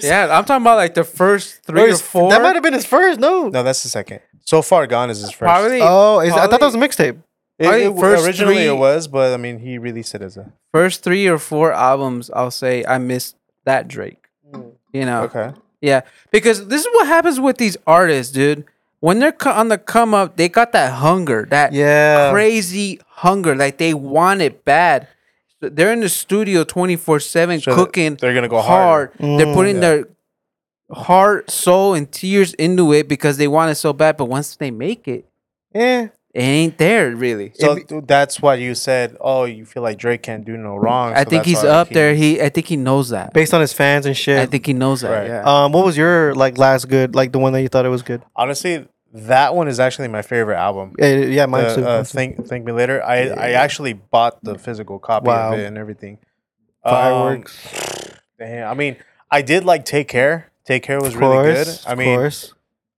[SPEAKER 2] Yeah, I'm talking about like the first
[SPEAKER 3] Or
[SPEAKER 2] three or
[SPEAKER 3] his-
[SPEAKER 2] four.
[SPEAKER 3] That might have been his first. No,
[SPEAKER 5] no, that's the second. So far gone is his first.
[SPEAKER 2] Probably
[SPEAKER 3] oh, is, I thought that was a
[SPEAKER 2] Probably-
[SPEAKER 3] mixtape.
[SPEAKER 5] It-
[SPEAKER 2] probably
[SPEAKER 5] it-
[SPEAKER 2] first
[SPEAKER 5] originally it
[SPEAKER 2] three-
[SPEAKER 5] was, but I mean he released it as a
[SPEAKER 2] first three or four albums. I'll say I missed that Drake. You
[SPEAKER 3] Uh,
[SPEAKER 2] know,
[SPEAKER 5] okay.
[SPEAKER 2] Yeah, because this is what happens with these artists, dude. When they're co- on the come up, they got that hunger, that
[SPEAKER 3] Yeah.
[SPEAKER 2] crazy hunger, like they want it bad. So They're in the studio twenty four seven,
[SPEAKER 5] So
[SPEAKER 2] cooking
[SPEAKER 5] They're gonna go hard.
[SPEAKER 2] hard. They're
[SPEAKER 3] Mm,
[SPEAKER 2] putting
[SPEAKER 5] yeah.
[SPEAKER 2] their heart, soul, and tears into it because they want it so bad. But once they make it,
[SPEAKER 3] Yeah.
[SPEAKER 2] it ain't there really.
[SPEAKER 5] So th- that's why you said, "Oh, you feel like Drake can't do no wrong."
[SPEAKER 2] I
[SPEAKER 5] so
[SPEAKER 2] think
[SPEAKER 5] that's
[SPEAKER 2] he's
[SPEAKER 5] why
[SPEAKER 2] up
[SPEAKER 5] he-
[SPEAKER 2] there. He, I think he knows that.
[SPEAKER 3] Based on his fans and shit.
[SPEAKER 2] I think he knows that.
[SPEAKER 5] Right.
[SPEAKER 2] Yeah.
[SPEAKER 3] Um, what was your like last good, like the one that you thought it was good?
[SPEAKER 5] Honestly, that one is actually my favorite album.
[SPEAKER 3] Yeah, yeah mine
[SPEAKER 5] The,
[SPEAKER 3] too.
[SPEAKER 5] uh, think Think Me Later. I, I actually bought the physical copy
[SPEAKER 3] Wow.
[SPEAKER 5] of it and everything. Um,
[SPEAKER 3] Fireworks.
[SPEAKER 5] damn, I mean, I did like Take Care. Take Care was
[SPEAKER 3] of course,
[SPEAKER 5] really good. I
[SPEAKER 3] of
[SPEAKER 5] mean,
[SPEAKER 3] course.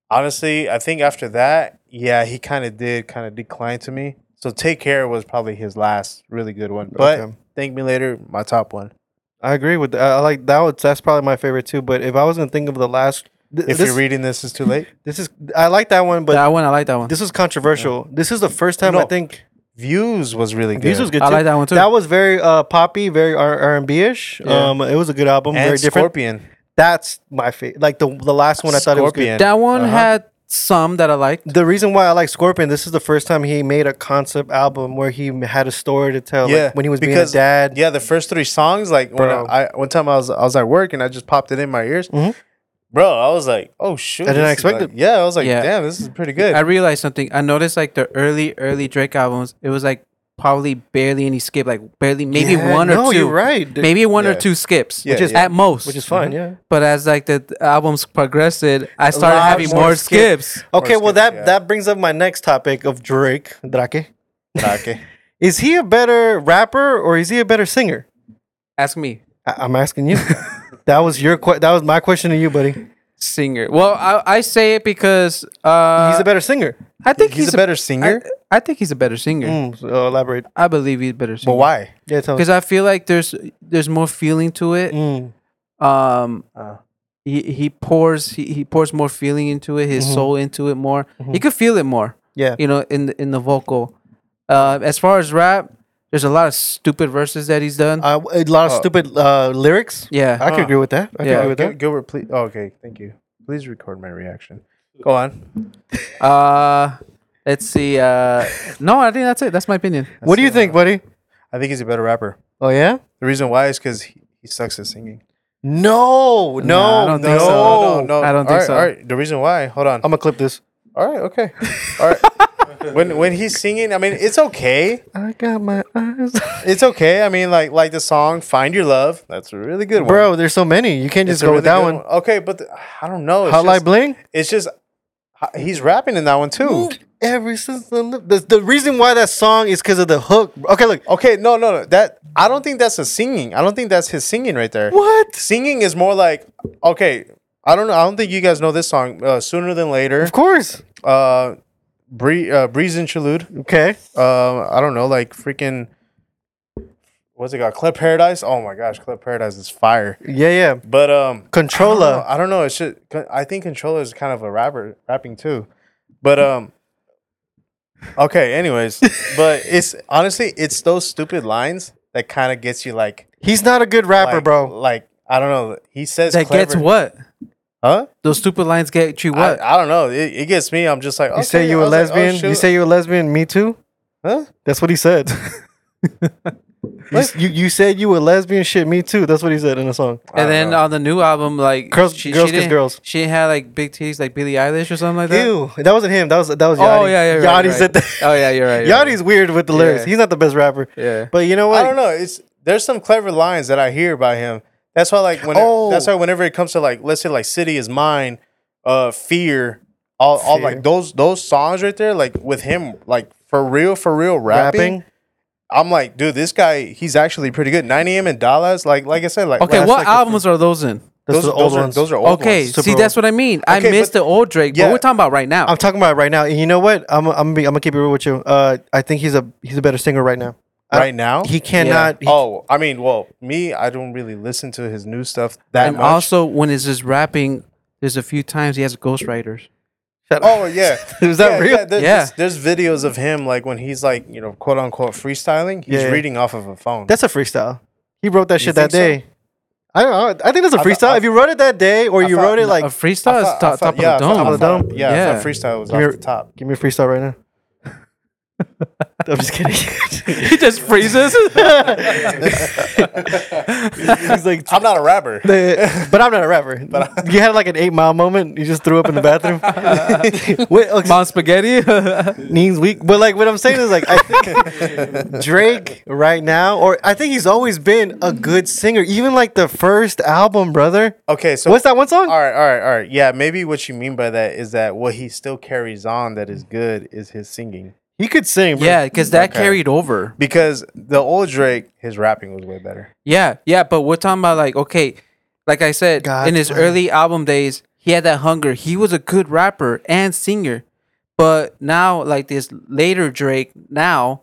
[SPEAKER 5] honestly, I think after that, yeah, he kind of did kind of decline to me. So Take Care was probably his last really good one. But
[SPEAKER 3] Okay.
[SPEAKER 5] Thank Me Later, my top one.
[SPEAKER 3] I agree with that. I like that. Was, that's probably my favorite too. But if I was gonna think of the last, th-
[SPEAKER 5] If
[SPEAKER 3] this,
[SPEAKER 5] you're reading this, is too late.
[SPEAKER 3] this is I like that one, but
[SPEAKER 2] that one, I like that one.
[SPEAKER 3] this is controversial. This is the first time I
[SPEAKER 5] No,
[SPEAKER 3] think
[SPEAKER 5] Views was really good.
[SPEAKER 3] this was good.
[SPEAKER 2] I
[SPEAKER 3] too.
[SPEAKER 2] like that one too.
[SPEAKER 3] That was very uh, poppy, very R and B ish.
[SPEAKER 2] Yeah.
[SPEAKER 3] Um, it was a good album,
[SPEAKER 5] and
[SPEAKER 3] very different.
[SPEAKER 5] Scorpion.
[SPEAKER 3] That's my favorite. Like the the last one, I thought it was
[SPEAKER 5] Scorpion.
[SPEAKER 3] good.
[SPEAKER 2] That one
[SPEAKER 5] Uh-huh.
[SPEAKER 2] had some that I liked.
[SPEAKER 3] The reason why I like Scorpion, this is the first time he made a concept album where he had a story to tell. like,
[SPEAKER 5] Yeah,
[SPEAKER 3] when he was being a
[SPEAKER 5] because-
[SPEAKER 3] dad.
[SPEAKER 5] Yeah, the first three songs, like when
[SPEAKER 3] Bro.
[SPEAKER 5] I one time I was I was at work and I just popped it in my ears.
[SPEAKER 3] Mhm.
[SPEAKER 5] Bro, I was like, oh shoot,
[SPEAKER 3] I didn't
[SPEAKER 5] this is
[SPEAKER 3] expect
[SPEAKER 5] like-
[SPEAKER 3] it.
[SPEAKER 5] Yeah, I was like,
[SPEAKER 2] Yeah.
[SPEAKER 5] damn, this is pretty good.
[SPEAKER 2] I realized something. I noticed like the early, early Drake albums, it was like probably barely any skip, like barely maybe
[SPEAKER 3] Yeah,
[SPEAKER 2] one or
[SPEAKER 3] no,
[SPEAKER 2] two.
[SPEAKER 3] You're right. dude.
[SPEAKER 2] Maybe one or
[SPEAKER 5] Yeah.
[SPEAKER 2] two skips,
[SPEAKER 5] Yeah,
[SPEAKER 2] which is
[SPEAKER 5] yeah.
[SPEAKER 2] at most,
[SPEAKER 3] which is fine. Yeah.
[SPEAKER 2] But as like the th- albums progressed, I started
[SPEAKER 3] lot
[SPEAKER 2] having
[SPEAKER 3] more
[SPEAKER 2] more,
[SPEAKER 3] skips.
[SPEAKER 2] skips.
[SPEAKER 3] Okay.
[SPEAKER 5] Or
[SPEAKER 3] Well,
[SPEAKER 5] skip,
[SPEAKER 3] that
[SPEAKER 5] yeah.
[SPEAKER 3] that brings up my next topic of Drake. Drake.
[SPEAKER 5] okay.
[SPEAKER 3] Is he a better rapper or is he a better singer?
[SPEAKER 2] Ask me,
[SPEAKER 3] I- I'm asking you. that was your que- that was my question to you, buddy. He's
[SPEAKER 2] singer. Well, I, I say it because uh,
[SPEAKER 3] a better singer.
[SPEAKER 2] I think
[SPEAKER 5] He's, a better singer,
[SPEAKER 2] I, I think he's a better singer.
[SPEAKER 3] Mm, so elaborate.
[SPEAKER 2] I believe he's a better
[SPEAKER 5] but
[SPEAKER 2] singer.
[SPEAKER 5] why?
[SPEAKER 3] Yeah, tell me.
[SPEAKER 2] Because I feel like there's there's more feeling to it.
[SPEAKER 3] Mm,
[SPEAKER 2] um
[SPEAKER 5] Uh.
[SPEAKER 2] he, he pours he, he pours more feeling into it his soul into it more you could feel it more
[SPEAKER 3] Mm-hmm. yeah.
[SPEAKER 2] you know in the, in the vocal uh, as far as rap there's a lot of stupid verses that he's done
[SPEAKER 3] Uh, a lot of
[SPEAKER 5] Oh.
[SPEAKER 3] stupid uh, lyrics.
[SPEAKER 2] yeah
[SPEAKER 3] I could
[SPEAKER 5] Huh.
[SPEAKER 3] agree with that. I
[SPEAKER 2] Yeah.
[SPEAKER 3] could agree with
[SPEAKER 5] Gil-
[SPEAKER 3] that.
[SPEAKER 5] Gilbert, please. Oh, okay, thank you. Please record my reaction. Go on.
[SPEAKER 2] uh let's see uh no i think that's it that's my opinion
[SPEAKER 3] What do you think, buddy?
[SPEAKER 5] I think he's a better rapper.
[SPEAKER 3] Oh yeah?
[SPEAKER 5] The reason why is because he, he sucks at singing.
[SPEAKER 3] No, no,
[SPEAKER 2] I don't think so.
[SPEAKER 3] no.
[SPEAKER 2] no. I don't think
[SPEAKER 5] All right,
[SPEAKER 2] so.
[SPEAKER 5] All right, the reason why. Hold on.
[SPEAKER 3] I'm gonna clip this.
[SPEAKER 5] all right, okay. All right. when when he's singing, I mean, it's okay.
[SPEAKER 3] I got my eyes.
[SPEAKER 5] It's okay. I mean, like like the song "Find Your Love." That's a really good one,
[SPEAKER 3] Bro, there's so many. You can't
[SPEAKER 5] It's
[SPEAKER 3] just
[SPEAKER 5] a
[SPEAKER 3] go
[SPEAKER 5] really
[SPEAKER 3] with that
[SPEAKER 5] good
[SPEAKER 3] one.
[SPEAKER 5] Okay, but the, I don't know. It's
[SPEAKER 3] Hot Light
[SPEAKER 5] just,
[SPEAKER 3] Bling?
[SPEAKER 5] it's just h- he's rapping in that one too.
[SPEAKER 3] Mm. Every since the, the the reason why that song is because of the hook. Okay, look.
[SPEAKER 5] Okay, no, no, no. That I don't think that's a singing. I don't think that's his singing right there.
[SPEAKER 3] What?
[SPEAKER 5] Singing is more like okay. I don't know. I don't think you guys know this song. Uh, Sooner than later.
[SPEAKER 3] Of course.
[SPEAKER 5] Uh, Bree, uh, Breeze Interlude.
[SPEAKER 3] Okay.
[SPEAKER 5] uh, I don't know, like freaking. What's it called? Club Paradise. Oh my gosh, Club Paradise is fire.
[SPEAKER 3] Yeah, yeah.
[SPEAKER 5] But um,
[SPEAKER 3] Controller.
[SPEAKER 5] I don't know, I don't know. It's just, I think controller is kind of a rapper rapping too, but um. Okay. Anyways, but it's honestly it's those stupid lines that kind of gets you like
[SPEAKER 3] He's not a good rapper,
[SPEAKER 5] like- oh,
[SPEAKER 3] bro.
[SPEAKER 5] Like I don't know. He says
[SPEAKER 2] that
[SPEAKER 5] clever-
[SPEAKER 2] gets what
[SPEAKER 5] Huh?
[SPEAKER 2] those stupid lines get you what
[SPEAKER 5] I, I don't know. It, it gets me. I'm just like oh,
[SPEAKER 3] You say you a lesbian. you say you a lesbian. Me too.
[SPEAKER 5] huh?
[SPEAKER 3] That's what he said. you, s- you you said you a lesbian. Shit, me too. That's what he said in the song.
[SPEAKER 5] I don't
[SPEAKER 2] and then
[SPEAKER 5] know.
[SPEAKER 2] on the new album like
[SPEAKER 3] Girls- girls kiss
[SPEAKER 2] didn't-
[SPEAKER 3] girls.
[SPEAKER 2] she didn't have like big titties like billie eilish or something like that
[SPEAKER 3] Uh, Ew, that wasn't him. That was that was Yachty.
[SPEAKER 2] oh yeah yeah
[SPEAKER 3] Yachty
[SPEAKER 2] right, right.
[SPEAKER 3] said that.
[SPEAKER 2] oh yeah you're right you're right.
[SPEAKER 3] Yachty's weird with the lyrics.
[SPEAKER 2] Yeah.
[SPEAKER 3] He's not the best rapper.
[SPEAKER 2] yeah
[SPEAKER 3] But you know what?
[SPEAKER 5] I don't know. It's there's some clever lines that I hear by him. That's why like when
[SPEAKER 3] Oh.
[SPEAKER 5] that's why whenever it comes to like let's say like city is mine, uh fear, all, all
[SPEAKER 3] Fear.
[SPEAKER 5] like those those songs right there like with him like for real for real rapping.
[SPEAKER 3] Rapping.
[SPEAKER 5] I'm like, dude, this guy, he's actually pretty good. 9 a.m. in Dallas, like, like I said, like
[SPEAKER 2] Okay,
[SPEAKER 5] last,
[SPEAKER 2] what
[SPEAKER 5] like, a-
[SPEAKER 2] albums are those in?
[SPEAKER 3] Those,
[SPEAKER 5] Those,
[SPEAKER 3] are the
[SPEAKER 5] those
[SPEAKER 3] old
[SPEAKER 5] are
[SPEAKER 3] ones.
[SPEAKER 5] those are old
[SPEAKER 2] Okay,
[SPEAKER 5] ones.
[SPEAKER 3] Super
[SPEAKER 2] see,
[SPEAKER 3] old.
[SPEAKER 2] that's what I mean. I
[SPEAKER 5] Okay,
[SPEAKER 2] missed
[SPEAKER 5] but-
[SPEAKER 2] the old Drake, but
[SPEAKER 5] Yeah.
[SPEAKER 2] we're talking about right now.
[SPEAKER 3] I'm talking about right now. And you know what? I'm I'm gonna be, I'm gonna keep it real with you. Uh, I think he's a he's a better singer right now. I-
[SPEAKER 5] Right now?
[SPEAKER 3] he cannot. he-
[SPEAKER 5] oh, I mean, well, me, I don't really listen to his new stuff that
[SPEAKER 2] and
[SPEAKER 5] much.
[SPEAKER 2] also, when it's just rapping, there's a few times he has ghostwriters.
[SPEAKER 3] shut up.
[SPEAKER 5] oh yeah,
[SPEAKER 3] Is that
[SPEAKER 5] yeah,
[SPEAKER 3] real?
[SPEAKER 5] Yeah, there's,
[SPEAKER 2] Yeah.
[SPEAKER 5] There's, videos of him like when he's like you know quote unquote freestyling. He's
[SPEAKER 3] Yeah.
[SPEAKER 5] reading off of a phone.
[SPEAKER 3] That's a freestyle. He wrote that
[SPEAKER 5] You
[SPEAKER 3] shit that
[SPEAKER 5] think
[SPEAKER 3] day. I don't know. I think that's a
[SPEAKER 5] I thought-
[SPEAKER 3] freestyle.
[SPEAKER 5] I-
[SPEAKER 3] if you wrote it that day, or you
[SPEAKER 5] thought-
[SPEAKER 3] wrote it like,
[SPEAKER 2] a freestyle is
[SPEAKER 5] I thought- I
[SPEAKER 2] top,
[SPEAKER 5] thought-
[SPEAKER 2] top
[SPEAKER 5] yeah, I
[SPEAKER 2] of the
[SPEAKER 5] thought-
[SPEAKER 2] dome.
[SPEAKER 5] I
[SPEAKER 3] Top of the
[SPEAKER 5] thought-
[SPEAKER 3] dome?
[SPEAKER 5] Yeah, I thought
[SPEAKER 2] Yeah.
[SPEAKER 5] freestyle was
[SPEAKER 3] Give
[SPEAKER 5] off
[SPEAKER 3] me
[SPEAKER 5] the
[SPEAKER 3] a-
[SPEAKER 5] top.
[SPEAKER 3] give me a freestyle right now. I'm just kidding.
[SPEAKER 2] he just freezes.
[SPEAKER 3] he's like,
[SPEAKER 5] I'm not a rapper.
[SPEAKER 3] the- but I'm not a rapper. But you had like an eight mile moment. You just threw up in the bathroom. Wait, okay,
[SPEAKER 2] Mom spaghetti. I
[SPEAKER 3] knees weak. But like what I'm saying is like I think Drake right now, or I think he's always been a good singer. Even like the first album, brother.
[SPEAKER 5] Okay, so
[SPEAKER 3] What's that one song?
[SPEAKER 5] All right, all right, all right. Yeah, maybe what you mean by that is that what he still carries on that is good is his singing.
[SPEAKER 3] He could sing. Bro.
[SPEAKER 2] yeah, because that
[SPEAKER 5] Okay.
[SPEAKER 2] carried over.
[SPEAKER 5] Because the old Drake, his rapping was way better.
[SPEAKER 2] Yeah, yeah, but we're talking about like okay, like I said,
[SPEAKER 3] God
[SPEAKER 2] in his
[SPEAKER 3] damn.
[SPEAKER 2] early album days, he had that hunger. He was a good rapper and singer, but now like this later Drake, now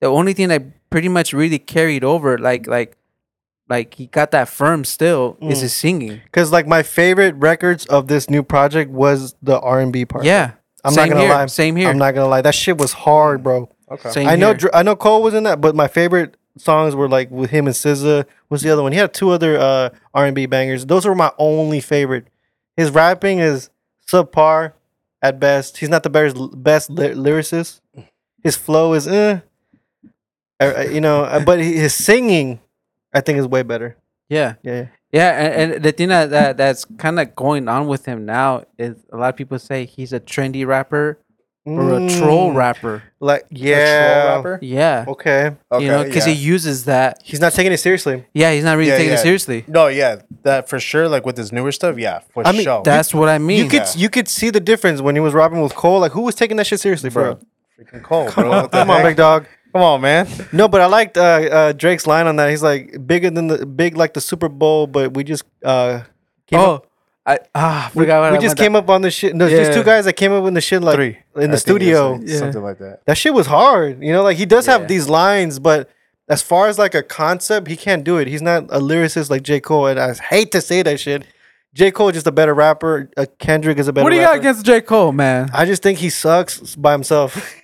[SPEAKER 2] the only thing that pretty much really carried over, like like like he got that firm still,
[SPEAKER 3] Mm.
[SPEAKER 2] is his singing.
[SPEAKER 3] Because like my favorite records of this new project was the R and B part.
[SPEAKER 2] Yeah,
[SPEAKER 3] I'm
[SPEAKER 2] same
[SPEAKER 3] not gonna
[SPEAKER 2] here,
[SPEAKER 3] lie.
[SPEAKER 2] Same here.
[SPEAKER 3] I'm not gonna lie. That shit was hard, bro.
[SPEAKER 5] Okay.
[SPEAKER 2] same
[SPEAKER 3] I know.
[SPEAKER 2] here.
[SPEAKER 3] Dr- I know Cole was in that, but my favorite songs were like with him and SZA. What's the other one? He had two other uh, R and B bangers. Those were my only favorite. His rapping is subpar at best. He's not the best best ly- lyricist. His flow is, eh. Uh, uh, you know, uh, but he- his singing, I think, is way better.
[SPEAKER 2] yeah.
[SPEAKER 3] Yeah.
[SPEAKER 2] Yeah, and, and the thing that, that that's kind of going on with him now is a lot of people say he's a trendy rapper or a troll
[SPEAKER 3] Mm,
[SPEAKER 2] rapper.
[SPEAKER 3] Like
[SPEAKER 5] A troll
[SPEAKER 3] yeah.
[SPEAKER 5] rapper?
[SPEAKER 2] Yeah,
[SPEAKER 3] Okay.
[SPEAKER 5] Okay,
[SPEAKER 2] you know, because
[SPEAKER 5] yeah.
[SPEAKER 2] he uses that.
[SPEAKER 3] He's not taking it seriously.
[SPEAKER 2] Yeah, he's not really
[SPEAKER 5] Yeah,
[SPEAKER 2] taking
[SPEAKER 5] yeah.
[SPEAKER 2] it seriously.
[SPEAKER 5] No, yeah, that for sure. Like with his newer stuff, yeah, for
[SPEAKER 3] I mean,
[SPEAKER 5] sure.
[SPEAKER 2] That's what I mean.
[SPEAKER 3] You could you could see the difference when he was rapping with Cole. Like who was taking that shit seriously, bro?
[SPEAKER 5] bro, freaking cold, bro. What the
[SPEAKER 3] Come on,
[SPEAKER 5] heck?
[SPEAKER 3] big dog.
[SPEAKER 5] Come on, man.
[SPEAKER 3] No, but I liked uh, uh, Drake's line on that. He's like bigger than the big, like the Super Bowl, but we just uh, came
[SPEAKER 2] oh,
[SPEAKER 3] up,
[SPEAKER 2] I ah,
[SPEAKER 3] we,
[SPEAKER 2] forgot what
[SPEAKER 3] we
[SPEAKER 2] I
[SPEAKER 3] just came up on the shit. No,
[SPEAKER 2] Yeah.
[SPEAKER 3] there's two guys that came up with the shit like
[SPEAKER 5] Three
[SPEAKER 3] in the
[SPEAKER 5] I think it's,
[SPEAKER 3] studio.
[SPEAKER 5] uh,
[SPEAKER 2] Yeah.
[SPEAKER 5] something like that.
[SPEAKER 3] That shit was hard. You know, like he does
[SPEAKER 2] Yeah.
[SPEAKER 3] have these lines, but as far as like a concept, he can't do it. He's not a lyricist like J Cole, and I hate to say that shit. J Cole is just a better rapper. Uh, Kendrick is a better.
[SPEAKER 2] What do you got
[SPEAKER 3] rapper.
[SPEAKER 2] against J Cole, man?
[SPEAKER 3] I just think he sucks by himself.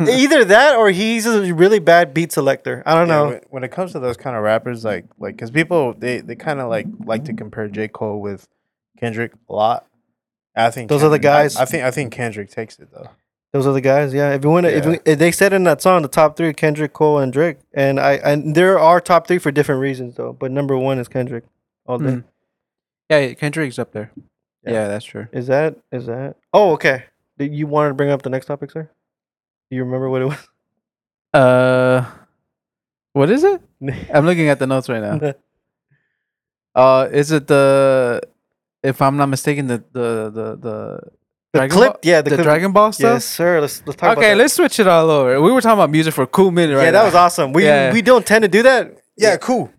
[SPEAKER 3] Either that or he's a really bad beat selector. I don't
[SPEAKER 5] Yeah,
[SPEAKER 3] know.
[SPEAKER 5] when, when it comes to those kind of rappers, like like because people they they kind of like like to compare J Cole with Kendrick a lot. I think
[SPEAKER 3] Those are the
[SPEAKER 5] Kendrick- I-
[SPEAKER 3] guys.
[SPEAKER 5] I, think I think Kendrick takes it though.
[SPEAKER 3] Those are the guys, yeah. If you want to, if,
[SPEAKER 5] Yeah.
[SPEAKER 3] we- if they said in that song, the top three: Kendrick, Cole, and Drake. And I, and there are top three for different reasons though. But number one is Kendrick. All day.
[SPEAKER 2] Mm. Yeah, Kendrick's up there.
[SPEAKER 3] Yeah.
[SPEAKER 2] Yeah, that's true.
[SPEAKER 3] Is that? Is that? Oh, okay. Did you wanted to bring up the next topic, sir? Do you remember what it was?
[SPEAKER 1] Uh, what is it? I'm looking at the notes right now. Uh, is it the, if I'm not mistaken, the the the the,
[SPEAKER 3] The
[SPEAKER 1] Dragon
[SPEAKER 3] clip,
[SPEAKER 1] Ball-
[SPEAKER 3] yeah, the,
[SPEAKER 1] the,
[SPEAKER 3] clip.
[SPEAKER 1] Dragon Ball stuff?
[SPEAKER 3] Yes, sir. Let's let's talk.
[SPEAKER 2] okay,
[SPEAKER 3] about that.
[SPEAKER 2] let's switch it all over. We were talking about music for a cool minute, right?
[SPEAKER 3] yeah, that was awesome. We
[SPEAKER 2] Yeah.
[SPEAKER 3] we don't tend to do that.
[SPEAKER 5] Yeah, cool.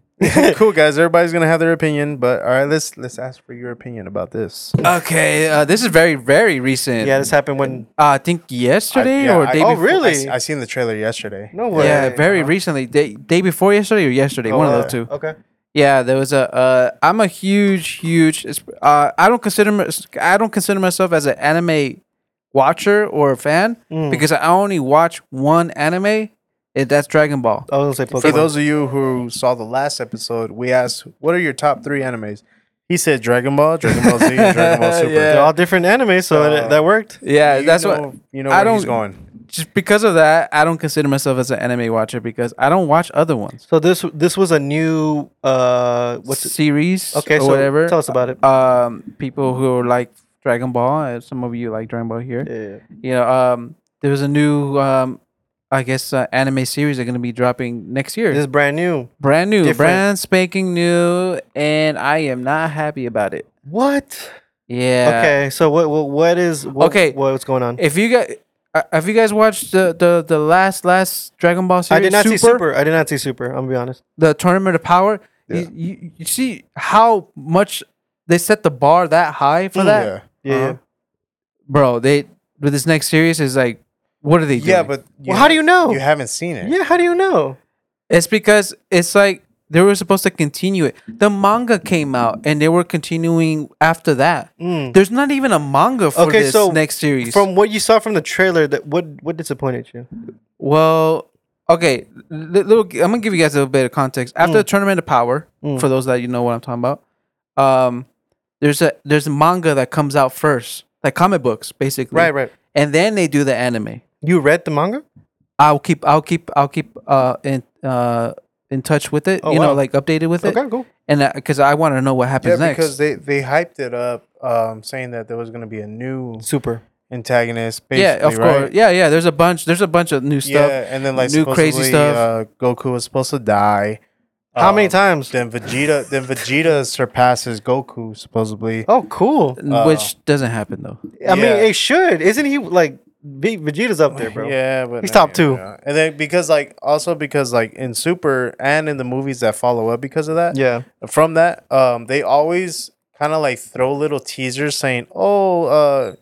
[SPEAKER 5] cool guys, everybody's gonna have their opinion, but all right, let's let's ask for your opinion about this.
[SPEAKER 2] was okay. Uh, this is very, very recent.
[SPEAKER 3] Yeah, this happened when.
[SPEAKER 2] uh, I think yesterday
[SPEAKER 5] yeah,
[SPEAKER 2] or
[SPEAKER 5] I-
[SPEAKER 2] day
[SPEAKER 3] Oh,
[SPEAKER 2] before.
[SPEAKER 5] I,
[SPEAKER 3] really?
[SPEAKER 5] s- I seen the trailer yesterday.
[SPEAKER 3] no way.
[SPEAKER 2] Yeah, very recently. Day day before yesterday or yesterday,
[SPEAKER 3] Oh,
[SPEAKER 2] one of
[SPEAKER 3] uh,
[SPEAKER 2] those two.
[SPEAKER 3] Okay.
[SPEAKER 2] Yeah, there was a. Uh, I'm a huge, huge. it's- Uh, I don't consider my- I don't consider myself as an anime watcher or a fan
[SPEAKER 3] Mm.
[SPEAKER 2] because I only watch one anime. And that's Dragon Ball.
[SPEAKER 3] I was gonna say Pokemon.
[SPEAKER 5] For those of you who saw the last episode, we asked, "What are your top three animes?" He said Dragon Ball, Dragon Ball Z, and Dragon Ball Super.
[SPEAKER 3] They're all different anime, so
[SPEAKER 5] Uh,
[SPEAKER 3] it, that worked.
[SPEAKER 2] Yeah,
[SPEAKER 5] You
[SPEAKER 2] that's
[SPEAKER 5] know,
[SPEAKER 2] what.
[SPEAKER 5] you know.
[SPEAKER 2] I
[SPEAKER 5] where he's
[SPEAKER 2] don't-
[SPEAKER 5] going.
[SPEAKER 2] Just because of that, I don't consider myself as an anime watcher because I don't watch other ones.
[SPEAKER 3] So this this was a new uh what's it?
[SPEAKER 2] series?
[SPEAKER 3] okay
[SPEAKER 2] or
[SPEAKER 3] so
[SPEAKER 2] whatever.
[SPEAKER 3] tell us about it.
[SPEAKER 2] um, people who like Dragon Ball. uh, Some of you like Dragon Ball here.
[SPEAKER 3] Yeah.
[SPEAKER 2] you know, um, there was a new, um, I guess, uh, anime series are going to be dropping next year.
[SPEAKER 3] This is brand new.
[SPEAKER 2] brand new,
[SPEAKER 3] different.
[SPEAKER 2] brand spanking new, and I am not happy about it.
[SPEAKER 3] What?
[SPEAKER 2] Yeah.
[SPEAKER 3] Okay, so what what, what is what,
[SPEAKER 2] Okay.
[SPEAKER 3] what's going on?
[SPEAKER 2] If you got, uh, have you guys watched the, the the last last Dragon Ball series?
[SPEAKER 3] I did not see Super. I did not see Super. I'm gonna be honest.
[SPEAKER 2] The Tournament of Power.
[SPEAKER 5] Yeah.
[SPEAKER 2] You, you, you see how much they set the bar that high for that,
[SPEAKER 5] yeah.
[SPEAKER 3] Mm. Yeah.
[SPEAKER 2] Uh-huh. bro. They with this next series is like, what are they doing?
[SPEAKER 5] Yeah, but you
[SPEAKER 3] Well, how do you know?
[SPEAKER 5] You haven't seen
[SPEAKER 3] yeah.
[SPEAKER 5] it.
[SPEAKER 3] yeah. How do you know?
[SPEAKER 2] It's because it's like they were supposed to continue it. The manga came out and they were continuing after that.
[SPEAKER 3] Mm.
[SPEAKER 2] There's not even a manga for
[SPEAKER 3] Okay,
[SPEAKER 2] this
[SPEAKER 3] so
[SPEAKER 2] next series.
[SPEAKER 3] From what you saw from the trailer, that what what disappointed you?
[SPEAKER 2] well, okay, li- little, I'm gonna give you guys a little bit of context. After the Tournament of Power,
[SPEAKER 3] Mm.
[SPEAKER 2] for those that you know what I'm talking about, um, there's a there's a manga that comes out first, like comic books, basically.
[SPEAKER 3] Right, right.
[SPEAKER 2] And then they do the anime.
[SPEAKER 3] You read the manga?
[SPEAKER 2] I'll keep I'll keep I'll keep uh in uh in touch with it.
[SPEAKER 3] Oh,
[SPEAKER 2] you know,
[SPEAKER 3] wow.
[SPEAKER 2] like updated with it.
[SPEAKER 3] Okay, cool.
[SPEAKER 2] and because I want to know what happens
[SPEAKER 5] Yeah,
[SPEAKER 2] next.
[SPEAKER 5] because they, they hyped it up, um, saying that there was going to be a new
[SPEAKER 3] Super.
[SPEAKER 5] antagonist. Basically,
[SPEAKER 2] yeah, of
[SPEAKER 5] right?
[SPEAKER 2] course. Yeah, yeah. There's a bunch. There's a bunch of new stuff.
[SPEAKER 5] Yeah, and then like
[SPEAKER 2] new
[SPEAKER 5] supposedly,
[SPEAKER 2] crazy stuff.
[SPEAKER 5] Uh, Goku was supposed to die.
[SPEAKER 3] How many
[SPEAKER 5] Um,
[SPEAKER 3] times?
[SPEAKER 5] Then Vegeta, then Vegeta surpasses Goku supposedly.
[SPEAKER 3] Oh, cool.
[SPEAKER 2] n-
[SPEAKER 5] uh,
[SPEAKER 2] which doesn't happen though.
[SPEAKER 3] I mean,
[SPEAKER 5] Yeah.
[SPEAKER 3] it should. Isn't he like Ve- Vegeta's up there, bro?
[SPEAKER 5] Yeah, but
[SPEAKER 3] He's
[SPEAKER 5] no,
[SPEAKER 3] top two.
[SPEAKER 5] yeah. And then because like also because like in Super and in the movies that follow up because of that.
[SPEAKER 3] Yeah.
[SPEAKER 5] From that, um, they always kind of like throw little teasers saying, "Oh, uh,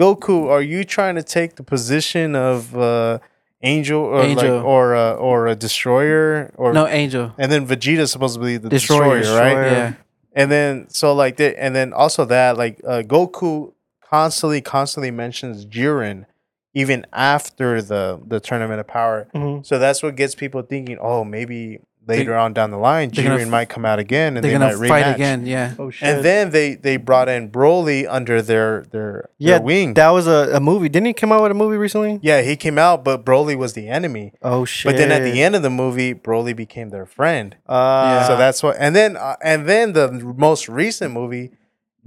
[SPEAKER 5] Goku, are you trying to take the position of uh, Angel or
[SPEAKER 2] Angel.
[SPEAKER 5] like or uh, or a destroyer or
[SPEAKER 2] No, Angel.
[SPEAKER 5] And then Vegeta's supposed to be the
[SPEAKER 2] Destroyer,
[SPEAKER 5] destroyer, right?
[SPEAKER 3] Destroyer.
[SPEAKER 2] Yeah.
[SPEAKER 5] And then so like that, and then also that like uh, Goku constantly, constantly mentions Jiren, even after the the Tournament of Power.
[SPEAKER 2] Mm-hmm.
[SPEAKER 3] hmm
[SPEAKER 5] So that's what gets people thinking. Oh, maybe later on down the line,
[SPEAKER 2] they're gonna
[SPEAKER 5] Jiren
[SPEAKER 2] f-
[SPEAKER 5] might come out again, and
[SPEAKER 2] They're
[SPEAKER 5] they
[SPEAKER 2] gonna
[SPEAKER 5] might
[SPEAKER 2] fight
[SPEAKER 5] rematch.
[SPEAKER 2] again. Yeah.
[SPEAKER 3] Oh shit.
[SPEAKER 5] And then they they brought in Broly under their their,
[SPEAKER 3] yeah,
[SPEAKER 5] their wing.
[SPEAKER 3] that was a, a movie. Didn't he come out with a movie recently?
[SPEAKER 5] yeah, he came out, but Broly was the enemy.
[SPEAKER 3] Oh shit.
[SPEAKER 5] But then at the end of the movie, Broly became their friend.
[SPEAKER 3] uh,
[SPEAKER 5] So that's what. And then uh, and then the most recent movie,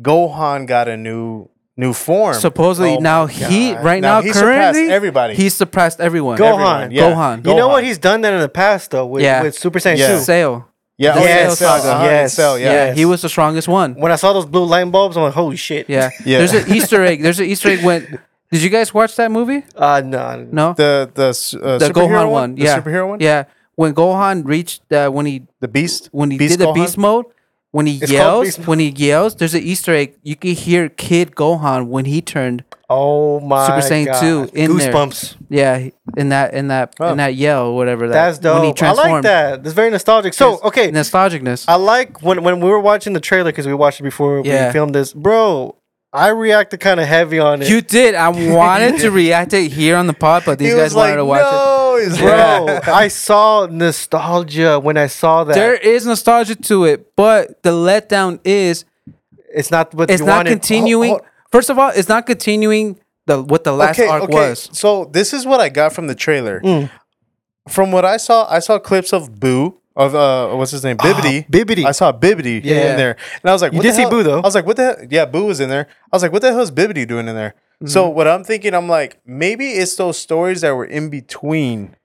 [SPEAKER 5] Gohan got a new new form.
[SPEAKER 2] Supposedly
[SPEAKER 5] Oh
[SPEAKER 2] now
[SPEAKER 5] my
[SPEAKER 2] he
[SPEAKER 5] God.
[SPEAKER 2] right
[SPEAKER 5] Now
[SPEAKER 2] now,
[SPEAKER 5] he surpassed
[SPEAKER 2] currently
[SPEAKER 5] everybody.
[SPEAKER 2] He surpassed everyone.
[SPEAKER 3] Gohan.
[SPEAKER 5] Everyone, yeah.
[SPEAKER 2] Gohan.
[SPEAKER 3] You know what? He's done that in the past though with,
[SPEAKER 2] Yeah.
[SPEAKER 3] with Super Saiyan
[SPEAKER 5] Yeah.
[SPEAKER 3] 2.
[SPEAKER 2] Sale.
[SPEAKER 5] Yeah.
[SPEAKER 2] The
[SPEAKER 5] oh,
[SPEAKER 2] Cell
[SPEAKER 5] yeah. Cell,
[SPEAKER 2] saga.
[SPEAKER 5] uh-huh,
[SPEAKER 3] Yes.
[SPEAKER 5] Cell, yeah.
[SPEAKER 2] Yeah. He was the strongest one.
[SPEAKER 3] When I saw those blue light bulbs, I'm like, holy shit.
[SPEAKER 2] Yeah.
[SPEAKER 5] Yeah.
[SPEAKER 2] There's an Easter egg. There's an Easter egg when. Did you guys watch that movie?
[SPEAKER 3] Uh no.
[SPEAKER 2] No.
[SPEAKER 5] The the s- uh,
[SPEAKER 2] The
[SPEAKER 5] superhero
[SPEAKER 2] Gohan one. Yeah.
[SPEAKER 5] The superhero one.
[SPEAKER 2] Yeah. When Gohan reached uh, when he
[SPEAKER 5] The Beast.
[SPEAKER 2] when he
[SPEAKER 5] Beast
[SPEAKER 2] did the
[SPEAKER 5] Gohan?
[SPEAKER 2] beast mode, when he
[SPEAKER 3] It's called
[SPEAKER 2] yells,
[SPEAKER 3] beast mode.
[SPEAKER 2] when he yells, there's an Easter egg. You can hear Kid Gohan when he turned.
[SPEAKER 3] Oh my
[SPEAKER 2] Super Saiyan
[SPEAKER 3] God.
[SPEAKER 2] 2 in there.
[SPEAKER 3] Goosebumps.
[SPEAKER 2] Yeah, in that in that
[SPEAKER 5] Huh.
[SPEAKER 2] in that yell, whatever. That,
[SPEAKER 3] That's dope. I like that. That's very nostalgic. So okay.
[SPEAKER 2] nostalgicness.
[SPEAKER 3] I like when when we were watching the trailer because we watched it before
[SPEAKER 2] Yeah.
[SPEAKER 3] we filmed this, bro. I reacted kind of heavy on it,
[SPEAKER 2] you did. I wanted to react it here on the pod, but these
[SPEAKER 5] He
[SPEAKER 2] guys
[SPEAKER 5] was
[SPEAKER 2] wanted
[SPEAKER 5] like,
[SPEAKER 2] to watch it.
[SPEAKER 5] no, it's
[SPEAKER 3] bro. I saw nostalgia when I saw that.
[SPEAKER 2] There is nostalgia to it, but the letdown is
[SPEAKER 3] it's not what
[SPEAKER 2] it's
[SPEAKER 3] you
[SPEAKER 2] not
[SPEAKER 3] wanted. Oh,
[SPEAKER 2] continuing.
[SPEAKER 5] hold-
[SPEAKER 2] First of all, it's not continuing the what the last arc was.
[SPEAKER 5] So this is what I got from the trailer.
[SPEAKER 3] Mm.
[SPEAKER 5] From what I saw, I saw clips of Boo of uh what's his name? Bibbity.
[SPEAKER 3] Bibbity.
[SPEAKER 5] I saw Bibbity
[SPEAKER 3] Ah, Yeah.
[SPEAKER 5] in there. And I was like,
[SPEAKER 3] You
[SPEAKER 5] what
[SPEAKER 3] did
[SPEAKER 5] the
[SPEAKER 3] see
[SPEAKER 5] hell?
[SPEAKER 3] Boo, though.
[SPEAKER 5] I was like, what the hell? Yeah, Boo was in there. I was like, what the hell is Bibbity doing in there?
[SPEAKER 3] Mm-hmm.
[SPEAKER 5] So what I'm thinking, I'm like, maybe it's those stories that were in between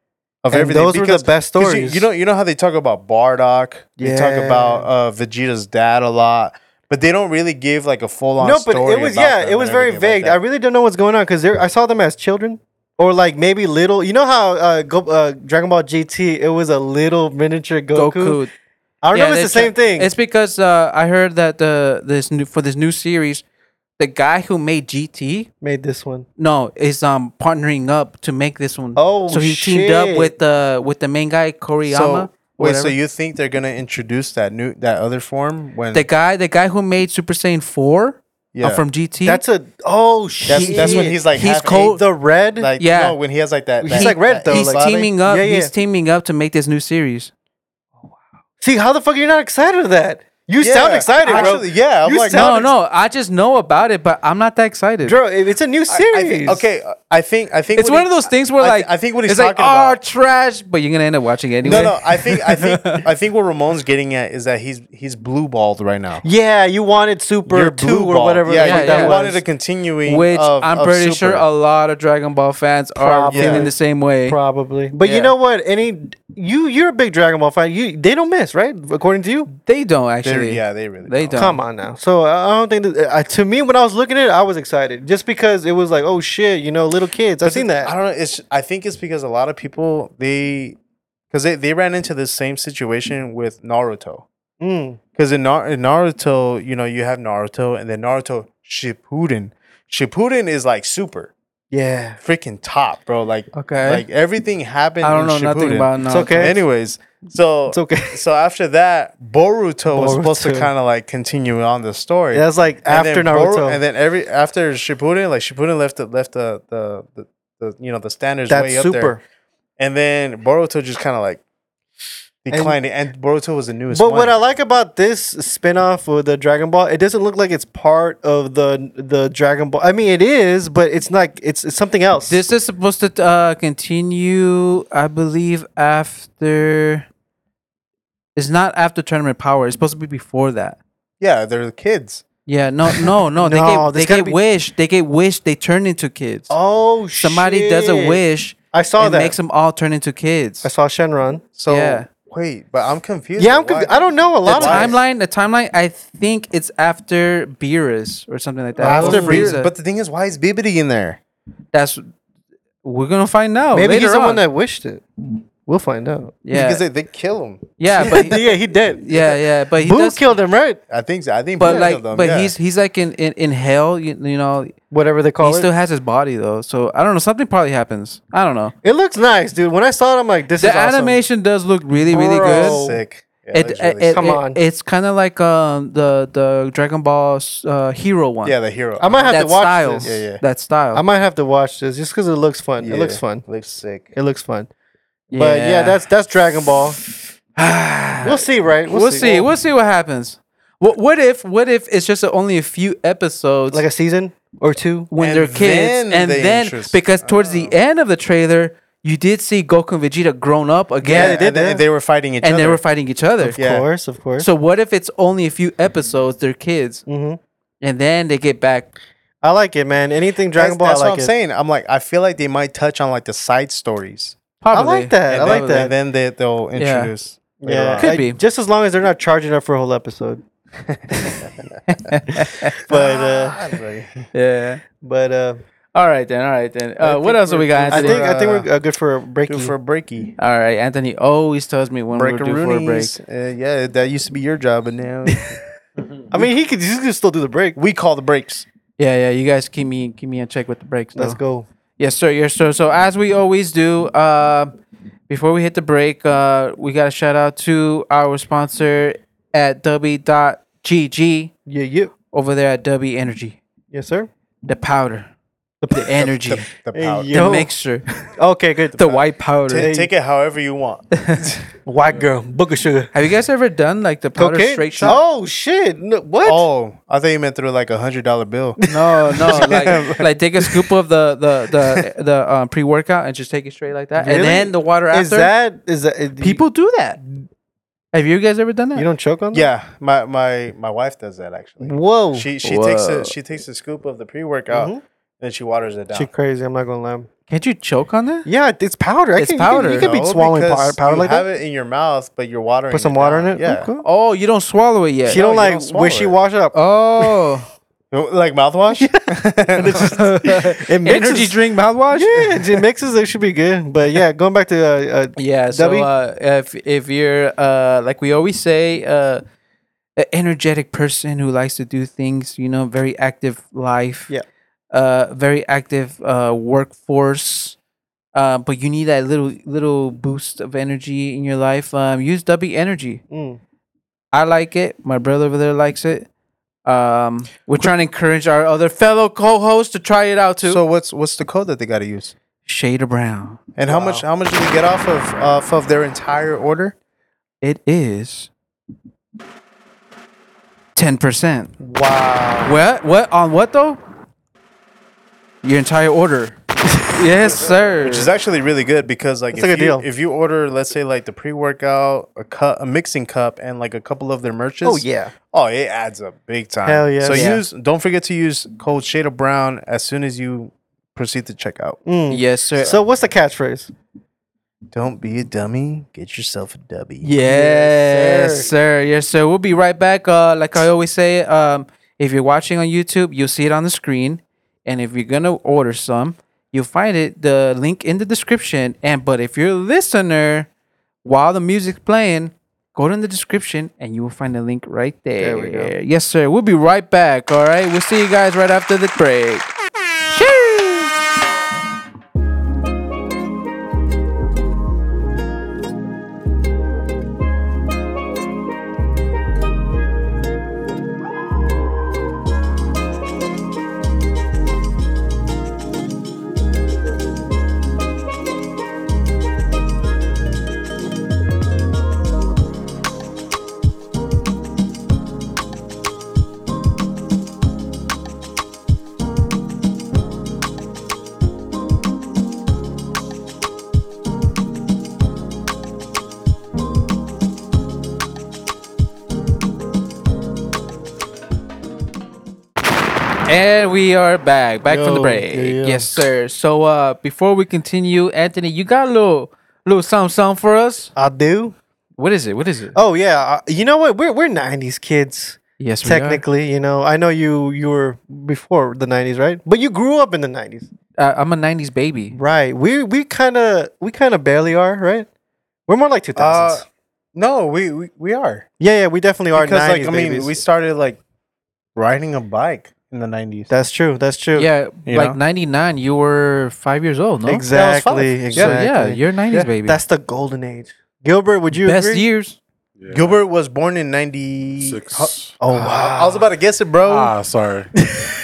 [SPEAKER 5] of
[SPEAKER 3] And
[SPEAKER 5] everything.
[SPEAKER 3] those were the
[SPEAKER 5] because-
[SPEAKER 3] best
[SPEAKER 5] 'cause you-
[SPEAKER 3] stories.
[SPEAKER 5] You, know, you know how they talk about Bardock, they talk
[SPEAKER 3] Yeah.
[SPEAKER 5] about uh Vegeta's dad a lot, but they don't really give like a full on
[SPEAKER 3] no, but it was yeah, it was very vague. I really don't know what's going on because I saw them as children or like maybe little. You know how uh, Go, uh, Dragon Ball GT it was a little miniature Goku.
[SPEAKER 2] Goku,
[SPEAKER 3] I don't
[SPEAKER 2] Yeah,
[SPEAKER 3] know. if
[SPEAKER 2] that's
[SPEAKER 3] It's the same
[SPEAKER 2] it.
[SPEAKER 3] thing.
[SPEAKER 2] It's because uh, I heard that the this new for this new series, the guy who made GT
[SPEAKER 3] made this one.
[SPEAKER 2] no is um partnering up to make this one.
[SPEAKER 3] Oh,
[SPEAKER 2] so he teamed up
[SPEAKER 3] shit.
[SPEAKER 2] with the with the main guy Koriyama.
[SPEAKER 5] So, wait, so
[SPEAKER 2] whatever.
[SPEAKER 5] you think they're gonna introduce that new that other form when
[SPEAKER 2] the guy the guy who made Super Saiyan four uh,
[SPEAKER 5] yeah.
[SPEAKER 2] from GT.
[SPEAKER 3] That's a oh shit.
[SPEAKER 5] that's, that's when he's like
[SPEAKER 2] he's
[SPEAKER 5] half
[SPEAKER 2] cold-
[SPEAKER 5] eight,
[SPEAKER 3] the red.
[SPEAKER 5] like
[SPEAKER 2] Yeah.
[SPEAKER 5] no, when he has like that,
[SPEAKER 3] He's
[SPEAKER 5] that-
[SPEAKER 3] like red,
[SPEAKER 5] that
[SPEAKER 3] though,
[SPEAKER 5] eight
[SPEAKER 2] he's
[SPEAKER 3] like-
[SPEAKER 5] body.
[SPEAKER 2] teaming up.
[SPEAKER 3] Yeah, yeah.
[SPEAKER 2] He's teaming up to make this new series.
[SPEAKER 3] See, how the fuck are you not excited of that? You
[SPEAKER 5] Yeah,
[SPEAKER 3] sound excited,
[SPEAKER 5] actually,
[SPEAKER 3] bro.
[SPEAKER 5] yeah, I'm
[SPEAKER 3] you
[SPEAKER 5] like,
[SPEAKER 2] No,
[SPEAKER 3] sound
[SPEAKER 2] no, I just know about it, but I'm not that excited.
[SPEAKER 3] bro. it- It's a new
[SPEAKER 5] I-
[SPEAKER 3] series.
[SPEAKER 5] I think- okay, uh, I think I think
[SPEAKER 2] it's
[SPEAKER 5] what
[SPEAKER 2] one
[SPEAKER 5] he-
[SPEAKER 2] of those things where
[SPEAKER 5] I-
[SPEAKER 2] like
[SPEAKER 5] I think what he's
[SPEAKER 2] it's like,
[SPEAKER 5] talking about-
[SPEAKER 2] "Oh, trash, but you're gonna end up watching it anyway.
[SPEAKER 5] No, no, I think I think I think what Ramon's getting at is that he's he's blue balled right now.
[SPEAKER 3] Yeah, you wanted Super
[SPEAKER 5] You're
[SPEAKER 3] Two or
[SPEAKER 5] blue-balled.
[SPEAKER 3] whatever. the
[SPEAKER 5] Yeah,
[SPEAKER 3] fuck
[SPEAKER 5] you
[SPEAKER 2] yeah.
[SPEAKER 3] that
[SPEAKER 5] wanted
[SPEAKER 3] was.
[SPEAKER 5] a continuing,
[SPEAKER 2] which
[SPEAKER 5] of-
[SPEAKER 2] I'm
[SPEAKER 5] of
[SPEAKER 2] pretty
[SPEAKER 5] Super.
[SPEAKER 2] sure a lot of Dragon Ball fans are
[SPEAKER 3] Probably.
[SPEAKER 2] feeling the same way.
[SPEAKER 3] probably. But
[SPEAKER 5] Yeah.
[SPEAKER 3] you know what? Any you you're a big Dragon Ball fan. You they don't miss, right? According to you,
[SPEAKER 2] They don't
[SPEAKER 5] They're-
[SPEAKER 2] actually.
[SPEAKER 5] yeah, they really.
[SPEAKER 2] They
[SPEAKER 5] don't.
[SPEAKER 2] don't.
[SPEAKER 3] come on now. So I I don't think that, I, to me when I was looking at it, I was excited just because it was like, oh shit, you know, little kids. I've seen that.
[SPEAKER 5] I don't know. It's I think it's because a lot of people they because they, they ran into the same situation with Naruto.
[SPEAKER 3] Mm.
[SPEAKER 5] Because in, Nar- in Naruto, you know, you have Naruto and then Naruto Shippuden. Shippuden is like super
[SPEAKER 3] Yeah.
[SPEAKER 5] freaking top, bro. Like
[SPEAKER 2] Okay.
[SPEAKER 5] like everything happened.
[SPEAKER 2] I don't
[SPEAKER 5] in
[SPEAKER 2] know nothing
[SPEAKER 5] Shippuden.
[SPEAKER 2] about Naruto.
[SPEAKER 3] okay.
[SPEAKER 5] Anyways, so
[SPEAKER 3] It's okay.
[SPEAKER 5] so after that, Boruto, was supposed to
[SPEAKER 3] Boruto.
[SPEAKER 5] kind of like continue on the story.
[SPEAKER 3] That's like
[SPEAKER 5] And
[SPEAKER 3] after
[SPEAKER 5] then
[SPEAKER 3] Naruto.
[SPEAKER 5] Boru- and then every after Shippuden, like Shippuden left the left the the, the, the you know the standards way
[SPEAKER 3] that's
[SPEAKER 5] up there.
[SPEAKER 3] super.
[SPEAKER 5] And then Boruto just kind of like declined it. And Boruto was the newest
[SPEAKER 3] But
[SPEAKER 5] one.
[SPEAKER 3] what I like about this spin-off with the Dragon Ball, it doesn't look like it's part of the the Dragon Ball. I mean, it is, but it's like it's, it's something else.
[SPEAKER 2] This is supposed to uh, continue, I believe, after. It's not after Tournament Power. It's supposed to be before that.
[SPEAKER 5] yeah, they're the kids.
[SPEAKER 2] Yeah, no, no, no. they
[SPEAKER 3] No,
[SPEAKER 2] get,
[SPEAKER 3] this
[SPEAKER 2] they
[SPEAKER 3] gotta
[SPEAKER 2] get
[SPEAKER 3] be-
[SPEAKER 2] wish. They get wish. They turn into kids.
[SPEAKER 3] oh,
[SPEAKER 2] Somebody does a
[SPEAKER 3] shit.
[SPEAKER 2] wish
[SPEAKER 3] I saw
[SPEAKER 2] and
[SPEAKER 3] that.
[SPEAKER 2] makes them all turn into kids.
[SPEAKER 3] I saw Shenron.
[SPEAKER 5] So
[SPEAKER 2] Yeah.
[SPEAKER 5] wait, but I'm confused.
[SPEAKER 3] Yeah, I'm.
[SPEAKER 5] with why-
[SPEAKER 3] Conf- I don't know a
[SPEAKER 2] the
[SPEAKER 3] lot of this.
[SPEAKER 2] timeline, the timeline. I think it's after Beerus or something like that.
[SPEAKER 5] After
[SPEAKER 2] Or
[SPEAKER 5] Beerus,
[SPEAKER 2] Frieza.
[SPEAKER 5] but the thing is, why is Bibbidi in there?
[SPEAKER 2] that's we're gonna find out.
[SPEAKER 3] Maybe
[SPEAKER 2] later
[SPEAKER 3] he's the
[SPEAKER 2] on.
[SPEAKER 3] one that wished it. We'll find out.
[SPEAKER 2] Yeah,
[SPEAKER 5] because they, they kill him.
[SPEAKER 2] yeah, but he-
[SPEAKER 3] yeah, he did.
[SPEAKER 2] yeah, yeah, but he
[SPEAKER 3] Boo
[SPEAKER 2] does,
[SPEAKER 3] killed him, right?
[SPEAKER 5] I think. I think.
[SPEAKER 2] but
[SPEAKER 5] Bibbidi
[SPEAKER 2] like,
[SPEAKER 5] killed him,
[SPEAKER 2] but
[SPEAKER 5] yeah.
[SPEAKER 2] he's he's like in in, in hell. You, you know, he
[SPEAKER 3] Whatever they call it.
[SPEAKER 2] still has his body though. So I don't know. Something probably happens. I don't know.
[SPEAKER 3] it looks nice, dude. When I saw it, I'm like, this
[SPEAKER 2] The
[SPEAKER 3] is awesome.
[SPEAKER 2] animation does look really really
[SPEAKER 3] Bro.
[SPEAKER 2] good.
[SPEAKER 5] sick. Yeah,
[SPEAKER 2] It,
[SPEAKER 5] that's
[SPEAKER 2] it,
[SPEAKER 5] really
[SPEAKER 2] it-
[SPEAKER 3] Come
[SPEAKER 2] it-
[SPEAKER 3] on.
[SPEAKER 2] it's kind of like um the the Dragon Ball uh, hero one.
[SPEAKER 5] sick. yeah, the hero.
[SPEAKER 3] I might have
[SPEAKER 2] that
[SPEAKER 3] to watch
[SPEAKER 2] style.
[SPEAKER 3] this.
[SPEAKER 5] Yeah, yeah.
[SPEAKER 2] That style.
[SPEAKER 3] I might have to watch this just because it looks fun.
[SPEAKER 5] Yeah,
[SPEAKER 3] It looks fun.
[SPEAKER 5] Looks sick.
[SPEAKER 3] It looks fun. But yeah, that's that's Dragon Ball. we'll see, right?
[SPEAKER 2] we'll, see. We'll see what happens. What what if what if it's just only a few episodes
[SPEAKER 3] Like a season or two.
[SPEAKER 2] when
[SPEAKER 5] And
[SPEAKER 2] they're kids,
[SPEAKER 5] then
[SPEAKER 2] and
[SPEAKER 5] they
[SPEAKER 2] then
[SPEAKER 5] introduce-
[SPEAKER 2] because towards the end of the trailer, you did see Goku and Vegeta grown up again,
[SPEAKER 5] Yeah,
[SPEAKER 3] they did
[SPEAKER 5] and they,
[SPEAKER 3] that.
[SPEAKER 5] they were fighting each
[SPEAKER 2] and
[SPEAKER 5] other.
[SPEAKER 2] they were fighting each other.
[SPEAKER 3] Of
[SPEAKER 5] Yeah.
[SPEAKER 3] course, of course.
[SPEAKER 2] So what if it's only a few episodes? They're kids,
[SPEAKER 3] Mhm.
[SPEAKER 2] and then they get back.
[SPEAKER 3] I like it, man. Anything Dragon
[SPEAKER 5] that's,
[SPEAKER 3] Ball,
[SPEAKER 5] that's
[SPEAKER 3] I like
[SPEAKER 5] what I'm
[SPEAKER 3] it.
[SPEAKER 5] saying. I'm like, I feel like they might touch on like the side stories.
[SPEAKER 3] I
[SPEAKER 2] Probably.
[SPEAKER 3] like that.
[SPEAKER 5] And
[SPEAKER 3] I like
[SPEAKER 5] then,
[SPEAKER 3] that.
[SPEAKER 5] And then they, they'll introduce. later
[SPEAKER 3] yeah,
[SPEAKER 5] on.
[SPEAKER 2] Could
[SPEAKER 3] I-
[SPEAKER 2] be.
[SPEAKER 3] Just as long as they're not charging up for a whole episode. but uh,
[SPEAKER 2] Yeah.
[SPEAKER 3] but uh,
[SPEAKER 2] All right then. All right then. Uh, what
[SPEAKER 5] think
[SPEAKER 2] else do we
[SPEAKER 5] we're
[SPEAKER 2] got?
[SPEAKER 5] good
[SPEAKER 3] I
[SPEAKER 2] Anthony?
[SPEAKER 3] think I think
[SPEAKER 5] uh,
[SPEAKER 3] we're uh, good for a break.
[SPEAKER 5] Due for breaky.
[SPEAKER 2] all right, Anthony always tells me when we're due for a break.
[SPEAKER 5] Breakaroonies. Uh, yeah, that used to be your job, and now
[SPEAKER 3] I mean, he could he could still do the break.
[SPEAKER 5] we call the breaks.
[SPEAKER 2] Yeah, yeah. You guys keep me keep me in check with the breaks.
[SPEAKER 3] Let's
[SPEAKER 2] though.
[SPEAKER 3] go.
[SPEAKER 2] Yes, sir. Yes, sir. So as we always do, uh, before we hit the break, uh, we got a shout out to our sponsor at W.GG
[SPEAKER 3] Yeah, yeah.
[SPEAKER 2] over there at W Energy,
[SPEAKER 3] Yes, sir.
[SPEAKER 2] the powder, the energy, the,
[SPEAKER 5] The
[SPEAKER 3] Hey,
[SPEAKER 5] power.
[SPEAKER 3] yo.
[SPEAKER 2] mixture,
[SPEAKER 3] Okay, good.
[SPEAKER 2] the white powder.
[SPEAKER 5] Ta- take it however you want.
[SPEAKER 3] white girl, book of sugar.
[SPEAKER 2] Have you guys ever done like the powder
[SPEAKER 3] Okay.
[SPEAKER 2] straight shot?
[SPEAKER 3] Oh shit! No, what?
[SPEAKER 5] oh, I thought you meant through like a hundred dollar bill.
[SPEAKER 2] No, no. Like, like take a scoop of the the the, the um, pre workout and just take it straight like that,
[SPEAKER 3] Really?
[SPEAKER 2] and then the water after.
[SPEAKER 3] is that is that it-
[SPEAKER 2] people do that? Have you guys ever done that?
[SPEAKER 3] You don't choke on that?
[SPEAKER 5] yeah, my my my wife does that actually.
[SPEAKER 3] Whoa.
[SPEAKER 5] She she takes
[SPEAKER 2] Whoa.
[SPEAKER 5] a she takes a scoop of the pre workout,
[SPEAKER 3] Mhm.
[SPEAKER 5] then she waters it down.
[SPEAKER 3] She crazy. I'm not gonna lie.
[SPEAKER 2] Can't you choke on that?
[SPEAKER 3] Yeah, it's powder. I
[SPEAKER 2] It's
[SPEAKER 3] can- you can-
[SPEAKER 2] powder.
[SPEAKER 3] You can,
[SPEAKER 5] No,
[SPEAKER 3] be swallowing
[SPEAKER 5] because
[SPEAKER 3] powder, powder
[SPEAKER 5] you
[SPEAKER 3] like
[SPEAKER 5] have
[SPEAKER 3] that.
[SPEAKER 5] it in your mouth, but you're watering.
[SPEAKER 3] Put some
[SPEAKER 5] it
[SPEAKER 3] water
[SPEAKER 5] down.
[SPEAKER 3] in it.
[SPEAKER 5] Yeah,
[SPEAKER 3] Okay.
[SPEAKER 2] Oh, you don't swallow it yet.
[SPEAKER 3] She don't
[SPEAKER 5] no, you
[SPEAKER 3] like
[SPEAKER 5] don't swallow
[SPEAKER 3] when she
[SPEAKER 5] it.
[SPEAKER 3] wash it up.
[SPEAKER 2] Oh,
[SPEAKER 5] like mouthwash.
[SPEAKER 3] it mixes.
[SPEAKER 2] energy drink mouthwash.
[SPEAKER 3] Yeah, it mixes. It should be good. But yeah, going back to uh, uh,
[SPEAKER 2] Yeah, so
[SPEAKER 3] Debbie?
[SPEAKER 2] uh, if if you're uh, like we always say, uh, an energetic person who likes to do things, you know, very active life,
[SPEAKER 3] Yeah.
[SPEAKER 2] uh, very active uh, workforce, uh, but you need that little little boost of energy in your life. Um, use W Energy.
[SPEAKER 3] mm,
[SPEAKER 2] I like it. My brother over there likes it. Um, we're trying to encourage our other fellow co-hosts to try it out too.
[SPEAKER 5] so what's what's the code that they got to use?
[SPEAKER 2] Shade of Brown.
[SPEAKER 5] And how much how much do we get off of off of their entire order?
[SPEAKER 2] It is ten percent.
[SPEAKER 3] wow.
[SPEAKER 2] What? What on what though? Your entire order. yes, sir.
[SPEAKER 5] Which is actually really good because like
[SPEAKER 3] It's
[SPEAKER 5] if,
[SPEAKER 3] a good
[SPEAKER 5] you,
[SPEAKER 3] deal.
[SPEAKER 5] if you order let's say like the pre workout, a cup, a mixing cup, and like a couple of their merches.
[SPEAKER 3] Oh yeah.
[SPEAKER 5] oh it adds up big time.
[SPEAKER 3] Hell yes.
[SPEAKER 5] So
[SPEAKER 3] Yeah.
[SPEAKER 5] use don't forget to use code Shade of Brown as soon as you proceed to checkout.
[SPEAKER 3] Mm.
[SPEAKER 2] yes, sir.
[SPEAKER 3] So what's the catchphrase?
[SPEAKER 5] Don't be a dummy. Get yourself a W.
[SPEAKER 2] Yes,
[SPEAKER 3] Yes,
[SPEAKER 2] sir. Yes, sir. We'll be right back. Uh, like I always say, um, if you're watching on YouTube, you'll see it on the screen, and if you're gonna order some, you'll find it the link in the description. And but if you're a listener, while the music's playing, go to the description and you will find the link right there.
[SPEAKER 3] we go.
[SPEAKER 2] Yes, sir. We'll be right back. All right. We'll see you guys right after the break. And we are back, back from the
[SPEAKER 3] Yo,
[SPEAKER 2] break.
[SPEAKER 3] yeah, yeah.
[SPEAKER 2] Yes, sir. So uh before we continue, Anthony, you got a little little something, something for us?
[SPEAKER 3] I do.
[SPEAKER 2] What is it? What is it?
[SPEAKER 3] Oh yeah, I- you know what? We're we're '90s kids.
[SPEAKER 2] yes, we are.
[SPEAKER 3] Technically, you know, I know you you were before the '90s, right? But you grew up in the '90s,
[SPEAKER 2] Uh, I'm a '90s baby.
[SPEAKER 3] right? We we kind of we kind of barely are, right? We're more like 2000s.
[SPEAKER 5] Uh, no, we, we we are
[SPEAKER 3] yeah, yeah, we definitely are.
[SPEAKER 5] because
[SPEAKER 3] 90s
[SPEAKER 5] like I mean
[SPEAKER 3] babies.
[SPEAKER 5] we started like riding a bike in the nineties.
[SPEAKER 3] that's true. That's true.
[SPEAKER 2] Yeah,
[SPEAKER 3] You
[SPEAKER 2] like
[SPEAKER 3] know?
[SPEAKER 2] '99, you were five years old, no?
[SPEAKER 3] exactly.
[SPEAKER 5] five.
[SPEAKER 2] Yeah,
[SPEAKER 3] Exactly.
[SPEAKER 2] yeah, you're '90s baby.
[SPEAKER 3] That's the golden age. Gilbert, would you
[SPEAKER 2] best
[SPEAKER 3] agree?
[SPEAKER 2] years.
[SPEAKER 4] Yeah.
[SPEAKER 5] Gilbert was born in ninety
[SPEAKER 4] Six.
[SPEAKER 5] Oh wow! I was about to guess it, bro.
[SPEAKER 4] Ah, sorry.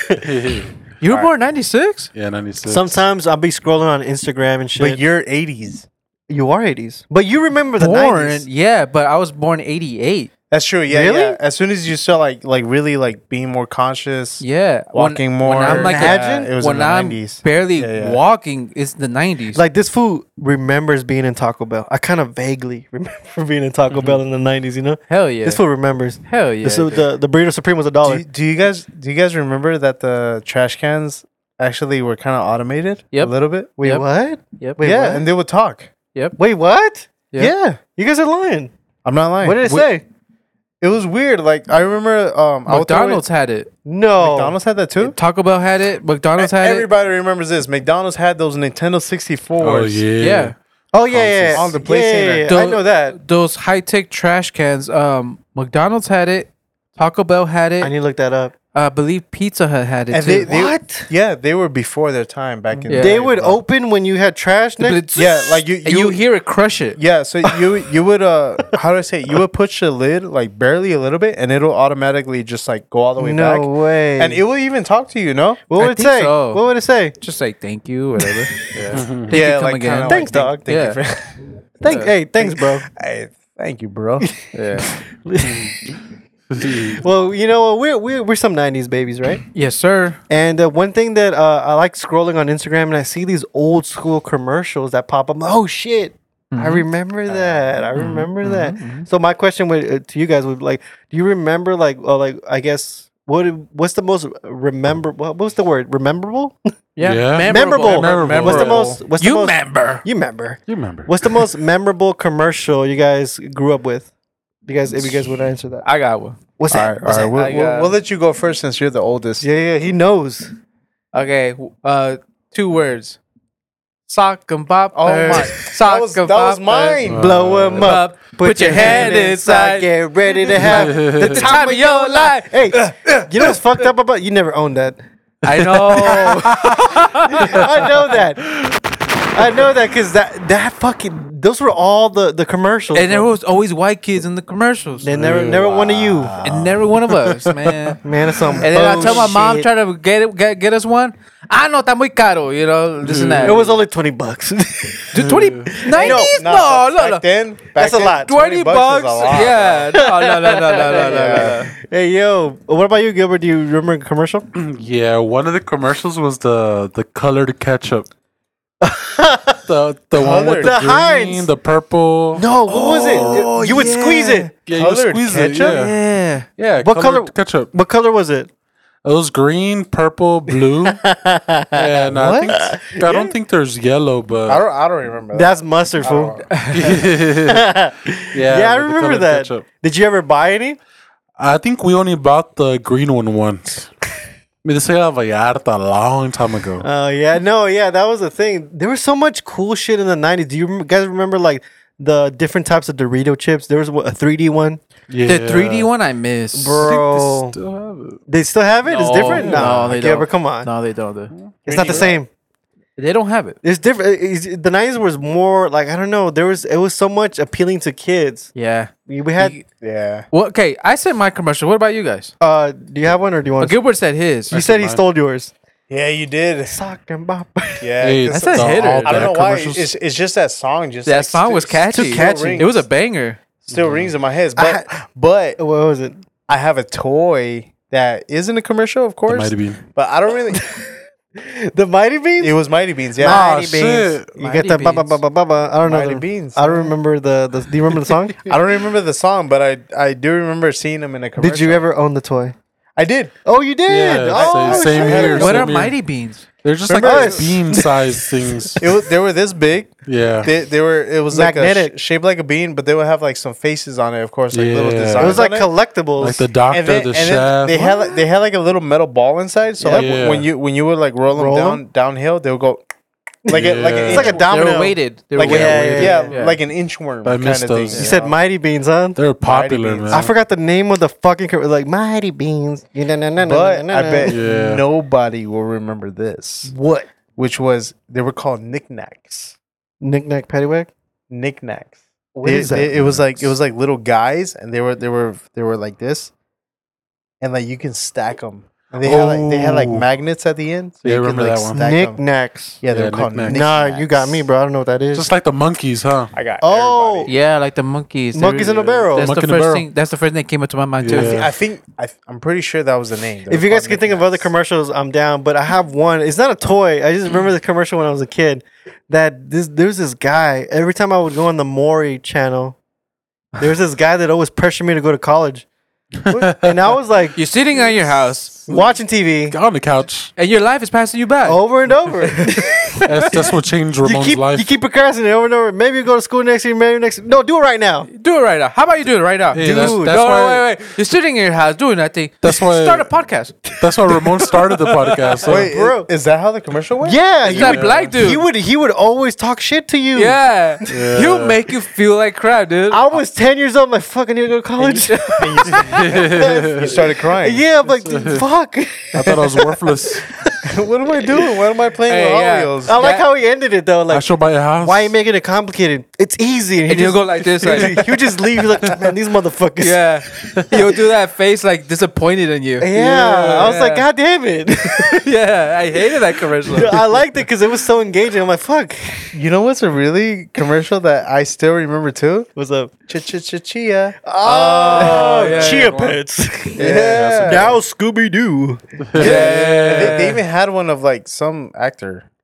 [SPEAKER 2] You were born '96.
[SPEAKER 4] yeah, 96.
[SPEAKER 3] Sometimes I'll be scrolling on Instagram and shit.
[SPEAKER 5] but you're eighties.
[SPEAKER 3] you are 80s, but you remember the
[SPEAKER 2] Born,
[SPEAKER 3] 90s.
[SPEAKER 2] yeah, but I was born '88.
[SPEAKER 5] That's true. Yeah,
[SPEAKER 3] Really?
[SPEAKER 5] yeah. As soon as you start like like really like being more conscious,
[SPEAKER 2] Yeah, When-
[SPEAKER 5] walking more.
[SPEAKER 2] When I'm like a-
[SPEAKER 3] Imagine
[SPEAKER 5] yeah, it was
[SPEAKER 2] when
[SPEAKER 5] in the
[SPEAKER 2] I'm
[SPEAKER 5] 90s.
[SPEAKER 2] barely
[SPEAKER 5] Yeah, yeah.
[SPEAKER 2] walking, it's the '90s.
[SPEAKER 3] Like this fool remembers being in Taco Bell. I kind of vaguely remember being in Taco Bell in the 90s. You know,
[SPEAKER 2] hell yeah,
[SPEAKER 3] this fool remembers.
[SPEAKER 2] hell yeah.
[SPEAKER 3] This the, the the burrito supreme was a dollar.
[SPEAKER 5] Do, do you guys do you guys remember that the trash cans actually were kind of automated
[SPEAKER 2] Yep.
[SPEAKER 5] a little bit?
[SPEAKER 3] Wait,
[SPEAKER 2] Yep.
[SPEAKER 3] what?
[SPEAKER 2] Yep.
[SPEAKER 3] Wait,
[SPEAKER 5] yeah,
[SPEAKER 3] what?
[SPEAKER 5] and they would talk.
[SPEAKER 3] Wait, what?
[SPEAKER 2] Yep.
[SPEAKER 5] Yeah,
[SPEAKER 3] You guys are lying.
[SPEAKER 5] I'm not lying.
[SPEAKER 3] What did it
[SPEAKER 5] Wh-
[SPEAKER 3] say?
[SPEAKER 5] It was weird. Like I remember, um, I would throw it-
[SPEAKER 2] McDonald's had it.
[SPEAKER 3] No.
[SPEAKER 5] McDonald's had that too.
[SPEAKER 2] Taco Bell had it. McDonald's had it.
[SPEAKER 5] Everybody remembers this. McDonald's had those Nintendo 64s.
[SPEAKER 4] Oh, yeah.
[SPEAKER 2] Yeah.
[SPEAKER 3] Oh yeah, yeah, yeah.
[SPEAKER 5] On the place
[SPEAKER 3] Yeah, yeah,
[SPEAKER 5] center.
[SPEAKER 3] yeah.
[SPEAKER 2] The-
[SPEAKER 3] I know that.
[SPEAKER 2] Those high tech trash cans. Um, McDonald's had it. Taco Bell had
[SPEAKER 3] I
[SPEAKER 2] it.
[SPEAKER 3] need to look that up.
[SPEAKER 2] I believe Pizza Hut had it
[SPEAKER 5] And
[SPEAKER 2] too.
[SPEAKER 5] They-
[SPEAKER 3] what?
[SPEAKER 5] Yeah, they were before their time back in.
[SPEAKER 2] Yeah.
[SPEAKER 5] the
[SPEAKER 3] They
[SPEAKER 5] day,
[SPEAKER 3] would
[SPEAKER 5] bro.
[SPEAKER 3] open when you had trash.
[SPEAKER 2] But it's-
[SPEAKER 3] Next-
[SPEAKER 5] Yeah, like you,
[SPEAKER 2] and you hear it crush it.
[SPEAKER 5] Yeah, so you you would uh how do I say it? you would push the lid like barely a little bit and it'll automatically just like go all the way
[SPEAKER 3] no
[SPEAKER 5] back.
[SPEAKER 3] way.
[SPEAKER 5] And it will even talk to you, no?
[SPEAKER 3] what
[SPEAKER 2] I
[SPEAKER 3] would it
[SPEAKER 2] think
[SPEAKER 3] say?
[SPEAKER 2] so.
[SPEAKER 3] What would it say?
[SPEAKER 2] Just like thank you, whatever.
[SPEAKER 5] Yeah,
[SPEAKER 2] you, come again.
[SPEAKER 3] Thanks,
[SPEAKER 5] kinda thank-
[SPEAKER 3] dog.
[SPEAKER 5] Thank
[SPEAKER 2] Yeah.
[SPEAKER 5] you for
[SPEAKER 3] Thank, hey, thanks, bro.
[SPEAKER 5] Hey, thank you, bro.
[SPEAKER 2] yeah.
[SPEAKER 3] Well, you know, we're we're, we're some '90s babies, right?
[SPEAKER 2] Yes, sir.
[SPEAKER 3] And uh, one thing that uh, I like scrolling on Instagram and I see these old school commercials that pop up. Oh shit. I
[SPEAKER 5] Mm-hmm.
[SPEAKER 3] remember that. I remember that. So my question would, uh, to you guys would be like, do you remember like, uh, like I guess what what's the most remember? What what's the word? Rememberable?
[SPEAKER 2] Yeah.
[SPEAKER 4] Yeah.
[SPEAKER 3] Memorable.
[SPEAKER 4] Memorable.
[SPEAKER 3] What's the most? What's the
[SPEAKER 2] you
[SPEAKER 3] most?
[SPEAKER 2] remember?
[SPEAKER 3] You remember?
[SPEAKER 4] You remember.
[SPEAKER 3] What's the most memorable commercial you guys grew up with? You guys, if you guys would answer that,
[SPEAKER 2] I got one.
[SPEAKER 3] what's
[SPEAKER 5] All
[SPEAKER 3] that?
[SPEAKER 5] right, all
[SPEAKER 3] What's
[SPEAKER 5] right.
[SPEAKER 3] that?
[SPEAKER 5] We'll,
[SPEAKER 2] I
[SPEAKER 5] we'll,
[SPEAKER 2] got-
[SPEAKER 5] we'll let you go first since you're the oldest.
[SPEAKER 3] Yeah, yeah, he knows.
[SPEAKER 2] Okay. w- Uh, two words. Sock and pop.
[SPEAKER 5] Oh my.
[SPEAKER 2] Sock
[SPEAKER 5] That was, that
[SPEAKER 2] and poppers.
[SPEAKER 5] was mine.
[SPEAKER 3] Blow him up.
[SPEAKER 2] Up. Uh, Put, your hand inside.
[SPEAKER 3] Get ready to have the
[SPEAKER 2] The
[SPEAKER 3] time.
[SPEAKER 2] time of your life.
[SPEAKER 3] Hey,
[SPEAKER 2] uh,
[SPEAKER 3] you know what's fucked up about? You never owned that.
[SPEAKER 2] I know.
[SPEAKER 3] I know that. I know that because that that fucking those were all the the commercials.
[SPEAKER 2] and there
[SPEAKER 3] bro.
[SPEAKER 2] was always white kids in the commercials.
[SPEAKER 3] they never never one of you.
[SPEAKER 2] and never one of us, man.
[SPEAKER 3] Man, that's some.
[SPEAKER 2] And then I tell my mom,
[SPEAKER 3] bullshit.
[SPEAKER 2] try to get it, get, get us one. I know está muy caro, you know, this and that.
[SPEAKER 3] It was only twenty bucks.
[SPEAKER 2] Dude, 20, 90s? No, no,
[SPEAKER 5] back
[SPEAKER 2] no.
[SPEAKER 5] then, back
[SPEAKER 3] That's a
[SPEAKER 5] then,
[SPEAKER 3] lot.
[SPEAKER 2] 20 bucks?
[SPEAKER 5] is a lot,
[SPEAKER 2] yeah. No, no, no, no, no, no, no, no.
[SPEAKER 3] hey yo, what about you, Gilbert? Do you remember a commercial?
[SPEAKER 4] Yeah, one of the commercials was the the colored ketchup. the the one with the,
[SPEAKER 3] The
[SPEAKER 4] green,
[SPEAKER 3] Heinz.
[SPEAKER 4] the purple.
[SPEAKER 3] No, what was it? You would squeeze it.
[SPEAKER 4] yeah, you
[SPEAKER 5] colored
[SPEAKER 4] squeeze
[SPEAKER 5] ketchup?
[SPEAKER 4] it. Yeah,
[SPEAKER 2] Oh, Yeah.
[SPEAKER 4] yeah
[SPEAKER 3] What
[SPEAKER 4] colored
[SPEAKER 3] color-
[SPEAKER 4] ketchup?
[SPEAKER 3] What color was it?
[SPEAKER 4] It was green, purple, blue, and I think I don't think there's yellow, but
[SPEAKER 5] I don't. I don't remember. That.
[SPEAKER 3] That's mustard,
[SPEAKER 5] I
[SPEAKER 3] fool.
[SPEAKER 5] don't-
[SPEAKER 4] yeah,
[SPEAKER 3] yeah, I
[SPEAKER 4] with the
[SPEAKER 3] remember
[SPEAKER 4] colored
[SPEAKER 3] that.
[SPEAKER 4] ketchup.
[SPEAKER 3] Did you ever buy any?
[SPEAKER 4] I think we only bought the green one once. I mean, this had Vallarta a long time ago.
[SPEAKER 3] Oh yeah, no, yeah, that was the thing. There was so much cool shit in the '90s. Do you rem- guys remember like the different types of Dorito chips? There was what, a 3D one,
[SPEAKER 4] Yeah.
[SPEAKER 2] The 3D one I miss.
[SPEAKER 4] I think
[SPEAKER 3] bro.
[SPEAKER 4] they still have it.
[SPEAKER 3] They still have it. it's
[SPEAKER 2] No,
[SPEAKER 3] different. No,
[SPEAKER 2] no, they
[SPEAKER 3] yeah,
[SPEAKER 2] don't.
[SPEAKER 3] but come on,
[SPEAKER 2] No, they don't. Do.
[SPEAKER 3] it's not the same.
[SPEAKER 2] They don't have it.
[SPEAKER 3] It's different. It's, the '90s was more like I don't know. There was it was so much appealing to kids.
[SPEAKER 2] Yeah.
[SPEAKER 3] We we had.
[SPEAKER 2] You-
[SPEAKER 5] Yeah.
[SPEAKER 2] Well, okay, I said my commercial. What about you guys?
[SPEAKER 3] Uh, do you have one or do you
[SPEAKER 2] Oh,
[SPEAKER 3] want?
[SPEAKER 2] Gilbert said his.
[SPEAKER 3] you said he
[SPEAKER 4] mine.
[SPEAKER 3] stole yours.
[SPEAKER 5] Yeah, you did.
[SPEAKER 3] Sock and bop.
[SPEAKER 5] Yeah.
[SPEAKER 4] Hey,
[SPEAKER 5] 'cause
[SPEAKER 2] That's a
[SPEAKER 5] the-
[SPEAKER 2] hitter.
[SPEAKER 4] all
[SPEAKER 5] I don't
[SPEAKER 4] bad
[SPEAKER 5] know why.
[SPEAKER 4] commercials.
[SPEAKER 5] It's, it's just that song. Just
[SPEAKER 2] That
[SPEAKER 5] like,
[SPEAKER 2] song
[SPEAKER 5] st-
[SPEAKER 2] was catchy.
[SPEAKER 5] still
[SPEAKER 2] It was a
[SPEAKER 5] rings-
[SPEAKER 2] banger.
[SPEAKER 5] still rings in my head. But but
[SPEAKER 3] what was it?
[SPEAKER 5] I have a toy that isn't a commercial, of
[SPEAKER 4] It
[SPEAKER 5] course.
[SPEAKER 4] might have been.
[SPEAKER 5] But I don't really.
[SPEAKER 3] The Mighty Beans.
[SPEAKER 5] it was Mighty Beans. Yeah.
[SPEAKER 4] Ah,
[SPEAKER 3] Mighty Beans.
[SPEAKER 4] shit.
[SPEAKER 3] You
[SPEAKER 2] Mighty
[SPEAKER 3] get the ba ba
[SPEAKER 2] Beans.
[SPEAKER 3] ba ba ba ba. I don't know.
[SPEAKER 5] Mighty
[SPEAKER 3] the-
[SPEAKER 5] Beans.
[SPEAKER 3] I don't remember the, the. Do you remember the song?
[SPEAKER 5] I don't remember the song, but I I do remember seeing him in a commercial.
[SPEAKER 3] did you ever own the toy?
[SPEAKER 5] I did.
[SPEAKER 3] Oh, you did.
[SPEAKER 4] Yeah,
[SPEAKER 3] oh,
[SPEAKER 4] same- same
[SPEAKER 3] shit.
[SPEAKER 4] here.
[SPEAKER 2] What
[SPEAKER 4] same
[SPEAKER 2] are
[SPEAKER 4] here.
[SPEAKER 2] Mighty Beans?
[SPEAKER 4] They're just
[SPEAKER 5] Remember
[SPEAKER 4] like
[SPEAKER 5] us?
[SPEAKER 4] bean-sized things.
[SPEAKER 5] It was, they were this big.
[SPEAKER 4] Yeah.
[SPEAKER 5] They, they were. It was like a
[SPEAKER 3] Magnetic.
[SPEAKER 5] sh- shaped like a bean, but they would have like some faces on it, of course, like little
[SPEAKER 4] Yeah. It was
[SPEAKER 5] designs.
[SPEAKER 3] It was like
[SPEAKER 5] on it.
[SPEAKER 3] collectibles.
[SPEAKER 4] like the doctor,
[SPEAKER 5] and then,
[SPEAKER 4] the
[SPEAKER 5] and
[SPEAKER 4] chef.
[SPEAKER 5] then they had like, they had like a little metal ball inside. So
[SPEAKER 4] Yeah.
[SPEAKER 5] like
[SPEAKER 4] Yeah.
[SPEAKER 5] when you when you would like roll them
[SPEAKER 3] Roll
[SPEAKER 5] down downhill, they would go like a, like an
[SPEAKER 4] Yeah.
[SPEAKER 5] inch,
[SPEAKER 3] it's like a
[SPEAKER 2] They
[SPEAKER 3] domino.
[SPEAKER 2] were weighted. They were
[SPEAKER 5] like a-
[SPEAKER 2] weighted.
[SPEAKER 3] Yeah,
[SPEAKER 5] yeah,
[SPEAKER 3] yeah, yeah.
[SPEAKER 5] like an inchworm
[SPEAKER 4] I
[SPEAKER 5] kind of
[SPEAKER 4] missed
[SPEAKER 5] thing.
[SPEAKER 4] those.
[SPEAKER 3] You said Mighty Beans, huh?
[SPEAKER 4] They're popular,
[SPEAKER 5] Beans.
[SPEAKER 4] man.
[SPEAKER 3] I forgot the name of the fucking co- like Mighty Beans.
[SPEAKER 5] but I bet
[SPEAKER 4] Yeah.
[SPEAKER 5] nobody will remember this,
[SPEAKER 3] what
[SPEAKER 5] which was they were called knickknacks.
[SPEAKER 3] knickknack paddywhack?
[SPEAKER 5] Knickknacks.
[SPEAKER 3] What
[SPEAKER 5] They-
[SPEAKER 3] is that?
[SPEAKER 5] they- it was like it was like little guys, and they were they were they were like this, and like you can stack them. And they had like they had like
[SPEAKER 4] Oh.
[SPEAKER 5] magnets at the end. So
[SPEAKER 4] Yeah, I
[SPEAKER 5] you could,
[SPEAKER 4] remember
[SPEAKER 5] like,
[SPEAKER 4] that one.
[SPEAKER 5] stack 'em.
[SPEAKER 3] Knickknacks.
[SPEAKER 5] Yeah, they
[SPEAKER 4] Yeah,
[SPEAKER 5] were called
[SPEAKER 4] knickknacks.
[SPEAKER 5] knickknacks.
[SPEAKER 3] Nah, you got me, bro. I don't know what that is.
[SPEAKER 4] Just like the monkeys, huh?
[SPEAKER 5] I got.
[SPEAKER 3] Oh.
[SPEAKER 5] everybody.
[SPEAKER 2] Yeah, like the monkeys. They
[SPEAKER 3] Monkeys
[SPEAKER 2] were-
[SPEAKER 3] in a barrel.
[SPEAKER 2] That's
[SPEAKER 4] Monkey
[SPEAKER 2] the
[SPEAKER 4] in a
[SPEAKER 2] first
[SPEAKER 4] barrel.
[SPEAKER 2] thing. That's the first thing that came up to my mind too.
[SPEAKER 4] Yeah.
[SPEAKER 5] I think I, I'm pretty sure that was the name. They
[SPEAKER 3] if
[SPEAKER 5] were
[SPEAKER 3] you guys
[SPEAKER 5] called
[SPEAKER 3] can think of other
[SPEAKER 5] knickknacks.
[SPEAKER 3] commercials, I'm down. But I have one. It's not a toy. I just remember the commercial when I was a kid. That this there was this guy. Every time I would go on the Maury channel, there was this guy that always pressured me to go to college, and I was like
[SPEAKER 2] You're sitting on your house,
[SPEAKER 3] watching TV
[SPEAKER 4] Got on the couch.
[SPEAKER 2] and your life is passing you by.
[SPEAKER 3] over and over.
[SPEAKER 4] That's, that's what changed
[SPEAKER 3] you
[SPEAKER 4] Ramon's
[SPEAKER 3] keep
[SPEAKER 4] life.
[SPEAKER 3] you keep procrastinating over and over. Maybe you go to school next year. Maybe next. No, do it right now.
[SPEAKER 2] Do it right now. How about you do it right now?
[SPEAKER 4] Hey, that's-
[SPEAKER 2] Dude,
[SPEAKER 4] that's
[SPEAKER 2] no,
[SPEAKER 4] why-
[SPEAKER 2] wait, wait, wait. You're sitting in your house doing nothing.
[SPEAKER 4] That's why-
[SPEAKER 2] Start a podcast.
[SPEAKER 4] That's why Ramon started the podcast. So
[SPEAKER 5] Wait,
[SPEAKER 3] bro.
[SPEAKER 5] bro, is, that how the commercial went?
[SPEAKER 3] Yeah,
[SPEAKER 2] It's
[SPEAKER 3] he
[SPEAKER 2] that
[SPEAKER 3] would,
[SPEAKER 2] black dude.
[SPEAKER 3] he would he would always talk shit to you.
[SPEAKER 2] yeah. He'll make you feel like crap, dude.
[SPEAKER 3] I was ten years old. My fucking need to go to college.
[SPEAKER 5] you started crying.
[SPEAKER 3] yeah, I'm like fuck.
[SPEAKER 4] I thought I was worthless.
[SPEAKER 5] what am I doing? What am I playing
[SPEAKER 2] Hey,
[SPEAKER 5] with Hot
[SPEAKER 2] yeah.
[SPEAKER 5] Wheels?
[SPEAKER 3] I like
[SPEAKER 2] That-
[SPEAKER 3] how he ended it though.
[SPEAKER 4] I
[SPEAKER 3] Like,
[SPEAKER 4] should buy a house.
[SPEAKER 3] why are you making it complicated? It's easy. And he
[SPEAKER 2] and
[SPEAKER 3] just
[SPEAKER 2] you'll go like this, like
[SPEAKER 3] he would just leave. He's like, man, these motherfuckers.
[SPEAKER 2] yeah. He'll do that face like disappointed in you.
[SPEAKER 3] Yeah. I was like, "Ah." God damn it.
[SPEAKER 2] yeah, I hated that commercial.
[SPEAKER 3] I liked it because it was so engaging. I'm like, fuck.
[SPEAKER 5] You know what's a really commercial that I still remember too?
[SPEAKER 3] What's up?
[SPEAKER 5] Ch ch ch chia.
[SPEAKER 3] Oh,
[SPEAKER 2] yeah,
[SPEAKER 3] Chia
[SPEAKER 2] yeah.
[SPEAKER 3] Pets.
[SPEAKER 5] Yeah.
[SPEAKER 3] Now Scooby Doo.
[SPEAKER 5] Yeah.
[SPEAKER 2] Yeah.
[SPEAKER 5] They, they even had one of like some actor.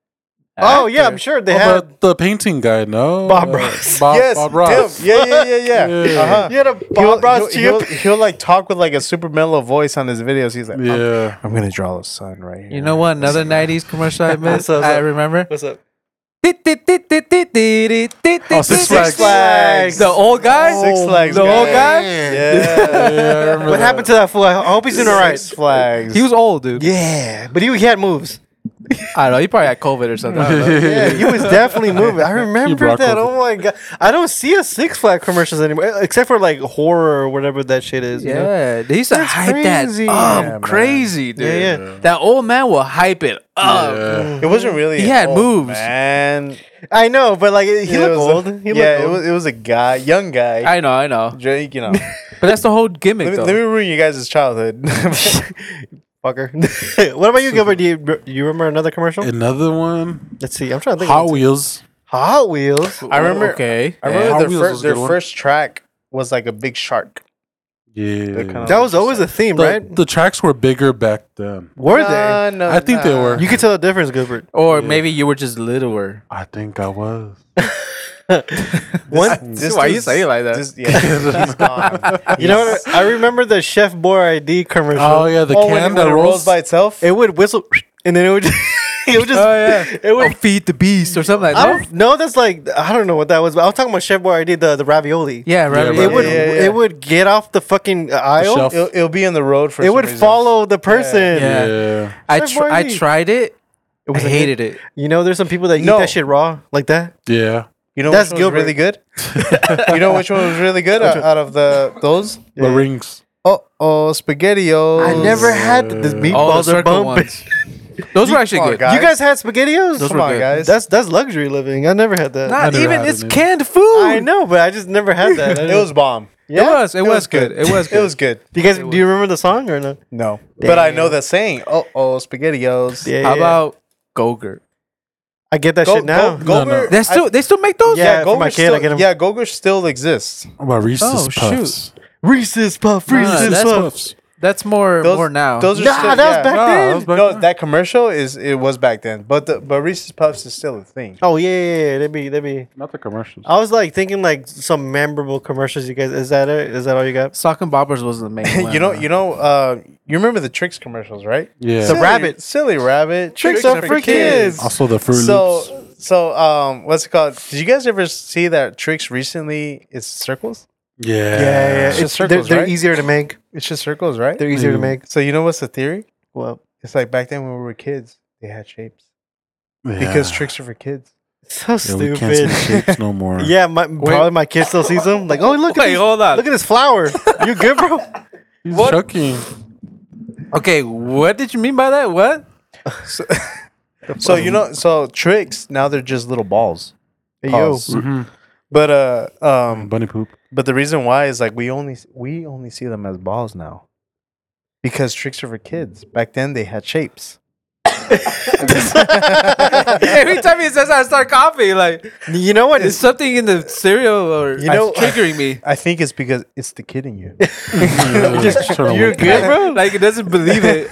[SPEAKER 3] Oh, yeah, I'm sure they
[SPEAKER 4] Oh,
[SPEAKER 3] had.
[SPEAKER 4] but the painting guy, no?
[SPEAKER 3] Bob
[SPEAKER 4] Uh,
[SPEAKER 3] Ross.
[SPEAKER 4] Bob,
[SPEAKER 5] yes,
[SPEAKER 4] Bob Ross.
[SPEAKER 5] him. Yeah, yeah, yeah, yeah.
[SPEAKER 4] Yeah.
[SPEAKER 5] Uh-huh.
[SPEAKER 3] You had a Bob Ross Chia
[SPEAKER 5] he'll,
[SPEAKER 3] Pet.
[SPEAKER 5] he'll, like talk with like a super mellow voice on his videos. He's like, I'm,
[SPEAKER 4] Yeah.
[SPEAKER 5] I'm gonna draw a sun right here.
[SPEAKER 2] You know what? Another '90s commercial I missed.
[SPEAKER 3] So- so-
[SPEAKER 2] I remember.
[SPEAKER 3] What's up?
[SPEAKER 4] Oh, Six
[SPEAKER 2] The
[SPEAKER 4] Flags.
[SPEAKER 3] Flags.
[SPEAKER 2] old guy.
[SPEAKER 5] Six Flags.
[SPEAKER 2] The old guy.
[SPEAKER 5] Yeah.
[SPEAKER 4] Yeah, I remember
[SPEAKER 3] What
[SPEAKER 4] that.
[SPEAKER 3] happened to that fool? I hope he's doing all right.
[SPEAKER 5] Six Flags.
[SPEAKER 2] He was old, dude.
[SPEAKER 3] Yeah, but he, he had moves.
[SPEAKER 2] I don't know. He probably had COVID or something. I don't know.
[SPEAKER 3] Yeah, he was definitely moving. I remember
[SPEAKER 4] brought
[SPEAKER 3] that.
[SPEAKER 4] COVID.
[SPEAKER 3] Oh my god, I don't see a Six Flag commercials anymore, except for like horror or whatever that shit is. you know?
[SPEAKER 2] Yeah, they used to
[SPEAKER 3] That's
[SPEAKER 2] hype
[SPEAKER 3] crazy.
[SPEAKER 2] that up
[SPEAKER 5] Yeah, man.
[SPEAKER 2] crazy, dude.
[SPEAKER 3] Yeah,
[SPEAKER 2] That old man will hype it up.
[SPEAKER 4] Yeah.
[SPEAKER 5] It wasn't really.
[SPEAKER 2] He
[SPEAKER 5] an
[SPEAKER 2] had
[SPEAKER 5] old
[SPEAKER 2] moves.
[SPEAKER 5] man.
[SPEAKER 3] I know, but like he
[SPEAKER 5] It
[SPEAKER 3] looked
[SPEAKER 5] was a-
[SPEAKER 3] old. He
[SPEAKER 5] yeah,
[SPEAKER 3] looked
[SPEAKER 5] it
[SPEAKER 3] old.
[SPEAKER 5] was. It was a guy, young guy.
[SPEAKER 2] I know, I know.
[SPEAKER 5] Drake, you know.
[SPEAKER 2] But that's the whole gimmick,
[SPEAKER 5] let, me,
[SPEAKER 2] though.
[SPEAKER 5] let me ruin you guys' childhood.
[SPEAKER 3] fucker. what about you, Gilbert? Do you, do you remember another commercial?
[SPEAKER 4] Another one.
[SPEAKER 3] Let's see. I'm trying to think.
[SPEAKER 4] Hot Wheels.
[SPEAKER 3] Hot Wheels.
[SPEAKER 5] I remember.
[SPEAKER 2] Okay.
[SPEAKER 5] I
[SPEAKER 4] Hot
[SPEAKER 5] remember their,
[SPEAKER 4] Wheels
[SPEAKER 5] fir-
[SPEAKER 4] was a
[SPEAKER 5] their
[SPEAKER 4] good one.
[SPEAKER 5] first track was like a big shark.
[SPEAKER 4] Yeah.
[SPEAKER 5] kinda-
[SPEAKER 3] That was always a theme,
[SPEAKER 4] the,
[SPEAKER 3] right?
[SPEAKER 4] the tracks were bigger back then.
[SPEAKER 3] Were
[SPEAKER 5] Nah, no,
[SPEAKER 4] I think they
[SPEAKER 5] nah.
[SPEAKER 4] were.
[SPEAKER 3] they? You could tell the difference, Gilbert.
[SPEAKER 2] Or
[SPEAKER 4] Yeah.
[SPEAKER 2] maybe you were just littler.
[SPEAKER 4] I think I was.
[SPEAKER 3] One,
[SPEAKER 5] This
[SPEAKER 1] Why you
[SPEAKER 5] dude's-
[SPEAKER 1] say it like that?
[SPEAKER 5] This, yeah, he's gone.
[SPEAKER 3] you know what? I remember the Chef Boyardee commercial.
[SPEAKER 4] Oh yeah, the
[SPEAKER 5] Oh, when,
[SPEAKER 4] can
[SPEAKER 5] when
[SPEAKER 4] that
[SPEAKER 5] it rolls
[SPEAKER 4] rolls.
[SPEAKER 5] by itself.
[SPEAKER 3] It would whistle, and then it would. Just, it would just.
[SPEAKER 2] Oh,
[SPEAKER 3] It would.
[SPEAKER 2] feed the beast or something like
[SPEAKER 3] I
[SPEAKER 2] that.
[SPEAKER 3] don't, no, that's like I don't know what that was. But I was talking about Chef Boyardee, the the ravioli.
[SPEAKER 2] Yeah, right.
[SPEAKER 4] Yeah,
[SPEAKER 3] It would.
[SPEAKER 5] yeah, yeah.
[SPEAKER 3] It would get off the fucking aisle.
[SPEAKER 4] shelf.
[SPEAKER 5] it'll, it'll be in the road for.
[SPEAKER 3] it
[SPEAKER 5] some
[SPEAKER 3] would
[SPEAKER 5] reason.
[SPEAKER 3] follow the person.
[SPEAKER 2] Yeah.
[SPEAKER 4] Yeah.
[SPEAKER 2] I
[SPEAKER 3] Chef
[SPEAKER 2] tr- I
[SPEAKER 3] Boyardee.
[SPEAKER 2] tried it.
[SPEAKER 3] It
[SPEAKER 2] I
[SPEAKER 3] was a hit.
[SPEAKER 2] hated it.
[SPEAKER 3] You know, there's some people that eat
[SPEAKER 5] No.
[SPEAKER 3] that shit raw like that.
[SPEAKER 4] Yeah.
[SPEAKER 5] You know
[SPEAKER 3] That's
[SPEAKER 5] which one was really good. you know which one was really good out, out of the those.
[SPEAKER 4] The rings.
[SPEAKER 5] Oh, oh, SpaghettiOs.
[SPEAKER 3] I never had the
[SPEAKER 4] Oh,
[SPEAKER 2] Oh,
[SPEAKER 3] meatballs
[SPEAKER 2] the
[SPEAKER 3] are
[SPEAKER 2] circle
[SPEAKER 3] bumping.
[SPEAKER 2] ones. Those were actually
[SPEAKER 5] come on,
[SPEAKER 2] good.
[SPEAKER 5] guys.
[SPEAKER 3] You guys had spaghettios?
[SPEAKER 2] Those
[SPEAKER 5] Come
[SPEAKER 2] were
[SPEAKER 5] on,
[SPEAKER 2] good.
[SPEAKER 5] guys.
[SPEAKER 3] That's that's luxury living. I never had that.
[SPEAKER 2] Not
[SPEAKER 4] never
[SPEAKER 2] even
[SPEAKER 4] had
[SPEAKER 2] it's
[SPEAKER 4] it.
[SPEAKER 2] canned food.
[SPEAKER 3] I know, but I just never had that. I
[SPEAKER 5] it was bomb.
[SPEAKER 3] yeah.
[SPEAKER 2] It was. It, was, good. It was good.
[SPEAKER 5] It was good.
[SPEAKER 3] Do you guys do you remember the song or no?
[SPEAKER 5] No, but I know that saying. Oh, oh, SpaghettiOs.
[SPEAKER 3] Yeah,
[SPEAKER 2] How
[SPEAKER 3] yeah, yeah.
[SPEAKER 2] about Gogurt?
[SPEAKER 3] I get that
[SPEAKER 5] Go,
[SPEAKER 3] shit now?
[SPEAKER 5] go,
[SPEAKER 4] No,
[SPEAKER 5] Gober,
[SPEAKER 4] no.
[SPEAKER 2] They still they still make those.
[SPEAKER 5] I, yeah,
[SPEAKER 3] Yeah, for my
[SPEAKER 5] Gober
[SPEAKER 3] kid, I
[SPEAKER 5] still,
[SPEAKER 3] get 'em.
[SPEAKER 5] yeah, Goger still exists.
[SPEAKER 4] How about Reese's
[SPEAKER 2] Oh, shoot.
[SPEAKER 4] Puffs?
[SPEAKER 3] Reese's Puff,
[SPEAKER 2] No, no,
[SPEAKER 3] Reese's
[SPEAKER 2] that's
[SPEAKER 3] Puff.
[SPEAKER 4] Puffs.
[SPEAKER 2] That's more
[SPEAKER 5] Those-
[SPEAKER 2] more now.
[SPEAKER 5] Those are
[SPEAKER 3] Nah,
[SPEAKER 5] still,
[SPEAKER 3] that was
[SPEAKER 5] yeah.
[SPEAKER 3] back
[SPEAKER 4] Nah,
[SPEAKER 3] then.
[SPEAKER 4] that was back
[SPEAKER 5] no,
[SPEAKER 4] then.
[SPEAKER 5] that commercial is it was back then, but the but Reese's Puffs is still a thing.
[SPEAKER 3] Oh yeah, yeah, yeah. That'd be that'd be
[SPEAKER 4] Not the commercials.
[SPEAKER 3] I was like thinking like some memorable commercials you guys is that it? Is that all you got?
[SPEAKER 2] sock and bobbers was the main.
[SPEAKER 3] Oh,
[SPEAKER 2] one,
[SPEAKER 5] you know,
[SPEAKER 2] huh?
[SPEAKER 5] you know, uh, you remember the tricks commercials, right?
[SPEAKER 4] Yeah.
[SPEAKER 3] So- rabbit.
[SPEAKER 5] silly rabbit.
[SPEAKER 3] Tricks are for kids.
[SPEAKER 4] also the Fruit Loops.
[SPEAKER 5] So so um, what's it called? Did you guys ever see that tricks recently? It's circles.
[SPEAKER 4] Yeah.
[SPEAKER 5] It's just
[SPEAKER 3] they're,
[SPEAKER 5] circles,
[SPEAKER 3] they're
[SPEAKER 5] right?
[SPEAKER 3] easier to make.
[SPEAKER 5] It's just circles, right?
[SPEAKER 3] They're easier to
[SPEAKER 4] Mm.
[SPEAKER 3] make.
[SPEAKER 5] So you know what's the theory?
[SPEAKER 3] Well,
[SPEAKER 5] It's like back then when we were kids, they had shapes
[SPEAKER 4] Yeah.
[SPEAKER 5] because tricks are for kids.
[SPEAKER 3] so
[SPEAKER 4] Yeah, we can't see
[SPEAKER 3] stupid.
[SPEAKER 4] shapes no more.
[SPEAKER 3] Yeah, my, probably my kid still sees them. Like, oh look, at
[SPEAKER 2] Wait,
[SPEAKER 3] this,
[SPEAKER 2] hold on.
[SPEAKER 3] look at this flower. You good, bro?
[SPEAKER 4] He's Chucky.
[SPEAKER 2] Okay, what did you mean by that? What?
[SPEAKER 5] So you know, so tricks now they're just little balls.
[SPEAKER 3] Hey,
[SPEAKER 5] Pause.
[SPEAKER 4] Mm-hmm.
[SPEAKER 5] But uh, um,
[SPEAKER 4] Bunny poop.
[SPEAKER 5] But the reason why is like we only we only see them as balls now, because tricks are for kids. Back then they had shapes.
[SPEAKER 2] Every time he says, that, I start coughing. Like
[SPEAKER 3] You know what?
[SPEAKER 2] it's something in the cereal or you
[SPEAKER 5] know-
[SPEAKER 2] triggering me.
[SPEAKER 5] I think it's because it's the kid in you.
[SPEAKER 4] Yeah, just
[SPEAKER 5] Oh
[SPEAKER 4] trying to
[SPEAKER 3] You're
[SPEAKER 4] wake
[SPEAKER 3] good,
[SPEAKER 4] up.
[SPEAKER 3] bro.
[SPEAKER 2] Like it doesn't believe it.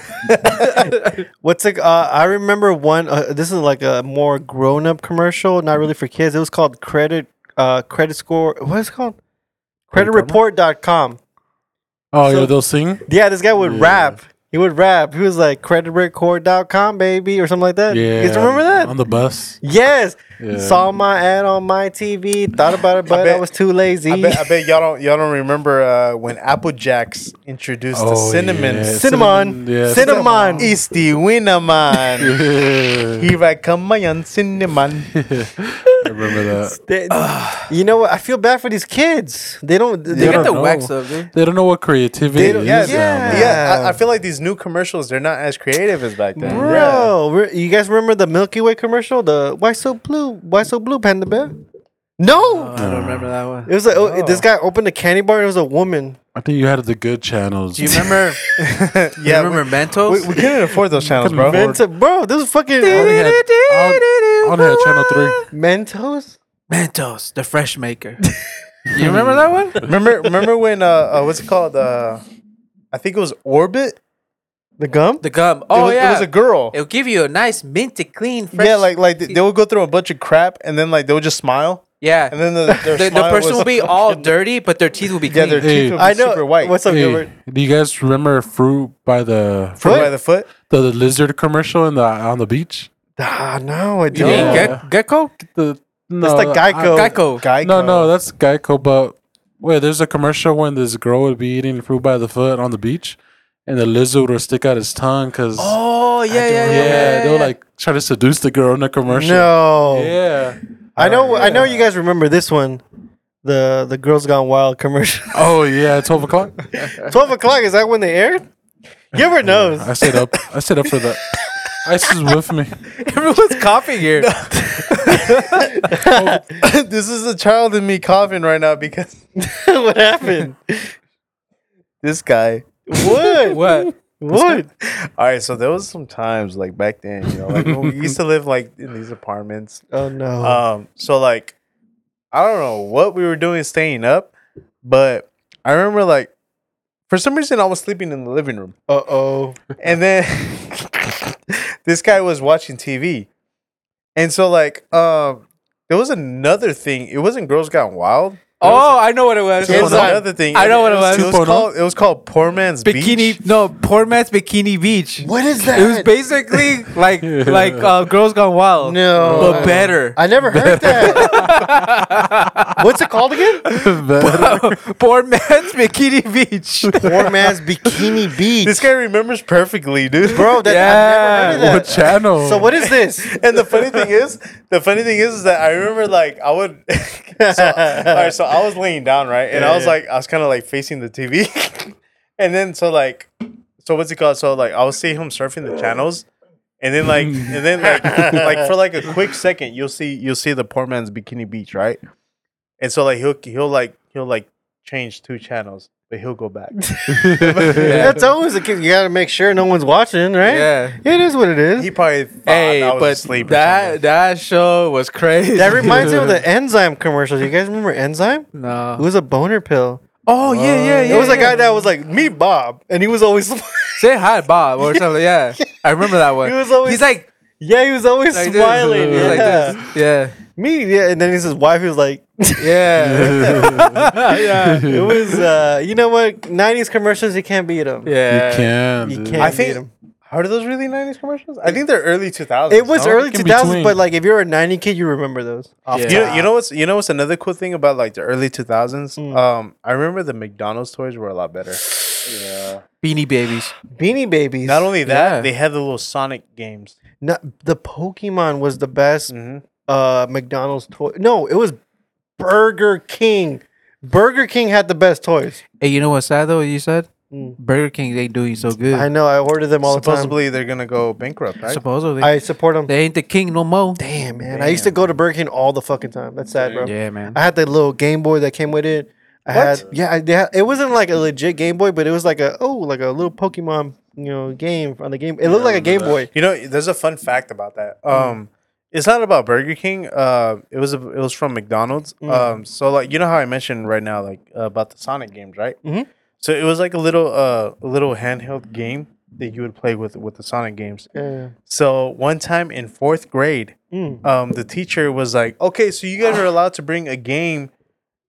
[SPEAKER 3] What's like? Uh, I remember one. Uh, this is like a more grown-up commercial, not really for kids. It was called credit uh, credit score. What is it called? Creditreport.com.
[SPEAKER 4] Oh,
[SPEAKER 3] So-
[SPEAKER 4] yeah, they'll sing?
[SPEAKER 3] Yeah, this guy would
[SPEAKER 4] Yeah.
[SPEAKER 3] rap. He would rap. He was like creditreport.com, baby, or something like that.
[SPEAKER 4] Yeah.
[SPEAKER 3] You guys remember that?
[SPEAKER 4] On the bus.
[SPEAKER 3] yes.
[SPEAKER 4] Yeah.
[SPEAKER 3] Saw my ad on my TV. Thought about it, but I,
[SPEAKER 5] bet-
[SPEAKER 3] was too lazy.
[SPEAKER 5] I bet, I bet y'all don't y'all don't remember uh, when Apple Jacks introduced the
[SPEAKER 4] Oh,
[SPEAKER 5] cinnamon.
[SPEAKER 4] yeah.
[SPEAKER 3] Cinnamon.
[SPEAKER 4] Yeah.
[SPEAKER 3] Cinnamon.
[SPEAKER 5] It's the winner man.
[SPEAKER 4] Yeah.
[SPEAKER 5] Here I come, my own cinnamon.
[SPEAKER 4] I remember that.
[SPEAKER 3] They- you know what? I feel bad for these kids. They don't. They,
[SPEAKER 2] They got
[SPEAKER 4] don't
[SPEAKER 2] the
[SPEAKER 4] know.
[SPEAKER 2] wax up, dude.
[SPEAKER 4] They don't know what creativity
[SPEAKER 5] They don't-
[SPEAKER 4] is.
[SPEAKER 5] yeah,
[SPEAKER 4] now, man.
[SPEAKER 5] Yeah, I, I feel like these new commercials they're not as creative as back then. Yeah.
[SPEAKER 3] Bro, re- you guys remember the Milky Way commercial? The why so blue? Why so blue, Panda Bear? No,
[SPEAKER 2] Oh, I don't remember that one.
[SPEAKER 3] it was like, oh, this guy opened a candy bar. and It was a woman.
[SPEAKER 4] I think you had the good channels.
[SPEAKER 2] Do you remember?
[SPEAKER 5] Yeah,
[SPEAKER 2] you remember Mentos?
[SPEAKER 5] We, we couldn't afford those channels, bro.
[SPEAKER 3] It's a- bro, this is fucking
[SPEAKER 4] I only had, I only had channel three.
[SPEAKER 3] Mentos.
[SPEAKER 2] Mentos, the fresh maker. you remember that one?
[SPEAKER 5] Remember, remember when uh, uh what's it called? Uh, I think it was Orbit.
[SPEAKER 3] The gum.
[SPEAKER 2] The gum.
[SPEAKER 5] It
[SPEAKER 2] Oh
[SPEAKER 5] was,
[SPEAKER 2] yeah,
[SPEAKER 5] it was a girl.
[SPEAKER 2] It'll give you a nice minty clean. Fresh,
[SPEAKER 5] yeah, like like they, they would go through a bunch of crap and then like they would just smile
[SPEAKER 2] yeah.
[SPEAKER 5] and then the their
[SPEAKER 2] the, the
[SPEAKER 5] smile
[SPEAKER 2] person
[SPEAKER 5] was-
[SPEAKER 2] will be all dirty, but their teeth will be
[SPEAKER 5] yeah
[SPEAKER 2] clean.
[SPEAKER 5] their
[SPEAKER 4] Hey.
[SPEAKER 5] teeth would be
[SPEAKER 3] I know.
[SPEAKER 5] super white.
[SPEAKER 3] What's up,
[SPEAKER 4] Hey,
[SPEAKER 3] Gilbert?
[SPEAKER 4] do you guys remember fruit by the
[SPEAKER 5] Fruit by the foot?
[SPEAKER 4] the, the lizard commercial in the on the beach?
[SPEAKER 3] Ah, no, I
[SPEAKER 2] you
[SPEAKER 3] don't.
[SPEAKER 2] mean
[SPEAKER 4] Yeah.
[SPEAKER 2] Ge- gecko?
[SPEAKER 4] The no,
[SPEAKER 3] That's the Geico.
[SPEAKER 2] Gecko.
[SPEAKER 5] Geico.
[SPEAKER 4] No, no, that's Geico. But wait, there's a commercial when this girl would be eating fruit by the foot on the beach, and the lizard would stick out his tongue because
[SPEAKER 2] Oh yeah, yeah,
[SPEAKER 4] yeah,
[SPEAKER 2] yeah, yeah,
[SPEAKER 4] they
[SPEAKER 2] yeah.
[SPEAKER 4] were like trying to seduce the girl in the commercial.
[SPEAKER 3] No,
[SPEAKER 4] Yeah.
[SPEAKER 3] I know. I know you guys remember this one. The the girls gone wild commercial.
[SPEAKER 4] Oh yeah, at twelve o'clock.
[SPEAKER 3] Twelve o'clock is that when they aired? Gilbert knows.
[SPEAKER 4] I stayed up. I stayed up for that. Ice is with me.
[SPEAKER 2] everyone's coughing here.
[SPEAKER 5] this is the child in me coughing right now because
[SPEAKER 3] what happened?
[SPEAKER 5] this guy.
[SPEAKER 3] What?
[SPEAKER 2] What?
[SPEAKER 3] What?
[SPEAKER 5] All right, so there was some times like back then, you know, like when we used to live like in these apartments
[SPEAKER 3] Oh no.
[SPEAKER 5] Um, so like, I don't know what we were doing staying up, but I remember like, for some reason I was sleeping in the living room,
[SPEAKER 3] Uh oh.
[SPEAKER 5] and then this guy was watching TV, and so like, um, There was another thing. It wasn't Girls Gone Wild.
[SPEAKER 2] Oh, I know what it was.
[SPEAKER 5] It was
[SPEAKER 4] Porno?
[SPEAKER 5] another thing.
[SPEAKER 2] I know what it was.
[SPEAKER 5] It was
[SPEAKER 4] Porno?
[SPEAKER 5] called. It was called Poor Man's
[SPEAKER 2] bikini.
[SPEAKER 5] Beach.
[SPEAKER 2] No, poor man's bikini beach.
[SPEAKER 3] What is
[SPEAKER 2] It was basically like like uh, girls gone wild,
[SPEAKER 3] no,
[SPEAKER 2] but better.
[SPEAKER 3] I never heard that. What's it called again?
[SPEAKER 2] poor man's bikini beach.
[SPEAKER 3] Poor man's bikini beach.
[SPEAKER 5] This guy remembers perfectly, dude.
[SPEAKER 3] bro. That, I've never heard
[SPEAKER 4] What
[SPEAKER 3] of that.
[SPEAKER 4] channel?
[SPEAKER 3] So what is this?
[SPEAKER 5] and the funny thing is, the funny thing is, is that I remember like I would. so, all right, so I was laying down, right, and I was like, I was kind of like facing the TV, and then so like, so what's it called? So like, I would see him surfing the channels, and then like, and then like, like for like a quick second, you'll see you'll see the poor man's bikini beach, right? And so like he'll he'll like he'll like change two channels, but he'll go back.
[SPEAKER 3] That's always the case. You gotta make sure no one's watching, right?
[SPEAKER 2] yeah.
[SPEAKER 3] It is what it is.
[SPEAKER 5] he probably thought
[SPEAKER 2] Hey,
[SPEAKER 5] I was
[SPEAKER 2] but
[SPEAKER 5] asleep. or something.
[SPEAKER 2] that that show was crazy.
[SPEAKER 3] that reminds me of the enzyme commercials. You guys remember enzyme? It
[SPEAKER 2] no.
[SPEAKER 3] was a boner pill.
[SPEAKER 2] Oh yeah, yeah, yeah.
[SPEAKER 3] it was a
[SPEAKER 2] yeah.
[SPEAKER 3] guy that was like me, Bob, and he was always
[SPEAKER 2] Say hi, Bob, or something. Yeah, I remember that one.
[SPEAKER 3] He was always
[SPEAKER 2] He's like
[SPEAKER 3] yeah, he was always
[SPEAKER 2] like this.
[SPEAKER 3] smiling.
[SPEAKER 2] He was like
[SPEAKER 3] yeah.
[SPEAKER 2] this. yeah,
[SPEAKER 3] me, yeah, and then his wife was like,
[SPEAKER 2] yeah,
[SPEAKER 3] yeah, it was. Uh, you know what? '90s commercials, you can't beat them.
[SPEAKER 4] You
[SPEAKER 2] yeah.
[SPEAKER 4] can.
[SPEAKER 3] You
[SPEAKER 4] dude.
[SPEAKER 3] can't
[SPEAKER 5] I
[SPEAKER 3] beat
[SPEAKER 5] think-
[SPEAKER 3] them.
[SPEAKER 5] Are those really '90s commercials? I think they're early 2000s.
[SPEAKER 3] It was
[SPEAKER 5] no?
[SPEAKER 3] early
[SPEAKER 4] in
[SPEAKER 3] 2000s,
[SPEAKER 4] between.
[SPEAKER 3] but like if you're a '90 kid, you remember those.
[SPEAKER 2] Yeah.
[SPEAKER 5] You know, you know what's you know what's another cool thing about like the early 2000s.
[SPEAKER 3] Mm.
[SPEAKER 5] Um, I remember the McDonald's toys were a lot better.
[SPEAKER 2] Beanie Babies.
[SPEAKER 3] Beanie Babies.
[SPEAKER 5] Not only that,
[SPEAKER 2] Yeah.
[SPEAKER 5] they had the little Sonic games.
[SPEAKER 3] No, the Pokemon was the best
[SPEAKER 5] Mm-hmm.
[SPEAKER 3] uh, McDonald's toy. No, it was Burger King. Burger King had the best toys.
[SPEAKER 2] Hey, you know what's sad though? You said
[SPEAKER 3] Mm.
[SPEAKER 2] Burger King ain't doing so good.
[SPEAKER 3] I know. I ordered them all
[SPEAKER 5] Supposedly they're gonna go bankrupt, right?
[SPEAKER 3] the
[SPEAKER 2] Supposedly,
[SPEAKER 3] time. I support them.
[SPEAKER 2] they ain't the king no more.
[SPEAKER 3] Damn, man. I used to go to Burger King all the fucking time. That's sad, bro.
[SPEAKER 2] Yeah, man.
[SPEAKER 3] I had that little Game Boy that came with it. I had yeah, I, they had, it wasn't like a legit Game Boy, but it was like a oh, like a little Pokemon, you know, game on the game. It looked like a Game Boy.
[SPEAKER 5] You know, there's a fun fact about that.
[SPEAKER 3] Mm.
[SPEAKER 5] Um, it's not about Burger King. Uh, it was a, it was from McDonald's.
[SPEAKER 3] Mm.
[SPEAKER 5] Um, so like you know how I mentioned right now like uh, about the Sonic games, right?
[SPEAKER 3] Mhm.
[SPEAKER 5] So it was like a little uh a little handheld game that you would play with with the Sonic games.
[SPEAKER 3] Yeah.
[SPEAKER 5] So one time in fourth grade,
[SPEAKER 3] Mm.
[SPEAKER 5] um, the teacher was like, "Okay, so you guys are allowed to bring a game,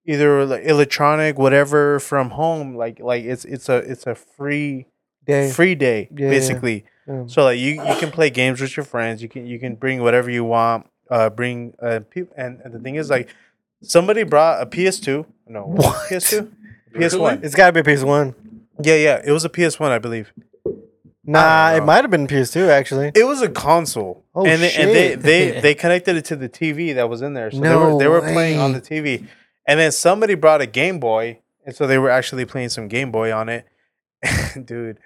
[SPEAKER 5] either like electronic, whatever, from home. Like, like it's it's a it's a free
[SPEAKER 3] Dang.
[SPEAKER 5] free day,
[SPEAKER 3] Yeah, yeah,
[SPEAKER 5] basically.
[SPEAKER 3] yeah.
[SPEAKER 5] So like you you can play games with your friends. You can you can bring whatever you want. Uh, bring uh people. And, and the thing is like, somebody brought a PS2. No, was it
[SPEAKER 3] What?
[SPEAKER 5] PS2, PS1.
[SPEAKER 3] It's got to be a PS1.
[SPEAKER 5] Yeah, yeah, it was a PS1, I believe.
[SPEAKER 3] Nah,
[SPEAKER 5] don't
[SPEAKER 3] it
[SPEAKER 5] know.
[SPEAKER 3] might have been PS2 actually.
[SPEAKER 5] It was a console,
[SPEAKER 3] Oh,
[SPEAKER 5] and they, and they
[SPEAKER 3] shit.
[SPEAKER 5] they they connected it to the TV that was in there. So
[SPEAKER 3] No
[SPEAKER 5] they were they were playing on
[SPEAKER 3] way.
[SPEAKER 5] the TV, and then somebody brought a Game Boy, and so they were actually playing some Game Boy on it, dude.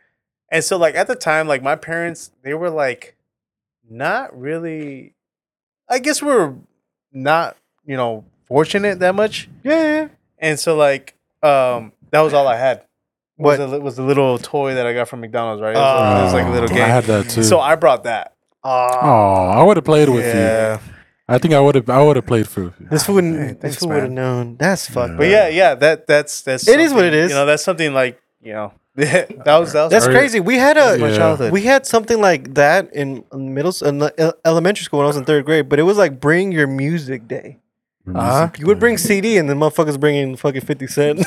[SPEAKER 5] And so like at the time, like my parents, they were like, not really. I guess we are not you know fortunate that much,
[SPEAKER 3] Yeah. yeah.
[SPEAKER 5] and so like um that was all I had.
[SPEAKER 3] What?
[SPEAKER 5] was a, was the little toy that I got from McDonald's? Right, it was, it was like a little
[SPEAKER 4] Oh,
[SPEAKER 5] game.
[SPEAKER 4] I had that too.
[SPEAKER 5] so I brought that.
[SPEAKER 4] oh, I would have played with you. I think I would have. I would have played for you.
[SPEAKER 3] This wouldn't.
[SPEAKER 5] thanks,
[SPEAKER 3] this would have
[SPEAKER 5] man.
[SPEAKER 3] known. That's fucked.
[SPEAKER 5] But yeah, yeah, that that's that's
[SPEAKER 3] It is what it
[SPEAKER 5] something-
[SPEAKER 3] is.
[SPEAKER 5] You know, that's something like you know that was that was
[SPEAKER 3] That's
[SPEAKER 4] Or-
[SPEAKER 3] crazy. We had a
[SPEAKER 4] my Yeah. childhood.
[SPEAKER 3] we had something like that in middle s- in the ele- elementary school when I was in third grade. But it was like bring your music day.
[SPEAKER 4] Uh-huh.
[SPEAKER 3] You would bring CD and the motherfuckers bringing fucking fifty cent.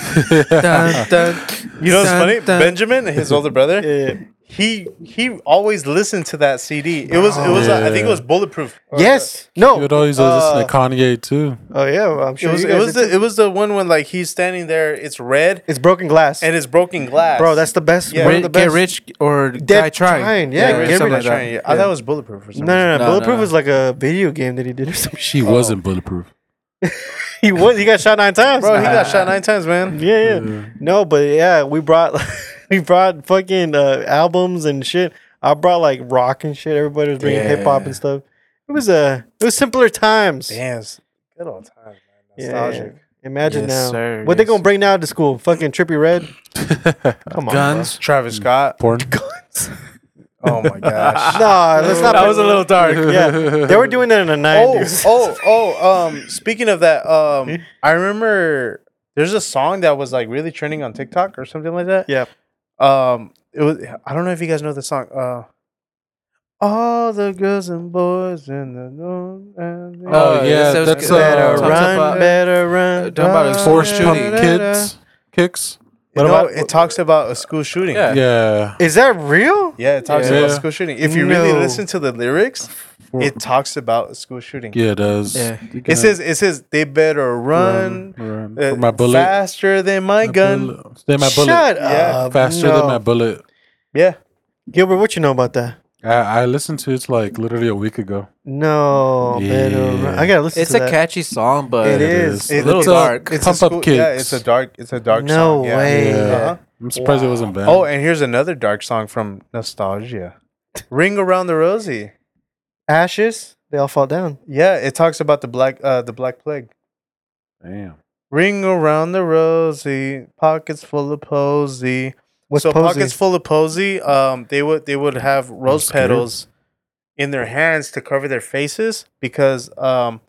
[SPEAKER 2] Dun, dun.
[SPEAKER 5] you know what's
[SPEAKER 2] Dun,
[SPEAKER 5] funny?
[SPEAKER 2] dun.
[SPEAKER 5] Benjamin, his older brother,
[SPEAKER 3] Yeah.
[SPEAKER 5] he he always listened to that CD. It was it was uh, I think it
[SPEAKER 3] Oh,
[SPEAKER 5] was bulletproof. Or-
[SPEAKER 3] yes.
[SPEAKER 4] You
[SPEAKER 3] No.
[SPEAKER 4] would always
[SPEAKER 3] Uh.
[SPEAKER 4] listen to Kanye too.
[SPEAKER 3] Oh yeah. well, I'm
[SPEAKER 5] It
[SPEAKER 3] sure.
[SPEAKER 5] was
[SPEAKER 3] you
[SPEAKER 5] it
[SPEAKER 3] guys did
[SPEAKER 5] was the
[SPEAKER 3] too.
[SPEAKER 5] it was the one when like he's standing there, it's red
[SPEAKER 3] it's broken glass.
[SPEAKER 5] and it's broken glass.
[SPEAKER 3] Bro, that's the best.
[SPEAKER 5] Yeah.
[SPEAKER 3] One
[SPEAKER 2] Ri-
[SPEAKER 3] of the
[SPEAKER 2] get
[SPEAKER 3] best.
[SPEAKER 2] rich or
[SPEAKER 3] Dead
[SPEAKER 2] die trying.
[SPEAKER 3] trying, yeah,
[SPEAKER 5] Red
[SPEAKER 3] get
[SPEAKER 5] Something
[SPEAKER 3] rid
[SPEAKER 5] like
[SPEAKER 3] of
[SPEAKER 5] that. I thought it was bulletproof
[SPEAKER 3] No,
[SPEAKER 5] or something.
[SPEAKER 3] no, no,
[SPEAKER 2] No, no,
[SPEAKER 3] Bulletproof
[SPEAKER 2] no.
[SPEAKER 3] was like a video game that he did or some shit.
[SPEAKER 4] She wasn't bulletproof.
[SPEAKER 3] He was. He got shot nine times.
[SPEAKER 5] Bro, he got shot nine times, man.
[SPEAKER 3] Yeah, yeah.
[SPEAKER 4] Yeah.
[SPEAKER 3] No, but yeah, we brought we brought fucking uh, albums and shit. I brought like rock and shit. Everybody was bringing hip hop and stuff. It was uh, it was simpler times.
[SPEAKER 5] Damn, it's good old time, man.
[SPEAKER 3] Yeah,
[SPEAKER 5] Nostalgic.
[SPEAKER 2] Yes,
[SPEAKER 3] Imagine now.
[SPEAKER 2] sir,
[SPEAKER 3] What they
[SPEAKER 2] yes.
[SPEAKER 3] gonna bring now to school? Fucking Trippy Red. Come on.
[SPEAKER 2] Guns.
[SPEAKER 5] Travis Scott.
[SPEAKER 4] Porn.
[SPEAKER 5] Oh my gosh.
[SPEAKER 3] Nah, that's not.
[SPEAKER 2] That was a little dark.
[SPEAKER 3] Yeah, they were doing that in the
[SPEAKER 5] oh,
[SPEAKER 3] nineties.
[SPEAKER 5] oh, oh, um, speaking of that, um, I remember there's a song that was like really trending on TikTok or something like that.
[SPEAKER 3] Yeah.
[SPEAKER 5] Um, it was, I don't know if you guys know the song. Uh, All the girls and boys in the room. and the-
[SPEAKER 4] Oh, yeah,
[SPEAKER 2] that
[SPEAKER 4] that's,
[SPEAKER 2] good.
[SPEAKER 5] better
[SPEAKER 4] uh,
[SPEAKER 2] Talks
[SPEAKER 5] run,
[SPEAKER 2] about-
[SPEAKER 5] better run.
[SPEAKER 2] talk about a
[SPEAKER 5] da-
[SPEAKER 2] school
[SPEAKER 4] Forced
[SPEAKER 5] da-
[SPEAKER 4] pump
[SPEAKER 5] da- da-
[SPEAKER 4] kids, kicks.
[SPEAKER 5] da.
[SPEAKER 4] What
[SPEAKER 5] no,
[SPEAKER 4] about-
[SPEAKER 5] it talks about a school shooting.
[SPEAKER 1] Yeah.
[SPEAKER 4] Yeah,
[SPEAKER 3] Is that real?
[SPEAKER 5] Yeah, it talks
[SPEAKER 4] Yeah.
[SPEAKER 5] about school shooting. If you really
[SPEAKER 3] No.
[SPEAKER 5] listen to the lyrics, it talks about school shooting.
[SPEAKER 4] yeah, it does.
[SPEAKER 2] Yeah.
[SPEAKER 4] You can
[SPEAKER 5] It says it says they better run,
[SPEAKER 1] Run.
[SPEAKER 5] uh,
[SPEAKER 4] For my bullet.
[SPEAKER 5] faster than my
[SPEAKER 4] have
[SPEAKER 5] gun.
[SPEAKER 4] bullet- Than my bullet.
[SPEAKER 3] Shut
[SPEAKER 5] Yeah.
[SPEAKER 3] up.
[SPEAKER 4] Faster
[SPEAKER 3] no.
[SPEAKER 4] than my bullet.
[SPEAKER 5] Yeah.
[SPEAKER 3] Gilbert, what you know about that?
[SPEAKER 4] I, I listened to it like literally a week ago.
[SPEAKER 3] No, better
[SPEAKER 4] Yeah.
[SPEAKER 3] run. I gotta listen
[SPEAKER 2] It's
[SPEAKER 3] to
[SPEAKER 2] a
[SPEAKER 3] that.
[SPEAKER 2] catchy song, but
[SPEAKER 3] It
[SPEAKER 4] It
[SPEAKER 3] is.
[SPEAKER 4] is.
[SPEAKER 5] It-
[SPEAKER 4] a little
[SPEAKER 5] it's a-
[SPEAKER 4] dark.
[SPEAKER 5] It's
[SPEAKER 4] Pump
[SPEAKER 5] a school,
[SPEAKER 4] up kids.
[SPEAKER 5] Yeah, it's a dark it's a dark
[SPEAKER 3] No
[SPEAKER 5] song. yeah.
[SPEAKER 3] way.
[SPEAKER 4] Yeah.
[SPEAKER 5] Uh-huh.
[SPEAKER 4] I'm surprised it wasn't banned.
[SPEAKER 5] Oh, and here's another dark song from Nostalgia. Ring around the Rosie.
[SPEAKER 3] Ashes, they all fall down.
[SPEAKER 5] Yeah, it talks about the black uh the black plague.
[SPEAKER 4] damn.
[SPEAKER 5] Ring around the rosy, pockets full of posy.
[SPEAKER 3] What's
[SPEAKER 5] so
[SPEAKER 3] posy?
[SPEAKER 5] pockets full of posy. Um, they would they would have rose
[SPEAKER 4] scared.
[SPEAKER 5] petals in their hands to cover their faces because um,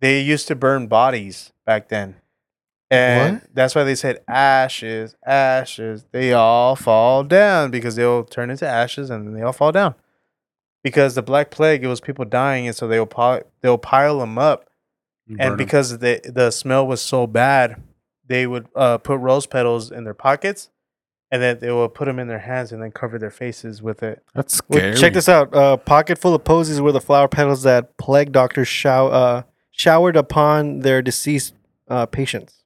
[SPEAKER 5] they used to burn bodies back then, and that's why they said ashes, ashes. They all fall down because they'll turn into ashes and then they all fall down. Because the Black Plague, it was people dying, and so they'll pi- they'll pile them up
[SPEAKER 4] You burn
[SPEAKER 5] and
[SPEAKER 4] 'em.
[SPEAKER 5] because the the smell was so bad, they would uh, put rose petals in their pockets, and then they would put them in their hands and then cover their faces with it.
[SPEAKER 4] that's
[SPEAKER 3] Well,
[SPEAKER 4] scary.
[SPEAKER 3] check this out. Uh, pocket full of posies were the flower petals that plague doctors show, uh, showered upon their deceased uh, patients.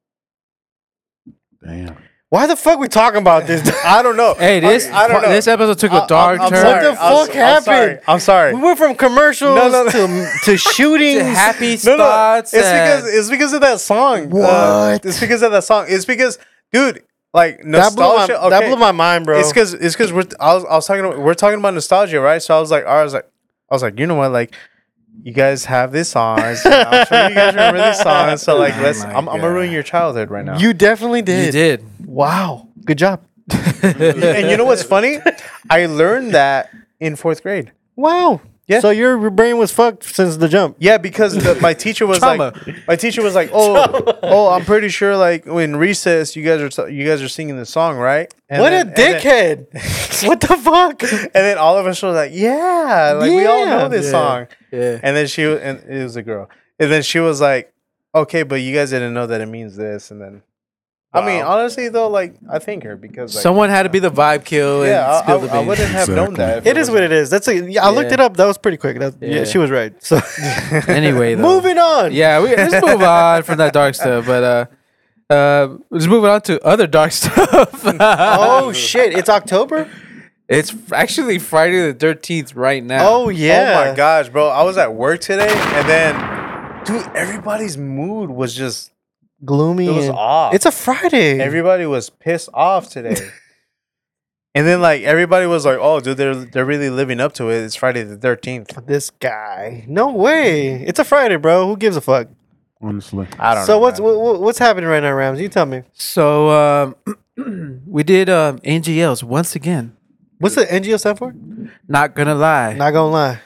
[SPEAKER 4] Damn.
[SPEAKER 3] Why the fuck we talking about this?
[SPEAKER 5] I don't know.
[SPEAKER 2] hey, this
[SPEAKER 5] I, I don't know.
[SPEAKER 2] this episode took a
[SPEAKER 5] I- I'm-
[SPEAKER 2] dark
[SPEAKER 5] I'm
[SPEAKER 2] turn.
[SPEAKER 5] sorry.
[SPEAKER 3] What the fuck
[SPEAKER 5] I'm so- I'm sorry.
[SPEAKER 3] happened?
[SPEAKER 5] I'm
[SPEAKER 3] we
[SPEAKER 5] sorry.
[SPEAKER 3] went from commercials
[SPEAKER 5] No, no, no.
[SPEAKER 3] to to shootings.
[SPEAKER 2] To happy
[SPEAKER 5] No, no.
[SPEAKER 2] spots.
[SPEAKER 5] It's because it's because of that song. Uh,
[SPEAKER 3] What?
[SPEAKER 5] it's because of that song. It's because, dude,
[SPEAKER 3] that,
[SPEAKER 5] like
[SPEAKER 3] blew my,
[SPEAKER 5] nostalgia.
[SPEAKER 3] that
[SPEAKER 5] okay.
[SPEAKER 3] blew my mind, bro.
[SPEAKER 5] It's because it's because we're I was, I was talking about, we're talking about nostalgia, right? So I was like, I was like, I was like, you know what, like. You guys have this song. I'm sure you guys remember this song. So like,
[SPEAKER 2] Oh
[SPEAKER 5] let's.
[SPEAKER 2] my
[SPEAKER 5] I'm, I'm gonna
[SPEAKER 2] God.
[SPEAKER 5] ruin your childhood right now.
[SPEAKER 3] you definitely did.
[SPEAKER 2] you did.
[SPEAKER 3] Wow, good job.
[SPEAKER 5] and you know what's funny? I learned that in fourth grade.
[SPEAKER 3] Wow.
[SPEAKER 5] Yeah.
[SPEAKER 3] So your brain was fucked since the jump.
[SPEAKER 5] Yeah, because the, my teacher was like, my teacher was like, oh, oh, I'm pretty sure like when recess, you guys are you guys are singing this song, right? And
[SPEAKER 3] what
[SPEAKER 5] then-
[SPEAKER 3] a
[SPEAKER 5] and then-
[SPEAKER 3] dickhead! what the fuck?
[SPEAKER 5] And then all of us were like, yeah, like we all
[SPEAKER 3] Yeah.
[SPEAKER 5] know this
[SPEAKER 2] Yeah.
[SPEAKER 5] song.
[SPEAKER 2] Yeah.
[SPEAKER 5] And then she wa- and it was a girl. And then she was like, okay, but you guys didn't know that it means this. And then, I mean,
[SPEAKER 3] Wow.
[SPEAKER 5] honestly though, like I thank her because like,
[SPEAKER 2] Someone had to be the vibe kill and
[SPEAKER 5] yeah, I,
[SPEAKER 2] spill the
[SPEAKER 5] I, I
[SPEAKER 2] beans.
[SPEAKER 5] wouldn't have known
[SPEAKER 4] Exactly.
[SPEAKER 5] that. if
[SPEAKER 3] It is what
[SPEAKER 5] wasn't-
[SPEAKER 3] it is. That's a. yeah, I looked
[SPEAKER 2] Yeah.
[SPEAKER 3] it up. That was pretty quick. That, yeah.
[SPEAKER 2] Yeah.
[SPEAKER 3] she was right. So
[SPEAKER 2] anyway, though.
[SPEAKER 3] moving on.
[SPEAKER 2] Yeah, we let's move on from that dark stuff, but uh, uh, let's move on to other dark stuff.
[SPEAKER 3] Oh shit! It's October.
[SPEAKER 2] It's f- actually Friday the Thirteenth right now.
[SPEAKER 3] Oh yeah.
[SPEAKER 5] Oh my gosh, bro. I was at work today and then dude, everybody's mood was just
[SPEAKER 3] Gloomy.
[SPEAKER 5] it was
[SPEAKER 3] and-
[SPEAKER 5] off.
[SPEAKER 3] It's a Friday.
[SPEAKER 5] everybody was pissed off today. and then like everybody was like, "Oh, dude, they're they're really living up to it. It's Friday the 13th."
[SPEAKER 3] this guy. No way. It's a Friday, bro. Who gives a fuck?
[SPEAKER 4] Honestly.
[SPEAKER 5] I don't know.
[SPEAKER 3] so what's
[SPEAKER 5] man.
[SPEAKER 3] what, what's happening right now, Rams? You tell me.
[SPEAKER 2] So um, we did um, NGLs once again.
[SPEAKER 3] What's the NGO stand for?
[SPEAKER 2] Not gonna lie,
[SPEAKER 3] Not gonna lie.
[SPEAKER 5] Is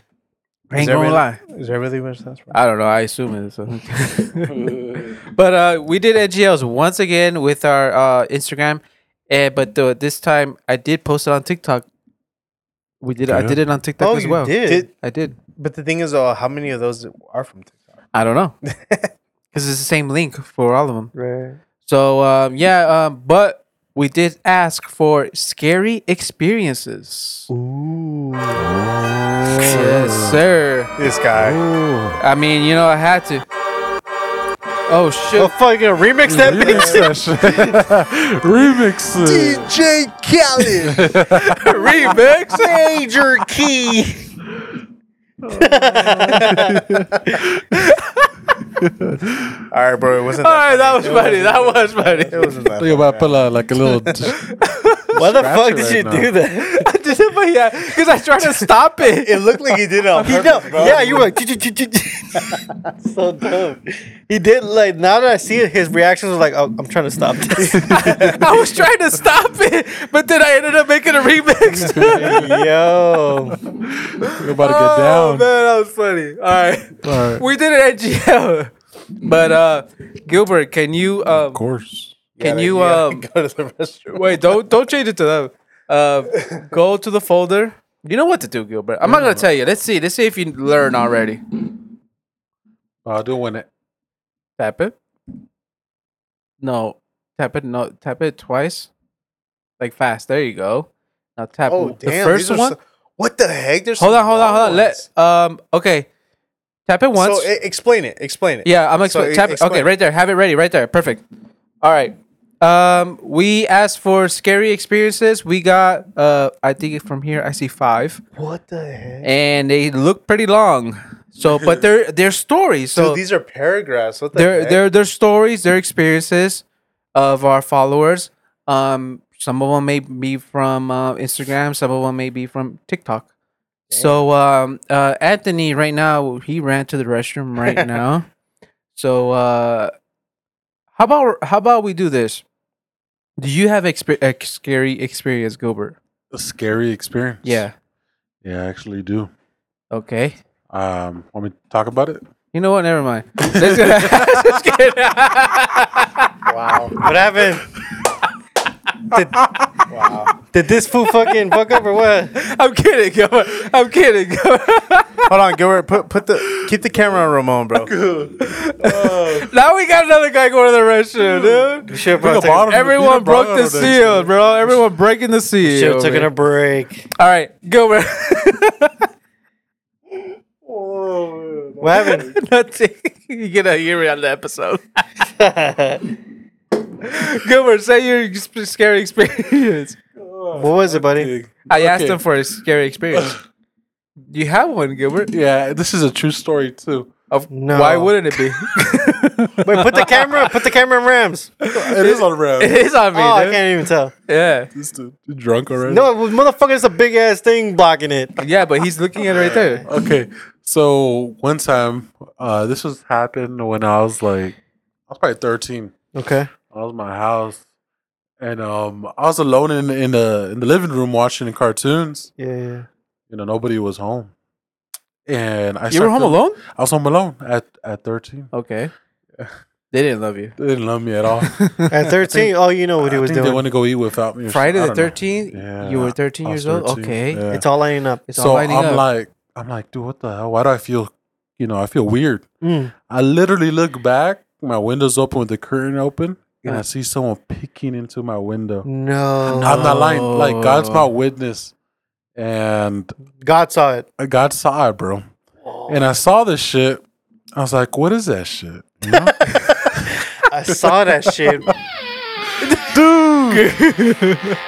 [SPEAKER 2] ain't
[SPEAKER 5] there
[SPEAKER 2] gonna
[SPEAKER 5] really-
[SPEAKER 2] lie.
[SPEAKER 5] Is there really much that's
[SPEAKER 2] I don't know. I assume it is. but uh, we did NGLs once again with our uh, Instagram, and but the, this time I did post it on TikTok. We did. I
[SPEAKER 4] Yeah.
[SPEAKER 2] did it on TikTok
[SPEAKER 3] Oh,
[SPEAKER 2] as
[SPEAKER 3] you
[SPEAKER 2] well.
[SPEAKER 3] did.
[SPEAKER 5] Did-
[SPEAKER 2] I did.
[SPEAKER 5] But the thing is, uh, how many of those are from TikTok?
[SPEAKER 2] I don't know because it's the same link for all of them.
[SPEAKER 3] Right.
[SPEAKER 2] So um, yeah, um, but we did ask for scary experiences.
[SPEAKER 3] Ooh.
[SPEAKER 2] Yes, sir.
[SPEAKER 5] This guy.
[SPEAKER 4] Ooh.
[SPEAKER 2] I mean, you know, I had to. Oh
[SPEAKER 3] Oh
[SPEAKER 2] shit!
[SPEAKER 3] fuck! You gonna remix that
[SPEAKER 4] Remix
[SPEAKER 3] bitch?
[SPEAKER 4] that shit. Remix it.
[SPEAKER 5] DJ Khaled.
[SPEAKER 2] Remix.
[SPEAKER 3] Major key.
[SPEAKER 5] All right, bro. It wasn't.
[SPEAKER 2] All
[SPEAKER 5] That
[SPEAKER 2] right, that was funny. That was funny.
[SPEAKER 5] it wasn't that.
[SPEAKER 4] Think about pull out like a little.
[SPEAKER 3] Why the
[SPEAKER 4] Scratch it
[SPEAKER 3] fuck did
[SPEAKER 4] right
[SPEAKER 3] you
[SPEAKER 4] now.
[SPEAKER 3] do that?
[SPEAKER 2] I did it, but yeah, because I tried to stop it.
[SPEAKER 5] It looked like he did it on
[SPEAKER 3] He
[SPEAKER 5] purpose,
[SPEAKER 3] no,
[SPEAKER 5] bro.
[SPEAKER 3] yeah, you were like, so dumb. He did like now that I see it, his reactions was like, oh, I'm trying to stop this.
[SPEAKER 2] I was trying to stop it, but then I ended up making a remix.
[SPEAKER 3] Yo,
[SPEAKER 4] You're about to
[SPEAKER 3] Oh,
[SPEAKER 4] get down. uh,
[SPEAKER 2] man, that was funny. All right,
[SPEAKER 4] All right.
[SPEAKER 2] we did it at GL. But uh, Gilbert, can you um,
[SPEAKER 4] Of course.
[SPEAKER 2] can
[SPEAKER 5] gotta-
[SPEAKER 2] you
[SPEAKER 5] gotta
[SPEAKER 2] um,
[SPEAKER 5] go to the restroom?
[SPEAKER 2] wait? Don't don't change it to them. Uh, go to the folder
[SPEAKER 6] You know what to do, Gilbert. I'm not gonna tell you. Let's see. Let's see if you learn already.
[SPEAKER 4] I'll do when it.
[SPEAKER 6] Tap it.
[SPEAKER 2] No, tap it. No, tap it twice, like fast. There you go. Now tap
[SPEAKER 5] Oh,
[SPEAKER 2] the
[SPEAKER 5] damn.
[SPEAKER 2] first
[SPEAKER 5] these are
[SPEAKER 2] one.
[SPEAKER 5] so- what the heck? There's
[SPEAKER 2] hold
[SPEAKER 5] some
[SPEAKER 2] on, hold on,
[SPEAKER 5] long
[SPEAKER 2] hold on.
[SPEAKER 5] ones.
[SPEAKER 2] Let um. Okay, tap it once.
[SPEAKER 5] So e- explain it. Explain it.
[SPEAKER 2] yeah, I'm explaining.
[SPEAKER 5] e-
[SPEAKER 2] tap it. Okay,
[SPEAKER 5] explain.
[SPEAKER 2] right there. Have it ready. Right there. Perfect. All right. Um, we asked for scary experiences. We got uh, I think from here I see five,
[SPEAKER 5] What the heck?
[SPEAKER 2] and they look pretty long. So, but they're they're stories. So
[SPEAKER 5] Dude, these are paragraphs. What the
[SPEAKER 2] their
[SPEAKER 5] heck?
[SPEAKER 2] their their stories, their experiences of our followers. Um, some of them may be from uh, Instagram, some of them may be from TikTok. So um, uh, Anthony, right now, he ran to the restroom right now. So uh, how about how about we do this? Do you have exper- a scary experience, Gilbert?
[SPEAKER 4] A scary experience.
[SPEAKER 2] Yeah.
[SPEAKER 4] Yeah, I actually do.
[SPEAKER 2] Okay.
[SPEAKER 4] Um, want me to talk about it?
[SPEAKER 2] You know what? Never mind. Let's go. Just kidding.
[SPEAKER 5] wow.
[SPEAKER 3] What happened?
[SPEAKER 5] Wow.
[SPEAKER 3] Did this fool fucking fuck up or what?
[SPEAKER 2] I'm kidding. Gilbert. I'm kidding. Gilbert.
[SPEAKER 5] Hold on, Gilbert. Put put the keep the camera on Ramon, bro.
[SPEAKER 2] Now we got another guy going to the restroom, dude.
[SPEAKER 3] Should've
[SPEAKER 4] Bring a
[SPEAKER 3] probably
[SPEAKER 4] bottle
[SPEAKER 3] taken-
[SPEAKER 4] to the
[SPEAKER 2] Everyone
[SPEAKER 4] beer
[SPEAKER 2] broke
[SPEAKER 4] bottle
[SPEAKER 2] the
[SPEAKER 4] there,
[SPEAKER 2] seal,
[SPEAKER 4] dude.
[SPEAKER 2] bro. Everyone breaking the
[SPEAKER 3] should've
[SPEAKER 2] seal.
[SPEAKER 3] taken a break.
[SPEAKER 2] All right, Gilbert.
[SPEAKER 3] What happened?
[SPEAKER 2] Nothing. you get to hear it on the episode. Gilbert, say your ex- scary experience.
[SPEAKER 3] what was it, buddy?
[SPEAKER 2] I asked
[SPEAKER 4] Okay.
[SPEAKER 2] him for a scary experience. Do you have one, Gilbert?
[SPEAKER 4] Yeah, this is a true story too.
[SPEAKER 2] Of
[SPEAKER 3] No.
[SPEAKER 2] Why wouldn't it be?
[SPEAKER 3] Wait, put the camera. Put the camera in Rams. Oh,
[SPEAKER 4] It is on
[SPEAKER 2] it
[SPEAKER 4] Ram.
[SPEAKER 2] is on me.
[SPEAKER 3] I
[SPEAKER 2] dude.
[SPEAKER 3] can't even tell.
[SPEAKER 2] Yeah,
[SPEAKER 4] This dude you drunk already.
[SPEAKER 3] No, well, motherfucker, it's a big ass thing blocking it.
[SPEAKER 2] yeah, but he's looking at it right there.
[SPEAKER 4] Okay, so one time, uh, this was happened when I was like, I was probably thirteen.
[SPEAKER 3] Okay.
[SPEAKER 4] I was in my house, and um, I was alone in in the in the living room watching cartoons.
[SPEAKER 3] Yeah. yeah.
[SPEAKER 4] You know, nobody was home, and I
[SPEAKER 2] You were
[SPEAKER 4] started-
[SPEAKER 2] home alone.
[SPEAKER 4] I was home alone at at thirteen.
[SPEAKER 2] Okay. They didn't love you.
[SPEAKER 4] They didn't love me at all.
[SPEAKER 3] At 13, oh, you know what he
[SPEAKER 4] I
[SPEAKER 3] was
[SPEAKER 4] think They
[SPEAKER 3] doing.
[SPEAKER 4] want to go eat without me. or
[SPEAKER 2] Friday
[SPEAKER 4] something.
[SPEAKER 2] the
[SPEAKER 4] I don't know.
[SPEAKER 2] thirteenth.
[SPEAKER 4] Yeah,
[SPEAKER 2] you
[SPEAKER 4] I-
[SPEAKER 2] were thirteen
[SPEAKER 4] I
[SPEAKER 2] years
[SPEAKER 4] was
[SPEAKER 2] old.
[SPEAKER 4] 13,
[SPEAKER 2] Okay.
[SPEAKER 4] yeah.
[SPEAKER 3] It's all lining up.
[SPEAKER 2] It's all
[SPEAKER 4] so I'm
[SPEAKER 2] lining up.
[SPEAKER 4] like, I'm like, dude, what the hell? Why do I feel, you know, I feel weird.
[SPEAKER 3] Mm.
[SPEAKER 4] I literally look back, my window's open with the curtain open, and I see someone peeking into my window.
[SPEAKER 3] No.
[SPEAKER 4] I'm not lying. Like God's
[SPEAKER 2] No.
[SPEAKER 4] my witness, and
[SPEAKER 3] God saw it.
[SPEAKER 4] God saw it, bro. And I saw this shit. I was like, what is that shit? You know?
[SPEAKER 3] I saw that shit.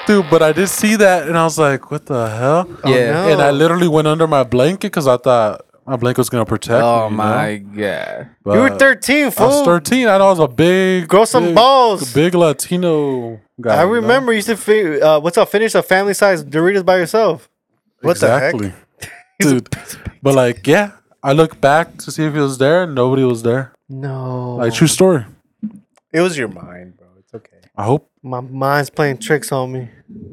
[SPEAKER 4] Dude, but I did see that, and I was like, what the hell?
[SPEAKER 2] Yeah.
[SPEAKER 3] Oh, no.
[SPEAKER 4] And I literally went under my blanket because I thought my blanket was gonna protect me.
[SPEAKER 2] Oh
[SPEAKER 4] you know?
[SPEAKER 2] my god.
[SPEAKER 4] But
[SPEAKER 3] You were 13,
[SPEAKER 4] I
[SPEAKER 3] fool.
[SPEAKER 4] was 13. I know I was a big,
[SPEAKER 3] Oh. Grow some
[SPEAKER 4] big-
[SPEAKER 3] balls.
[SPEAKER 4] big Latino guy.
[SPEAKER 3] I
[SPEAKER 4] you know?
[SPEAKER 3] remember you used to fi- uh, what's up? Finish a family size Doritos by yourself.
[SPEAKER 5] What the heck?
[SPEAKER 4] exactly, dude. But like, yeah, I looked back to see if he was there, and nobody was there.
[SPEAKER 3] No,
[SPEAKER 4] Like, true story.
[SPEAKER 5] It was your mind, bro. It's okay.
[SPEAKER 4] I hope.
[SPEAKER 3] my mind's playing tricks on me.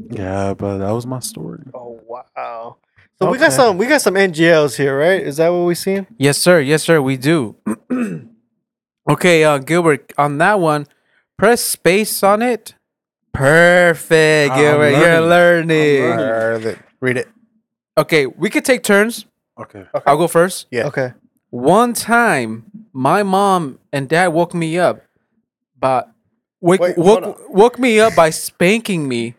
[SPEAKER 4] Yeah, but that was my story.
[SPEAKER 3] Oh wow! So we got
[SPEAKER 4] Okay.
[SPEAKER 3] some we got some NGLs here, right? Is that what we seen?
[SPEAKER 2] Yes, sir. Yes, sir. We do. okay, uh, Gilbert, on that one, press space on it. Perfect,
[SPEAKER 4] I'm
[SPEAKER 2] Gilbert. You're learning.
[SPEAKER 5] Alright, Read it.
[SPEAKER 2] Okay, we could take turns.
[SPEAKER 4] Okay.
[SPEAKER 2] I'll go first.
[SPEAKER 5] Yeah.
[SPEAKER 3] Okay.
[SPEAKER 2] One time, my mom and dad woke me up, but wake,
[SPEAKER 5] Wait, hold
[SPEAKER 2] woke, woke me up by spanking me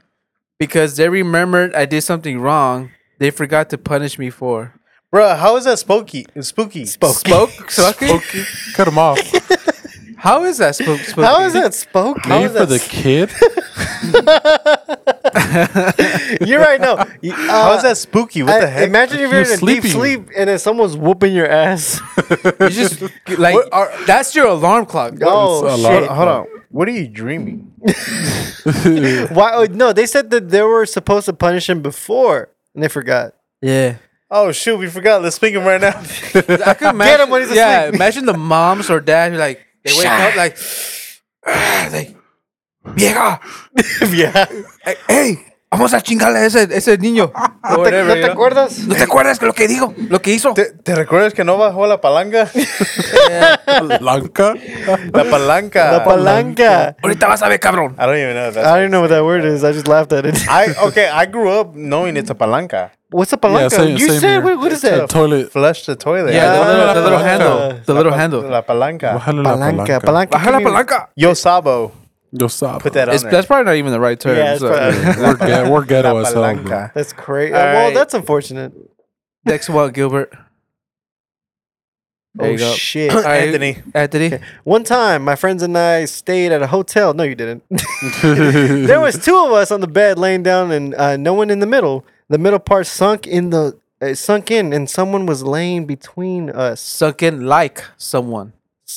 [SPEAKER 2] because they remembered I did something wrong. They forgot to punish me for.
[SPEAKER 5] Bro, how is that spooky? Spooky. Spooky.
[SPEAKER 2] Spoke, spoke.
[SPEAKER 4] Cut him off.
[SPEAKER 2] How is that spoke? spooky?
[SPEAKER 3] How is that spoken?
[SPEAKER 4] Me for the kid.
[SPEAKER 3] You're right. No. You-
[SPEAKER 5] How
[SPEAKER 3] uh,
[SPEAKER 5] is that spooky? What
[SPEAKER 3] I-
[SPEAKER 5] the heck?
[SPEAKER 3] Imagine if you're, in a
[SPEAKER 4] You're sleeping.
[SPEAKER 3] deep sleep and then someone's whooping your ass.
[SPEAKER 2] You just like
[SPEAKER 5] What are-
[SPEAKER 2] that's your alarm clock.
[SPEAKER 3] oh
[SPEAKER 4] It's a lot.
[SPEAKER 5] Hold,
[SPEAKER 3] shit!
[SPEAKER 5] hold on. What are you dreaming?
[SPEAKER 3] Why? oh, No, they said that they were supposed to punish him before, and they forgot.
[SPEAKER 2] Yeah,
[SPEAKER 5] Oh shoot, we forgot. Let's speak him right now.
[SPEAKER 2] I can imagine.
[SPEAKER 3] him when he's
[SPEAKER 2] yeah,
[SPEAKER 3] asleep.
[SPEAKER 2] imagine the moms or dads who, like they wake up like, ah, like, vieja,
[SPEAKER 3] yeah.
[SPEAKER 2] hey, Vamos a chingarle a ese, ese niño. O whatever, you know?
[SPEAKER 5] acuerdas?
[SPEAKER 2] ¿No te acuerdas que lo que digo? Lo que hizo.
[SPEAKER 5] ¿Te, te recuerdas que no bajó la palanca?
[SPEAKER 4] Lanka.
[SPEAKER 5] La palanca.
[SPEAKER 3] La palanca.
[SPEAKER 2] Ahorita vas a ver, cabrón.
[SPEAKER 5] I don't even know if that's.
[SPEAKER 3] I don't know what that word is. I just laughed at it.
[SPEAKER 5] I okay. I grew up knowing it's a palanca.
[SPEAKER 3] What's a palanka?
[SPEAKER 4] same-
[SPEAKER 3] you
[SPEAKER 4] same
[SPEAKER 3] said,
[SPEAKER 4] here.
[SPEAKER 3] wait, what is
[SPEAKER 4] The
[SPEAKER 3] that?
[SPEAKER 4] toilet.
[SPEAKER 5] Flush the toilet.
[SPEAKER 2] Yeah, the little, the little
[SPEAKER 3] Ah.
[SPEAKER 2] handle. The little handle.
[SPEAKER 5] La palanca.
[SPEAKER 4] Bájale la palanca.
[SPEAKER 3] Palanca, palanca.
[SPEAKER 2] Baja
[SPEAKER 3] can
[SPEAKER 2] la
[SPEAKER 3] mean-
[SPEAKER 2] palanca.
[SPEAKER 5] Yo sabo.
[SPEAKER 4] Yo stop.
[SPEAKER 5] Put that on
[SPEAKER 2] It's,
[SPEAKER 5] there.
[SPEAKER 2] that's probably not even the right term.
[SPEAKER 3] Yeah, it's
[SPEAKER 2] so-
[SPEAKER 3] probably-
[SPEAKER 4] We're, ge- we're ghetto
[SPEAKER 5] La
[SPEAKER 4] as hell. bro.
[SPEAKER 5] palanca.
[SPEAKER 3] That's crazy.
[SPEAKER 5] All
[SPEAKER 3] Well,
[SPEAKER 5] right.
[SPEAKER 3] that's unfortunate.
[SPEAKER 2] Next one, Gilbert. There
[SPEAKER 3] oh
[SPEAKER 2] you go.
[SPEAKER 3] shit!
[SPEAKER 2] All right,
[SPEAKER 5] Anthony.
[SPEAKER 2] Anthony.
[SPEAKER 3] One time, my friends and I stayed at a hotel. No, you didn't. there was two of us on the bed laying down, and uh, no one in the middle. The middle part sunk in the it sunk in, and someone was laying between us.
[SPEAKER 2] Sunk in like someone.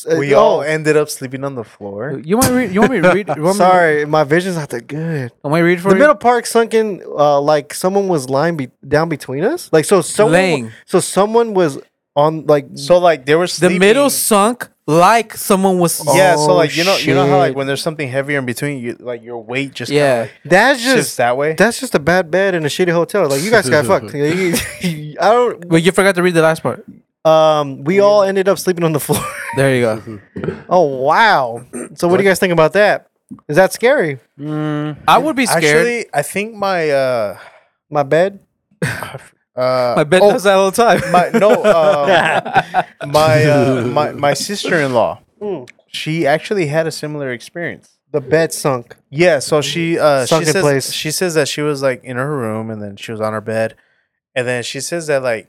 [SPEAKER 3] Uh,
[SPEAKER 5] We
[SPEAKER 3] oh,
[SPEAKER 5] all ended up sleeping on the floor.
[SPEAKER 2] You want me read? You want me to read? You want me,
[SPEAKER 3] Sorry, my vision's not that good.
[SPEAKER 2] You want me to read for
[SPEAKER 3] The
[SPEAKER 2] you?
[SPEAKER 3] middle park sunk in, uh, like someone was lying be- down between us. Like so, someone.
[SPEAKER 2] Laying.
[SPEAKER 3] So someone was on like.
[SPEAKER 5] So like they were
[SPEAKER 2] The
[SPEAKER 5] sleeping.
[SPEAKER 2] middle sunk like someone was.
[SPEAKER 5] Yeah, so like you know, you know how like
[SPEAKER 3] shit.
[SPEAKER 5] when there's something heavier in between, you like your weight just kinda,
[SPEAKER 2] Oh, Yeah.
[SPEAKER 5] like,
[SPEAKER 3] That's
[SPEAKER 5] shifts
[SPEAKER 3] just
[SPEAKER 5] that way.
[SPEAKER 3] that's just a bad bed in a shitty hotel. Like you guys got fucked. Like, you- I don't.
[SPEAKER 2] But you forgot to read the last part.
[SPEAKER 3] Um, we all ended up sleeping on the floor.
[SPEAKER 2] There you go.
[SPEAKER 3] oh wow! So what do you guys think about that? Is that scary?
[SPEAKER 2] I would be scared.
[SPEAKER 5] Actually, I think my uh
[SPEAKER 3] My bed.
[SPEAKER 5] uh
[SPEAKER 2] My bed
[SPEAKER 5] oh,
[SPEAKER 2] does that all the time.
[SPEAKER 5] my no
[SPEAKER 3] uh,
[SPEAKER 5] um, my uh, my my sister-in-law. She actually had a similar experience.
[SPEAKER 3] The bed sunk.
[SPEAKER 5] Yeah, so she uh she
[SPEAKER 3] Sunken
[SPEAKER 5] says
[SPEAKER 3] place.
[SPEAKER 5] she says that she was like in her room and then she was on her bed and then she says that like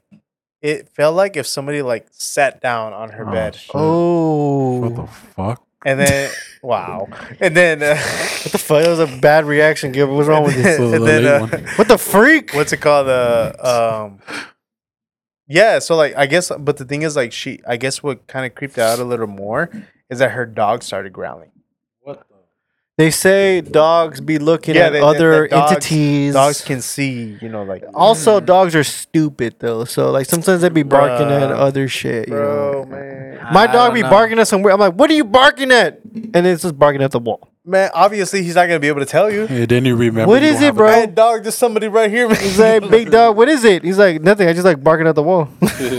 [SPEAKER 5] it felt like if somebody like sat down on her
[SPEAKER 4] Oh,
[SPEAKER 5] bed
[SPEAKER 4] shit. What
[SPEAKER 3] Oh,
[SPEAKER 4] the fuck?
[SPEAKER 5] and then wow and then uh,
[SPEAKER 3] what the fuck? That was a bad reaction. Gib, what's wrong with you?
[SPEAKER 4] This was
[SPEAKER 5] and
[SPEAKER 4] the
[SPEAKER 5] then
[SPEAKER 4] late
[SPEAKER 5] uh,
[SPEAKER 4] one.
[SPEAKER 3] What the freak?
[SPEAKER 5] what's it called uh, um yeah so like i guess but the thing is like she i guess what kind of creeped her out a little more is that her dog started growling
[SPEAKER 3] They say dogs be looking
[SPEAKER 5] Yeah,
[SPEAKER 3] at
[SPEAKER 5] they- they-
[SPEAKER 3] other
[SPEAKER 5] that dogs-
[SPEAKER 3] entities.
[SPEAKER 5] dogs can see you know like
[SPEAKER 3] also, dogs are stupid though. So like sometimes they be barking at
[SPEAKER 5] Bruh.
[SPEAKER 3] other shit. you know?
[SPEAKER 5] bro man
[SPEAKER 2] I
[SPEAKER 3] My dog
[SPEAKER 2] don't
[SPEAKER 3] be
[SPEAKER 2] know.
[SPEAKER 3] barking at somewhere. I'm like, what are you barking at? And it's just barking at the wall.
[SPEAKER 5] man obviously he's not gonna be able to tell you
[SPEAKER 4] Hey, then you remember.
[SPEAKER 3] What
[SPEAKER 4] you
[SPEAKER 3] is
[SPEAKER 4] don't have
[SPEAKER 3] it,
[SPEAKER 4] a-
[SPEAKER 3] bro?
[SPEAKER 5] hey dog there's somebody right here man.
[SPEAKER 3] He's like, big dog, what is it? He's like, nothing. I just like barking at the wall.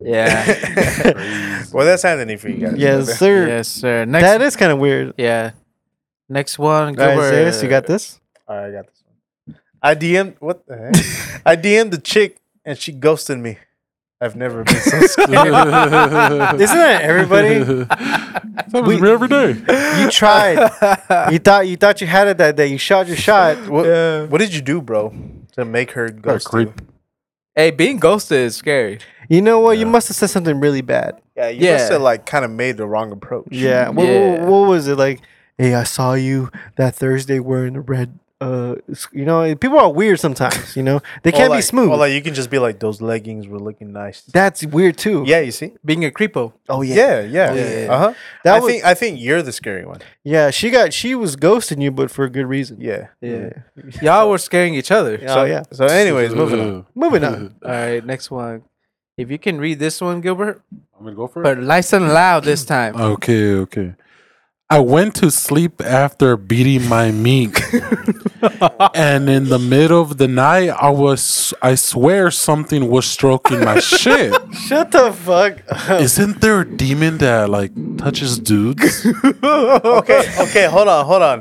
[SPEAKER 2] yeah.
[SPEAKER 5] well that's anthony for you guys
[SPEAKER 3] yes, sir.
[SPEAKER 2] yes, sir. Next.
[SPEAKER 3] That is kind of weird.
[SPEAKER 2] yeah. Next one,
[SPEAKER 3] All right,
[SPEAKER 2] Gilbert.
[SPEAKER 3] Zeus, you got this?
[SPEAKER 5] All right, I got this one. I DM what the heck? I DM'd the chick and she ghosted me. I've never been so scared.
[SPEAKER 3] Isn't that everybody?
[SPEAKER 4] That was me every day.
[SPEAKER 3] you tried. You thought you thought you had it that day. You shot your shot.
[SPEAKER 5] what, what did you do, bro, to make her ghost you?
[SPEAKER 4] creep.
[SPEAKER 2] Hey, being ghosted is scary.
[SPEAKER 3] You know what? You must have said something really bad.
[SPEAKER 5] Yeah, you
[SPEAKER 2] Yeah.
[SPEAKER 5] must have like kind of made the wrong approach.
[SPEAKER 3] Yeah. What,
[SPEAKER 2] Yeah.
[SPEAKER 3] What, what was it like? Hey, I saw you that Thursday wearing the red. Uh, s- you know, people are weird sometimes. You know, they
[SPEAKER 5] Or
[SPEAKER 3] can't be
[SPEAKER 5] like-
[SPEAKER 3] smooth.
[SPEAKER 5] Or like you can just be like, those leggings were looking nice.
[SPEAKER 3] That's weird too.
[SPEAKER 5] yeah, you see.
[SPEAKER 2] Being a creepo.
[SPEAKER 3] Oh yeah.
[SPEAKER 5] Yeah, yeah,
[SPEAKER 2] yeah.
[SPEAKER 5] uh huh.
[SPEAKER 3] That
[SPEAKER 5] I
[SPEAKER 3] was-
[SPEAKER 5] think I think you're the scary one.
[SPEAKER 3] Yeah, she got she was ghosting you, but for a good reason.
[SPEAKER 5] Yeah.
[SPEAKER 2] Yeah. Y'all were scaring each other.
[SPEAKER 3] Oh
[SPEAKER 5] so,
[SPEAKER 3] yeah.
[SPEAKER 5] So, anyways, moving on.
[SPEAKER 3] Moving on.
[SPEAKER 2] All right, next one. If you can read this one, Gilbert,
[SPEAKER 4] I'm gonna go for
[SPEAKER 2] but nice and loud this time.
[SPEAKER 4] Okay, okay. I went to sleep after beating my meat. and in the middle of the night, I was I swear something was stroking my shit.
[SPEAKER 3] Shut the fuck. up.
[SPEAKER 4] Isn't there a demon that like touches dudes?
[SPEAKER 5] Okay, okay, hold on, hold on.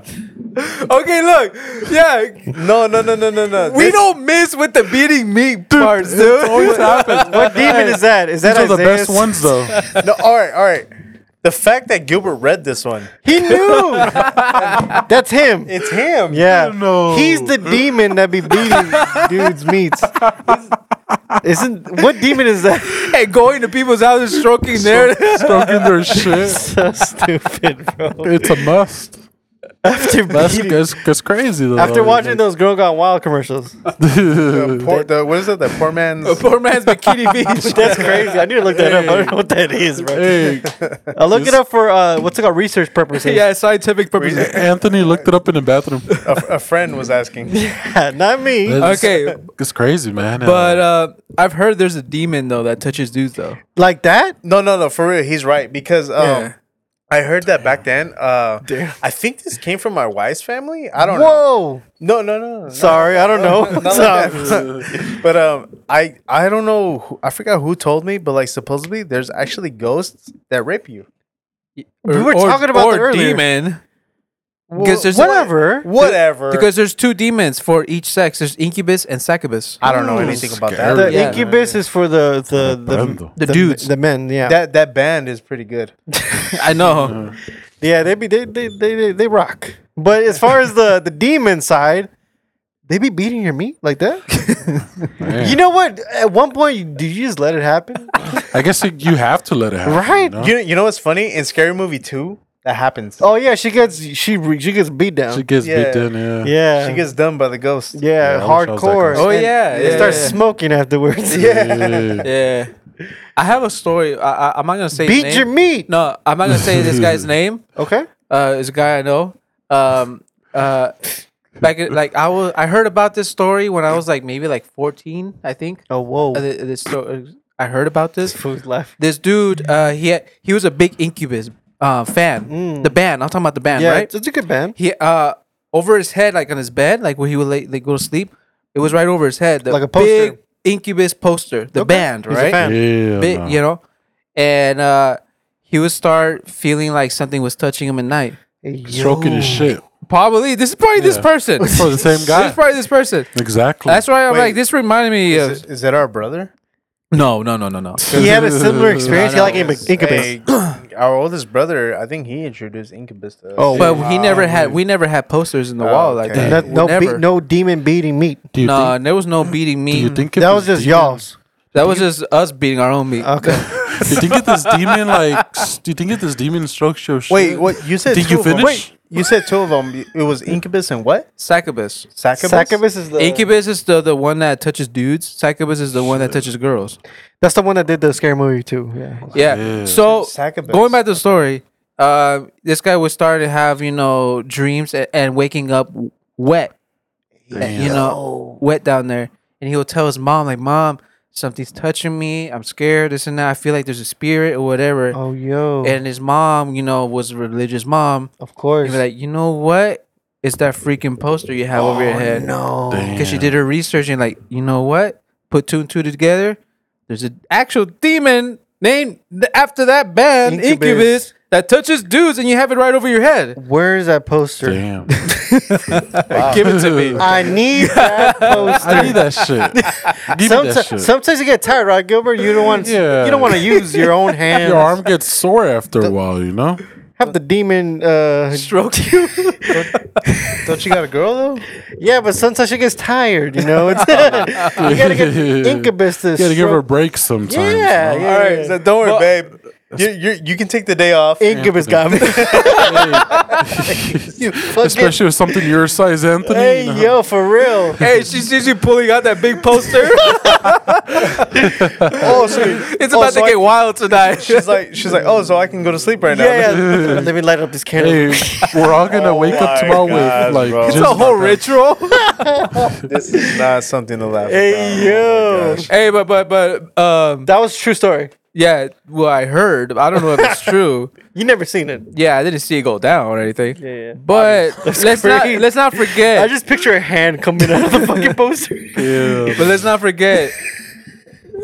[SPEAKER 2] Okay, look, yeah,
[SPEAKER 5] No, no, no, no, no, no.
[SPEAKER 2] we
[SPEAKER 5] This-
[SPEAKER 2] don't miss with the beating meat parts, dude.
[SPEAKER 3] what demon is that? Is that
[SPEAKER 4] These are the
[SPEAKER 3] Isaiah's?
[SPEAKER 4] best ones though.
[SPEAKER 5] No, all right, all right. The fact that Gilbert read this one,
[SPEAKER 3] He knew. That's him.
[SPEAKER 5] it's him.
[SPEAKER 3] Yeah.
[SPEAKER 4] No.
[SPEAKER 3] He's the demon that be beating dudes' meats. Isn't what demon is that?
[SPEAKER 2] hey, going to people's houses, stroking their.
[SPEAKER 4] stroking their shit.
[SPEAKER 3] so stupid, bro.
[SPEAKER 4] It's a must.
[SPEAKER 3] After
[SPEAKER 4] That's
[SPEAKER 3] beating-
[SPEAKER 4] that's, that's crazy though.
[SPEAKER 3] after watching those Girl Gone Wild commercials,
[SPEAKER 5] The poor, the, what is it? The poor man's.
[SPEAKER 2] Poor man's bikini beach.
[SPEAKER 3] that's crazy. I need to look that up. I don't know what that is, bro.
[SPEAKER 4] Hey,
[SPEAKER 3] I look it up for uh, what's it called research purposes.
[SPEAKER 2] yeah, scientific purposes.
[SPEAKER 4] Anthony looked it up in the bathroom.
[SPEAKER 5] a, a friend was asking.
[SPEAKER 3] not me.
[SPEAKER 4] That's-
[SPEAKER 2] Okay,
[SPEAKER 4] it's crazy, man.
[SPEAKER 2] but uh, I've heard there's a demon though that touches dudes though.
[SPEAKER 3] Like that?
[SPEAKER 5] No, no, no, for real, he's right because um,
[SPEAKER 2] Yeah.
[SPEAKER 5] I heard that back then. Uh, I think this came from my wife's family. I don't know.
[SPEAKER 3] Whoa.
[SPEAKER 5] No, no, no. no.
[SPEAKER 3] Sorry, I don't know.
[SPEAKER 5] Not like that. but um, I I don't know. Who, I forgot who told me, but like supposedly there's actually ghosts that rape you.
[SPEAKER 3] We were talking about
[SPEAKER 2] or
[SPEAKER 3] that earlier.
[SPEAKER 2] demon.
[SPEAKER 5] Well,
[SPEAKER 2] Because there's
[SPEAKER 3] Whatever.
[SPEAKER 5] Whatever.
[SPEAKER 2] Because there's two demons for each sex. There's incubus and succubus.
[SPEAKER 5] I don't know
[SPEAKER 4] Ooh,
[SPEAKER 5] anything about
[SPEAKER 4] scary.
[SPEAKER 5] that.
[SPEAKER 3] The
[SPEAKER 2] Yeah.
[SPEAKER 3] incubus is for the the
[SPEAKER 4] Comprendo.
[SPEAKER 3] the,
[SPEAKER 2] The dudes.
[SPEAKER 3] the men. Yeah,
[SPEAKER 5] That that band is pretty good.
[SPEAKER 2] I know.
[SPEAKER 3] yeah. They be they they, they they they rock. But as far as the the demon side, they be beating your meat like that.
[SPEAKER 4] Man.
[SPEAKER 3] You know what? At one point, you- did you just let it happen?
[SPEAKER 4] I guess like, you have to let it happen.
[SPEAKER 3] Right.
[SPEAKER 4] You know?
[SPEAKER 5] You you know what's funny in Scary Movie Two that happens.
[SPEAKER 3] Oh yeah, she gets she re- she gets beat down.
[SPEAKER 4] She gets
[SPEAKER 5] Yeah.
[SPEAKER 4] bitten. Yeah.
[SPEAKER 3] yeah,
[SPEAKER 5] She gets done by the ghost.
[SPEAKER 3] yeah,
[SPEAKER 4] Yeah, I wish I was that
[SPEAKER 3] hardcore.
[SPEAKER 4] close.
[SPEAKER 2] Oh
[SPEAKER 3] And
[SPEAKER 2] yeah,
[SPEAKER 3] they
[SPEAKER 2] yeah,
[SPEAKER 3] start
[SPEAKER 2] yeah.
[SPEAKER 3] smoking afterwards.
[SPEAKER 4] Yeah.
[SPEAKER 2] Yeah. I have a story. I, I, I'm not gonna say his
[SPEAKER 3] beat
[SPEAKER 2] name.
[SPEAKER 3] your meat.
[SPEAKER 2] No, I'm not gonna say this guy's name.
[SPEAKER 3] Okay.
[SPEAKER 2] Uh, it's a guy I know. Um, uh, back in, like I was, I heard about this story when I was like maybe like 14, I think.
[SPEAKER 3] Oh
[SPEAKER 2] Uh,
[SPEAKER 3] whoa.
[SPEAKER 2] th- this sto- I heard about this.
[SPEAKER 3] Food left.
[SPEAKER 2] This dude, uh, he had, he was a big Incubus uh, fan. The band. I'm talking about the band,
[SPEAKER 3] Mm. Yeah,
[SPEAKER 2] right?
[SPEAKER 3] it's a good band.
[SPEAKER 2] He uh, over his head, like on his bed, like where he would like, like go to sleep. It was right over his head. The
[SPEAKER 3] Like a poster.
[SPEAKER 2] Big Incubus poster. The band,
[SPEAKER 3] He's a
[SPEAKER 2] right?
[SPEAKER 3] fan.
[SPEAKER 4] Yeah,
[SPEAKER 2] bit,
[SPEAKER 4] no.
[SPEAKER 2] you know, and uh, he would start feeling like something was touching him at night.
[SPEAKER 4] Stroking his shit.
[SPEAKER 2] Probably this is probably this
[SPEAKER 4] Yeah.
[SPEAKER 2] person. this
[SPEAKER 4] For the same
[SPEAKER 2] is
[SPEAKER 4] guy.
[SPEAKER 2] probably this person.
[SPEAKER 4] Exactly.
[SPEAKER 2] That's why I'm
[SPEAKER 5] Wait.
[SPEAKER 2] like this reminded me of
[SPEAKER 5] Is, it- is that our brother?
[SPEAKER 2] no, no, no, no, no.
[SPEAKER 3] He had a similar experience. He
[SPEAKER 2] No,
[SPEAKER 3] like inc- incubus.
[SPEAKER 5] Hey, our oldest brother, I think he introduced Incubus to us.
[SPEAKER 3] Oh,
[SPEAKER 2] But he never had. We never had posters in the
[SPEAKER 5] Oh,
[SPEAKER 2] wall like
[SPEAKER 5] okay.
[SPEAKER 3] No,
[SPEAKER 2] that.
[SPEAKER 3] no,
[SPEAKER 2] Never.
[SPEAKER 3] be- no demon beating meat.
[SPEAKER 4] do you
[SPEAKER 2] Nah,
[SPEAKER 4] think,
[SPEAKER 2] there was no beating
[SPEAKER 4] do
[SPEAKER 2] me.
[SPEAKER 4] you think if
[SPEAKER 3] That was
[SPEAKER 4] this
[SPEAKER 3] just
[SPEAKER 4] demon-
[SPEAKER 3] y'all's.
[SPEAKER 2] that was just us beating our own meat.
[SPEAKER 3] Okay.
[SPEAKER 4] Do you think if this demon like? s- Do you think if this demon strokes your shit?
[SPEAKER 5] Wait, what you said?
[SPEAKER 4] Did
[SPEAKER 5] two
[SPEAKER 4] you
[SPEAKER 5] of 'em.
[SPEAKER 4] finish?
[SPEAKER 5] Wait, you said two of them. It was Incubus and what?
[SPEAKER 2] Succubus.
[SPEAKER 5] Succubus.
[SPEAKER 3] Succubus is the
[SPEAKER 2] Incubus is the, the one that touches dudes. Succubus is the one that touches girls.
[SPEAKER 3] That's the one that did the scary movie too. Yeah.
[SPEAKER 2] Yeah.
[SPEAKER 4] Yeah.
[SPEAKER 2] So
[SPEAKER 5] Succubus.
[SPEAKER 2] going back to the story, uh, this guy would start to have you know dreams and, and waking up wet,
[SPEAKER 4] Damn.
[SPEAKER 2] you know, wet down there, and he would tell his mom like, "Mom, something's touching me. I'm scared. This and that. I feel like there's a spirit or whatever."
[SPEAKER 3] Oh yo.
[SPEAKER 2] And his mom, you know, was a religious mom.
[SPEAKER 3] of course.
[SPEAKER 2] And be like, you know what? It's that freaking poster you have over your head.
[SPEAKER 3] no.
[SPEAKER 2] Because she did her research and like, you know what? Put two and two together. There's an actual demon named th- after that band
[SPEAKER 3] Incubus.
[SPEAKER 2] Incubus. that touches dudes, and you have it right over your head.
[SPEAKER 3] Where is that poster?
[SPEAKER 4] Damn.
[SPEAKER 2] Give it to me.
[SPEAKER 3] I need that poster.
[SPEAKER 4] I need that shit. Give me that
[SPEAKER 3] Sometimes,
[SPEAKER 4] shit.
[SPEAKER 3] sometimes you get tired, right, Gilbert? You don't want to.
[SPEAKER 4] Yeah.
[SPEAKER 3] You don't want to use your own hand.
[SPEAKER 4] your arm gets sore after a while, you know.
[SPEAKER 3] Have the demon. Uh,
[SPEAKER 2] Stroke you.
[SPEAKER 5] Don't you got a girl though?
[SPEAKER 3] yeah, but sometimes she gets tired. You know, it's, you gotta get incubus to.
[SPEAKER 4] You gotta give her a
[SPEAKER 3] stroke-
[SPEAKER 4] break sometimes.
[SPEAKER 3] Yeah,
[SPEAKER 4] you
[SPEAKER 3] yeah.
[SPEAKER 4] know?
[SPEAKER 5] All right,
[SPEAKER 3] yeah.
[SPEAKER 5] so don't worry, babe. You, you you can take the day off.
[SPEAKER 3] incubus got me. You fucking-
[SPEAKER 4] Especially with something your size, Anthony.
[SPEAKER 3] Hey
[SPEAKER 4] you know?
[SPEAKER 3] yo, for real.
[SPEAKER 2] hey, she sees you pulling out that big poster.
[SPEAKER 5] oh, so
[SPEAKER 2] it's about to get wild tonight.
[SPEAKER 5] She's like, she's like, oh, so I can go to sleep right now.
[SPEAKER 3] Yeah, yeah. Let me light up this candle.
[SPEAKER 4] Hey, we're all gonna wake up
[SPEAKER 5] my
[SPEAKER 4] tomorrow
[SPEAKER 5] gosh,
[SPEAKER 4] with like
[SPEAKER 5] bro.
[SPEAKER 4] just
[SPEAKER 5] It's
[SPEAKER 2] the whole ritual.
[SPEAKER 5] this is not something to laugh.
[SPEAKER 3] Hey,
[SPEAKER 5] about. Oh
[SPEAKER 3] yo.
[SPEAKER 5] my gosh.
[SPEAKER 2] hey, but but but um,
[SPEAKER 3] That was a true story.
[SPEAKER 2] yeah. Well, I heard. I don't know if it's true.
[SPEAKER 3] You never seen it.
[SPEAKER 2] Yeah, I didn't see it go down or anything.
[SPEAKER 3] Yeah, yeah.
[SPEAKER 2] But let's not
[SPEAKER 3] crazy.
[SPEAKER 2] let's not forget.
[SPEAKER 3] I just picture a hand coming out of the fucking poster.
[SPEAKER 4] yeah.
[SPEAKER 2] But let's not forget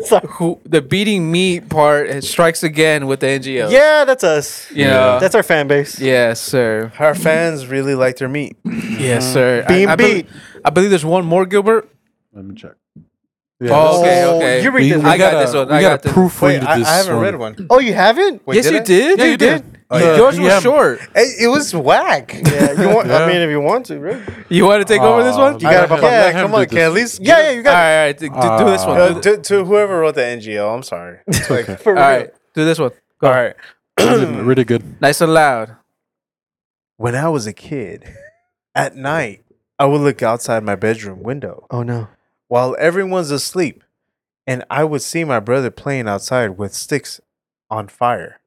[SPEAKER 3] Sorry.
[SPEAKER 2] who the beating meat part it strikes again with the NGO.
[SPEAKER 3] Yeah, that's us.
[SPEAKER 2] You know?
[SPEAKER 3] That's our fan base.
[SPEAKER 2] Yes, sir.
[SPEAKER 5] Her fans really like their meat.
[SPEAKER 4] Mm-hmm.
[SPEAKER 2] Yes, sir.
[SPEAKER 3] Being
[SPEAKER 2] I, I bel-
[SPEAKER 3] beat.
[SPEAKER 2] I believe there's one more, Gilbert.
[SPEAKER 4] Let me check. Yeah,
[SPEAKER 2] Oh,
[SPEAKER 4] this-
[SPEAKER 2] okay,
[SPEAKER 3] Oh,
[SPEAKER 2] okay.
[SPEAKER 3] you read this.
[SPEAKER 2] I got
[SPEAKER 4] gotta-
[SPEAKER 2] this one.
[SPEAKER 4] We
[SPEAKER 2] I got
[SPEAKER 4] gotta
[SPEAKER 2] this.
[SPEAKER 4] proof
[SPEAKER 5] Wait, I, I
[SPEAKER 4] this
[SPEAKER 5] haven't
[SPEAKER 4] one.
[SPEAKER 5] read one.
[SPEAKER 3] Oh, you haven't?
[SPEAKER 5] Wait,
[SPEAKER 2] yes,
[SPEAKER 5] did
[SPEAKER 2] you
[SPEAKER 5] I?
[SPEAKER 2] did.
[SPEAKER 4] Yeah,
[SPEAKER 2] you
[SPEAKER 4] you
[SPEAKER 2] did.
[SPEAKER 4] did.
[SPEAKER 5] Oh, yeah.
[SPEAKER 2] Yours was
[SPEAKER 4] DM.
[SPEAKER 2] short.
[SPEAKER 5] It, it was whack.
[SPEAKER 3] Yeah, you want, I
[SPEAKER 4] Yeah.
[SPEAKER 3] mean, if you want to, right?
[SPEAKER 2] You want to take over this
[SPEAKER 4] Oh,
[SPEAKER 2] one?
[SPEAKER 4] you
[SPEAKER 2] all
[SPEAKER 4] gotta-
[SPEAKER 5] I-
[SPEAKER 4] pop-
[SPEAKER 5] yeah,
[SPEAKER 4] let him
[SPEAKER 5] come
[SPEAKER 4] do
[SPEAKER 5] on,
[SPEAKER 4] this.
[SPEAKER 5] can at least
[SPEAKER 3] Yeah, yeah, you
[SPEAKER 2] right, all
[SPEAKER 3] got it.
[SPEAKER 2] right. Do, do- do this one.
[SPEAKER 5] Uh,
[SPEAKER 2] do,
[SPEAKER 5] to, to whoever wrote the NGO, I'm sorry. It's like,
[SPEAKER 4] okay.
[SPEAKER 3] For
[SPEAKER 2] all
[SPEAKER 3] real.
[SPEAKER 2] right. Do this one. Go. All right.
[SPEAKER 4] Really, really good.
[SPEAKER 2] Nice and loud.
[SPEAKER 5] When I was a kid, at night, I would look outside my bedroom window
[SPEAKER 3] Oh, no.
[SPEAKER 5] while everyone's asleep, and I would see my brother playing outside with sticks on fire.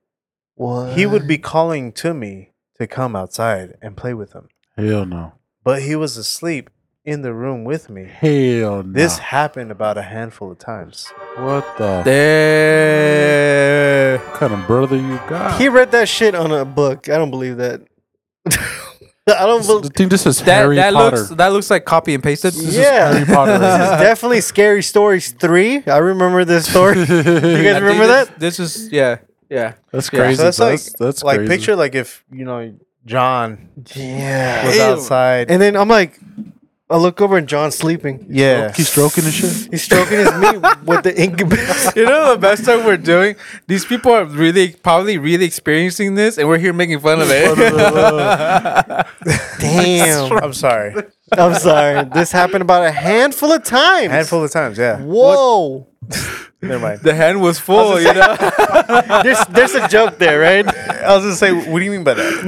[SPEAKER 3] What?
[SPEAKER 5] He would be calling to me to come outside and play with him,
[SPEAKER 4] Hell no.
[SPEAKER 5] but he was asleep in the room with me.
[SPEAKER 4] Hell no.
[SPEAKER 5] This happened about a handful of times.
[SPEAKER 4] what the
[SPEAKER 5] There.
[SPEAKER 4] f- kind of brother you got?
[SPEAKER 3] He read that shit on a book. I don't believe that. I don't
[SPEAKER 4] This-
[SPEAKER 3] believe.
[SPEAKER 4] I think this is
[SPEAKER 2] That
[SPEAKER 4] Harry
[SPEAKER 2] that
[SPEAKER 4] Potter.
[SPEAKER 2] looks that looks like copy and pasted.
[SPEAKER 3] Yeah,
[SPEAKER 4] Harry Potter.
[SPEAKER 3] this is definitely scary stories three. I remember this story. You guys
[SPEAKER 2] I think
[SPEAKER 3] remember
[SPEAKER 2] this-
[SPEAKER 3] that?
[SPEAKER 2] This is yeah, yeah.
[SPEAKER 4] that's
[SPEAKER 2] Yeah.
[SPEAKER 4] crazy.
[SPEAKER 5] So
[SPEAKER 4] that's,
[SPEAKER 5] that's like,
[SPEAKER 4] that's, that's
[SPEAKER 5] like
[SPEAKER 4] crazy.
[SPEAKER 5] picture like if you know John
[SPEAKER 3] Yeah.
[SPEAKER 5] was outside.
[SPEAKER 3] And then I'm like, I look over and John's sleeping.
[SPEAKER 5] yeah.
[SPEAKER 4] He's stroking and shit.
[SPEAKER 3] He's stroking his meat with the incubus.
[SPEAKER 2] You know the best time we're doing. These people are really probably really experiencing this, and we're here making fun of
[SPEAKER 3] Damn.
[SPEAKER 5] I'm sorry.
[SPEAKER 3] I'm sorry. This happened about a handful of times.
[SPEAKER 5] handful of times. Yeah.
[SPEAKER 3] Whoa.
[SPEAKER 5] Never mind.
[SPEAKER 2] the hand was full, you know.
[SPEAKER 3] there's there's a joke there, right?
[SPEAKER 5] I was gonna say, what do you mean by that?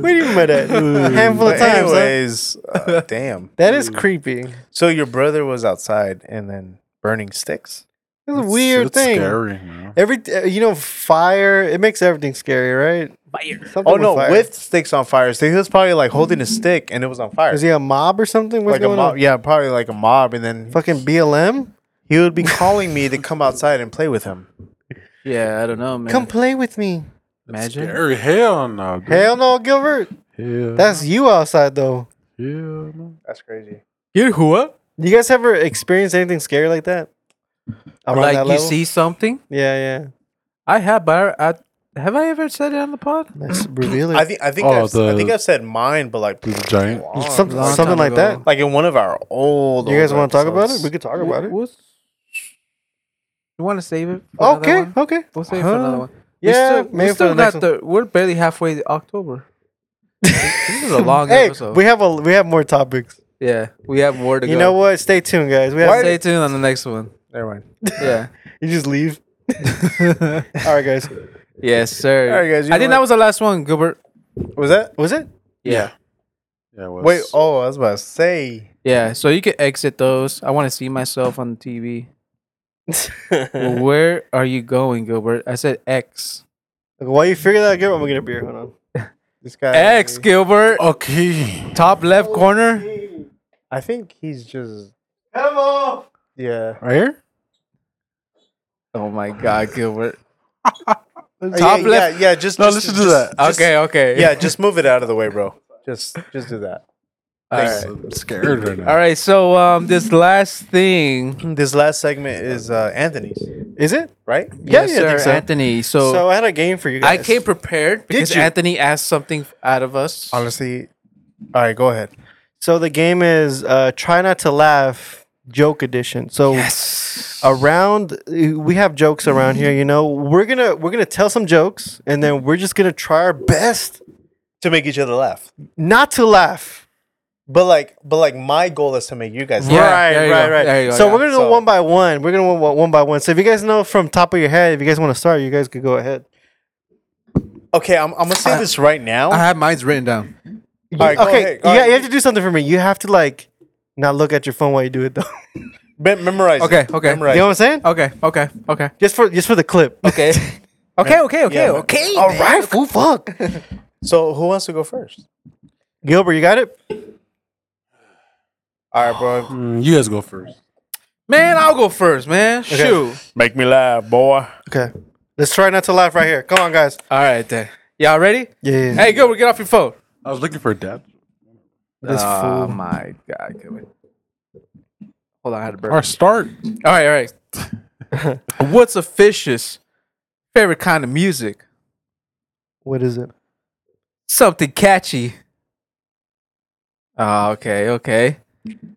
[SPEAKER 3] What do you mean by that? A handful of
[SPEAKER 5] But
[SPEAKER 3] times. huh?
[SPEAKER 5] anyways, uh, damn.
[SPEAKER 3] That is creepy.
[SPEAKER 5] So your brother was outside and then burning sticks.
[SPEAKER 3] It's a weird
[SPEAKER 4] it's
[SPEAKER 3] thing.
[SPEAKER 4] Scary, man.
[SPEAKER 3] Every uh, you know, fire. It makes everything scary, right? Fire.
[SPEAKER 5] Oh no, with sticks on fire. So he was probably like holding a stick and it was on fire.
[SPEAKER 3] is he a mob or something? What's
[SPEAKER 5] like a
[SPEAKER 3] going
[SPEAKER 5] mob,
[SPEAKER 3] on?
[SPEAKER 5] yeah, probably like a mob. And then
[SPEAKER 3] Fucking BLM.
[SPEAKER 5] he would be calling me to come outside and play with him.
[SPEAKER 2] Yeah, I don't know, man.
[SPEAKER 3] Come play with me.
[SPEAKER 2] Imagine.
[SPEAKER 4] Scary. Hell no. dude.
[SPEAKER 3] Hell no, Gilbert.
[SPEAKER 4] Hell,
[SPEAKER 3] That's you outside though.
[SPEAKER 4] hell no.
[SPEAKER 5] That's crazy.
[SPEAKER 2] You whoa?
[SPEAKER 3] You guys ever experienced anything scary like that? Around
[SPEAKER 2] Like
[SPEAKER 3] that
[SPEAKER 2] you
[SPEAKER 3] level?
[SPEAKER 2] see something?
[SPEAKER 3] Yeah, yeah.
[SPEAKER 2] I have, but I, I have I ever said it on the pod?
[SPEAKER 3] That's revealing.
[SPEAKER 5] I think I think
[SPEAKER 4] Oh,
[SPEAKER 5] I've, I
[SPEAKER 4] the-
[SPEAKER 5] think I've said mine, but like
[SPEAKER 4] The giant.
[SPEAKER 5] long,
[SPEAKER 3] Some-
[SPEAKER 5] like-
[SPEAKER 2] time
[SPEAKER 3] something like
[SPEAKER 2] ago.
[SPEAKER 5] like in one of our old.
[SPEAKER 3] that. You guys
[SPEAKER 5] old
[SPEAKER 3] want to talk about it?
[SPEAKER 5] episodes.
[SPEAKER 3] We could talk about it.
[SPEAKER 2] What's- you want to save it? for another
[SPEAKER 3] Okay,
[SPEAKER 2] one?
[SPEAKER 3] okay.
[SPEAKER 2] We'll save it for another one. We
[SPEAKER 3] Yeah,
[SPEAKER 2] still,
[SPEAKER 3] maybe
[SPEAKER 2] we
[SPEAKER 3] for
[SPEAKER 2] still
[SPEAKER 3] the next
[SPEAKER 2] got the. We're barely halfway to October. this is a long
[SPEAKER 3] Hey,
[SPEAKER 2] episode.
[SPEAKER 3] we have a we have more topics.
[SPEAKER 2] yeah, we have more to
[SPEAKER 3] You
[SPEAKER 2] go.
[SPEAKER 3] know what? Stay tuned, guys. We have
[SPEAKER 2] Stay tuned on the next one.
[SPEAKER 5] Never mind.
[SPEAKER 2] Yeah.
[SPEAKER 3] you just leave. All right, guys.
[SPEAKER 2] yes, sir.
[SPEAKER 5] All right, guys, you
[SPEAKER 2] I think
[SPEAKER 5] know
[SPEAKER 2] that was the last one, Gilbert.
[SPEAKER 5] Was that?
[SPEAKER 3] Was it?
[SPEAKER 2] Yeah.
[SPEAKER 4] Yeah, it was-
[SPEAKER 5] Wait. Oh, I was about to say.
[SPEAKER 2] Yeah. So you can exit those. I want to see myself on TV. Well, where are you going, Gilbert? I said X.
[SPEAKER 3] While you figure that out, Gilbert, I'm gonna get a beer. Hold on.
[SPEAKER 5] This guy.
[SPEAKER 2] X, Gilbert.
[SPEAKER 4] Okay.
[SPEAKER 2] Oh. Top left corner.
[SPEAKER 5] I think he's just.
[SPEAKER 3] Come on.
[SPEAKER 5] Yeah.
[SPEAKER 4] Right here?
[SPEAKER 2] Oh my God, Gilbert.
[SPEAKER 5] Top yeah, left. Yeah, yeah. Just.
[SPEAKER 4] No,
[SPEAKER 5] just,
[SPEAKER 4] listen to
[SPEAKER 5] just-
[SPEAKER 4] that.
[SPEAKER 5] just-
[SPEAKER 2] okay. Okay.
[SPEAKER 5] Yeah, just move it out of the way, bro. Just, just do that.
[SPEAKER 2] All right.
[SPEAKER 4] I'm scared right now.
[SPEAKER 2] All right. So um, this last thing.
[SPEAKER 5] This last segment is uh, Anthony's,
[SPEAKER 3] Is it?
[SPEAKER 5] right?
[SPEAKER 3] Yeah,
[SPEAKER 2] yes,
[SPEAKER 3] yeah, I think
[SPEAKER 2] sir,
[SPEAKER 3] so.
[SPEAKER 2] Anthony. So,
[SPEAKER 3] So, I had a game for you
[SPEAKER 2] I
[SPEAKER 3] guys.
[SPEAKER 2] came prepared because
[SPEAKER 3] you?
[SPEAKER 2] Anthony asked something out of us.
[SPEAKER 5] Honestly. All right, go ahead.
[SPEAKER 3] So the game is uh, try not to laugh joke edition. So
[SPEAKER 2] Yes.
[SPEAKER 3] around we have jokes around here. You know we're gonna we're gonna tell some jokes and then we're just gonna try our best
[SPEAKER 5] To make each other laugh,
[SPEAKER 3] not to laugh.
[SPEAKER 5] but like, but like, my goal is to make you guys.
[SPEAKER 2] Yeah,
[SPEAKER 5] laugh.
[SPEAKER 2] there
[SPEAKER 3] right,
[SPEAKER 2] you
[SPEAKER 3] right,
[SPEAKER 2] go,
[SPEAKER 3] right.
[SPEAKER 2] there you go,
[SPEAKER 3] so
[SPEAKER 2] Oh, yeah.
[SPEAKER 3] we're gonna
[SPEAKER 5] So-
[SPEAKER 3] go one by one. We're gonna go one by one. So if you guys know from top of your head, if you guys want to start, you guys could go ahead.
[SPEAKER 5] Okay, I'm, I'm gonna say
[SPEAKER 2] Uh,
[SPEAKER 5] this right now.
[SPEAKER 2] have mine's written down.
[SPEAKER 5] All right, go
[SPEAKER 3] okay,
[SPEAKER 5] ahead,
[SPEAKER 3] you,
[SPEAKER 5] go
[SPEAKER 3] got-
[SPEAKER 5] ahead.
[SPEAKER 3] you have to do something for me. You have to like not look at your phone while you do it though.
[SPEAKER 5] Mem- memorize. it.
[SPEAKER 2] Okay, okay.
[SPEAKER 5] Memorize.
[SPEAKER 3] you know what I'm saying?
[SPEAKER 2] Okay. Okay. Okay.
[SPEAKER 3] Just for just for the clip.
[SPEAKER 2] Okay. okay. Okay. Okay.
[SPEAKER 5] Yeah, man.
[SPEAKER 2] okay.
[SPEAKER 3] All right, fool, fuck.
[SPEAKER 5] it. So who wants to go first?
[SPEAKER 3] Gilbert, you got it.
[SPEAKER 5] All right, bro.
[SPEAKER 4] Mm, you guys go first.
[SPEAKER 2] Man, I'll go first, man. Shoot.
[SPEAKER 5] Make me laugh, boy.
[SPEAKER 3] Okay, let's try not to laugh right here. Come on, guys.
[SPEAKER 2] All right then. Y'all ready?
[SPEAKER 3] Yeah.
[SPEAKER 2] Hey, Gilbert, get off your phone.
[SPEAKER 4] I was looking for a dad.
[SPEAKER 3] This
[SPEAKER 2] oh
[SPEAKER 3] fool.
[SPEAKER 2] my god, Gilbert. Hold on, I had a burp.
[SPEAKER 4] Or start.
[SPEAKER 2] All right, all right. What's a fish's favorite kind of music?
[SPEAKER 3] What is it?
[SPEAKER 2] Something catchy. Ah, okay, okay.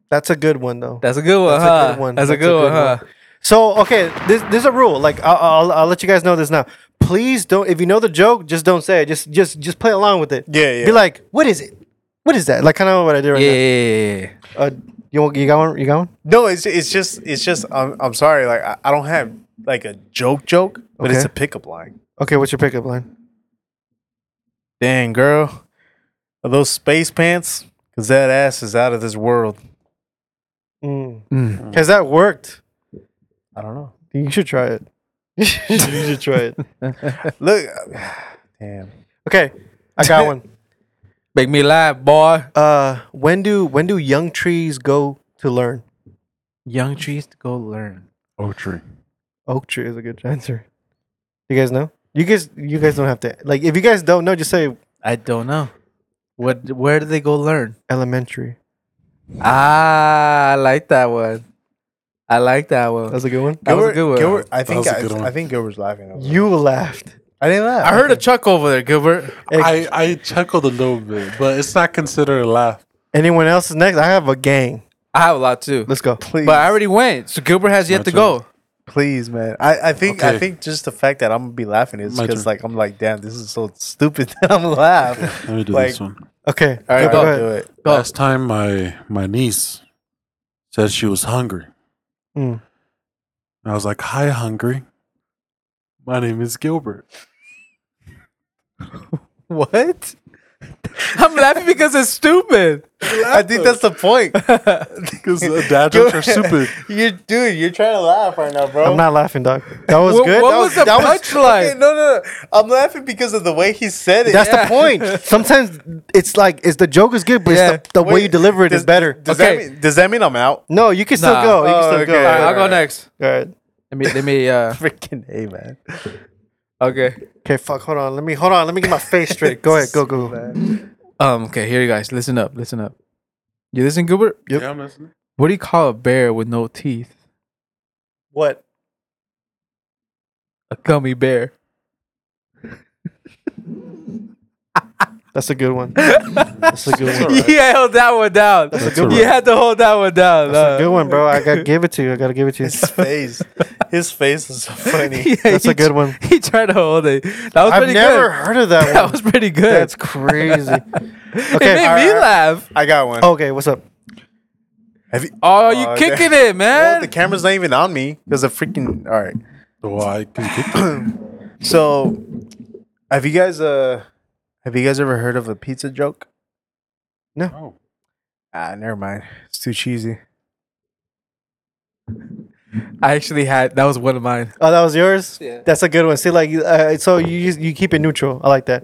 [SPEAKER 3] That's a good one though.
[SPEAKER 2] That's a good one,
[SPEAKER 3] That's a
[SPEAKER 2] huh?
[SPEAKER 3] good one.
[SPEAKER 2] That's, a good one, huh?
[SPEAKER 3] So okay, this there's a rule. Like I'll, I'll I'll let you guys know this now. Please don't. If you know the joke, just don't say it. Just just just play along with it.
[SPEAKER 5] Yeah, yeah.
[SPEAKER 3] Be like, what is it? What is that? Like kind of what I did right
[SPEAKER 2] Yeah, yeah, yeah, yeah.
[SPEAKER 3] now. Uh, you want- you got one? You got one?
[SPEAKER 5] No, it's it's just it's just I'm I'm sorry. Like I, I don't have like a joke joke, but it's
[SPEAKER 3] Okay.
[SPEAKER 5] a pickup line.
[SPEAKER 3] Okay, what's your pickup line?
[SPEAKER 5] Dang girl, are those space pants? Cause that ass is out of this world.
[SPEAKER 3] Mm.
[SPEAKER 2] Mm.
[SPEAKER 3] Has that worked?
[SPEAKER 5] I don't know.
[SPEAKER 3] You should try it. you should try it.
[SPEAKER 5] Look, damn.
[SPEAKER 3] Okay, I got one.
[SPEAKER 2] Make me laugh, boy.
[SPEAKER 3] Uh, when do when do young trees go to learn?
[SPEAKER 1] Young trees to go learn.
[SPEAKER 4] Oak tree.
[SPEAKER 3] Oak tree is a good answer. You guys know? You guys, you guys don't have to like. If you guys don't know, just say
[SPEAKER 1] I don't know. What? Where do they go learn?
[SPEAKER 3] elementary.
[SPEAKER 2] Ah, I like that one. I like that one.
[SPEAKER 3] That's a good one.
[SPEAKER 2] That was a good one.
[SPEAKER 5] Gilbert, I think
[SPEAKER 4] was a
[SPEAKER 5] I,
[SPEAKER 4] good one.
[SPEAKER 5] I think Gilbert's laughing. Over
[SPEAKER 3] You laughed.
[SPEAKER 5] I didn't laugh.
[SPEAKER 1] I heard a chuck over there, Gilbert.
[SPEAKER 4] I, I chuckled a little bit, but it's not considered a laugh.
[SPEAKER 3] Anyone else is next? I have a gang.
[SPEAKER 2] I have a lot too.
[SPEAKER 3] Let's go.
[SPEAKER 5] Please,
[SPEAKER 2] But I already went, so Gilbert has yet
[SPEAKER 4] My
[SPEAKER 2] to
[SPEAKER 4] turn.
[SPEAKER 2] go.
[SPEAKER 5] please, man. I, I think I
[SPEAKER 4] Okay.
[SPEAKER 5] think just the fact that I'm gonna be laughing is
[SPEAKER 4] My
[SPEAKER 5] because
[SPEAKER 4] turn.
[SPEAKER 5] like I'm like, damn, this is so stupid that I'm laughing.
[SPEAKER 4] Let me do
[SPEAKER 5] Like-
[SPEAKER 4] this one.
[SPEAKER 3] Okay.
[SPEAKER 5] All right,
[SPEAKER 3] go
[SPEAKER 5] go
[SPEAKER 3] ahead.
[SPEAKER 5] do it.
[SPEAKER 4] Last time, my my niece said she was hungry.
[SPEAKER 3] Mm.
[SPEAKER 4] And I was like, "Hi, hungry. My name is Gilbert."
[SPEAKER 5] What?
[SPEAKER 2] I'm laughing because it's stupid.
[SPEAKER 5] I think that's the point.
[SPEAKER 4] Because dad jokes are stupid.
[SPEAKER 5] You're dude, you're trying to laugh right now, bro.
[SPEAKER 3] I'm not laughing, dog. That was
[SPEAKER 2] What-
[SPEAKER 3] good.
[SPEAKER 2] what
[SPEAKER 3] That
[SPEAKER 2] was the punchline?
[SPEAKER 5] Okay, no, no, no. I'm laughing because of the way he said it.
[SPEAKER 3] That's the point. Sometimes it's like it's the joke is good, but
[SPEAKER 2] Yeah.
[SPEAKER 3] it's the, the way
[SPEAKER 5] Wait,
[SPEAKER 3] you deliver it is
[SPEAKER 5] does-
[SPEAKER 3] better.
[SPEAKER 5] Does
[SPEAKER 2] Okay.
[SPEAKER 5] that mean does that mean I'm out?
[SPEAKER 3] No, you can still
[SPEAKER 2] Nah.
[SPEAKER 3] go. You can
[SPEAKER 5] Oh,
[SPEAKER 3] still
[SPEAKER 5] okay.
[SPEAKER 2] All right, I'll
[SPEAKER 5] Alright,
[SPEAKER 2] go
[SPEAKER 5] alright.
[SPEAKER 2] next.
[SPEAKER 3] go. All right.
[SPEAKER 2] Let me, let me, uh,
[SPEAKER 5] Freaking A, man.
[SPEAKER 2] okay.
[SPEAKER 3] Okay, fuck. Hold on. Let me hold on. Let me get my face straight. Go ahead. Go go. go.
[SPEAKER 2] Um, okay, here you guys, listen up, listen up. You listen, Gilbert?
[SPEAKER 3] Yep.
[SPEAKER 4] Yeah, I'm listening.
[SPEAKER 2] What do you call a bear with no teeth?
[SPEAKER 5] What?
[SPEAKER 2] A gummy bear.
[SPEAKER 3] That's a good one. That's a good one.
[SPEAKER 4] Alright.
[SPEAKER 2] Yeah, held that one down.
[SPEAKER 4] That's a good
[SPEAKER 2] You
[SPEAKER 4] one.
[SPEAKER 2] had to hold that one down.
[SPEAKER 3] That's a
[SPEAKER 2] uh,
[SPEAKER 3] good one, bro. I gotta give it to you. I gotta give it to you.
[SPEAKER 5] His face. His face is so funny.
[SPEAKER 2] yeah,
[SPEAKER 3] That's
[SPEAKER 2] he
[SPEAKER 3] a good one.
[SPEAKER 2] tr- He tried to hold it. That was
[SPEAKER 3] I've
[SPEAKER 2] pretty
[SPEAKER 3] never
[SPEAKER 2] good.
[SPEAKER 3] heard of that
[SPEAKER 2] That
[SPEAKER 3] one.
[SPEAKER 2] was pretty good.
[SPEAKER 3] That's crazy.
[SPEAKER 2] it made
[SPEAKER 3] Okay.
[SPEAKER 2] me
[SPEAKER 5] alright.
[SPEAKER 2] laugh.
[SPEAKER 5] I got one.
[SPEAKER 3] Okay. What's up?
[SPEAKER 5] Have you,
[SPEAKER 2] Oh, you
[SPEAKER 5] Oh,
[SPEAKER 2] kicking it,
[SPEAKER 5] well,
[SPEAKER 2] man.
[SPEAKER 5] the camera's not even on me. There's a freaking all right.
[SPEAKER 4] Well, I can kick it.
[SPEAKER 5] So, have you guys uh, have you guys ever heard of a pizza joke?
[SPEAKER 4] Oh,
[SPEAKER 5] Ah, never mind. It's too cheesy.
[SPEAKER 2] I actually had that was one of mine.
[SPEAKER 3] Oh, that was yours.
[SPEAKER 2] Yeah.
[SPEAKER 3] That's a good one. See, like, uh, so you just, you keep it neutral. I like that.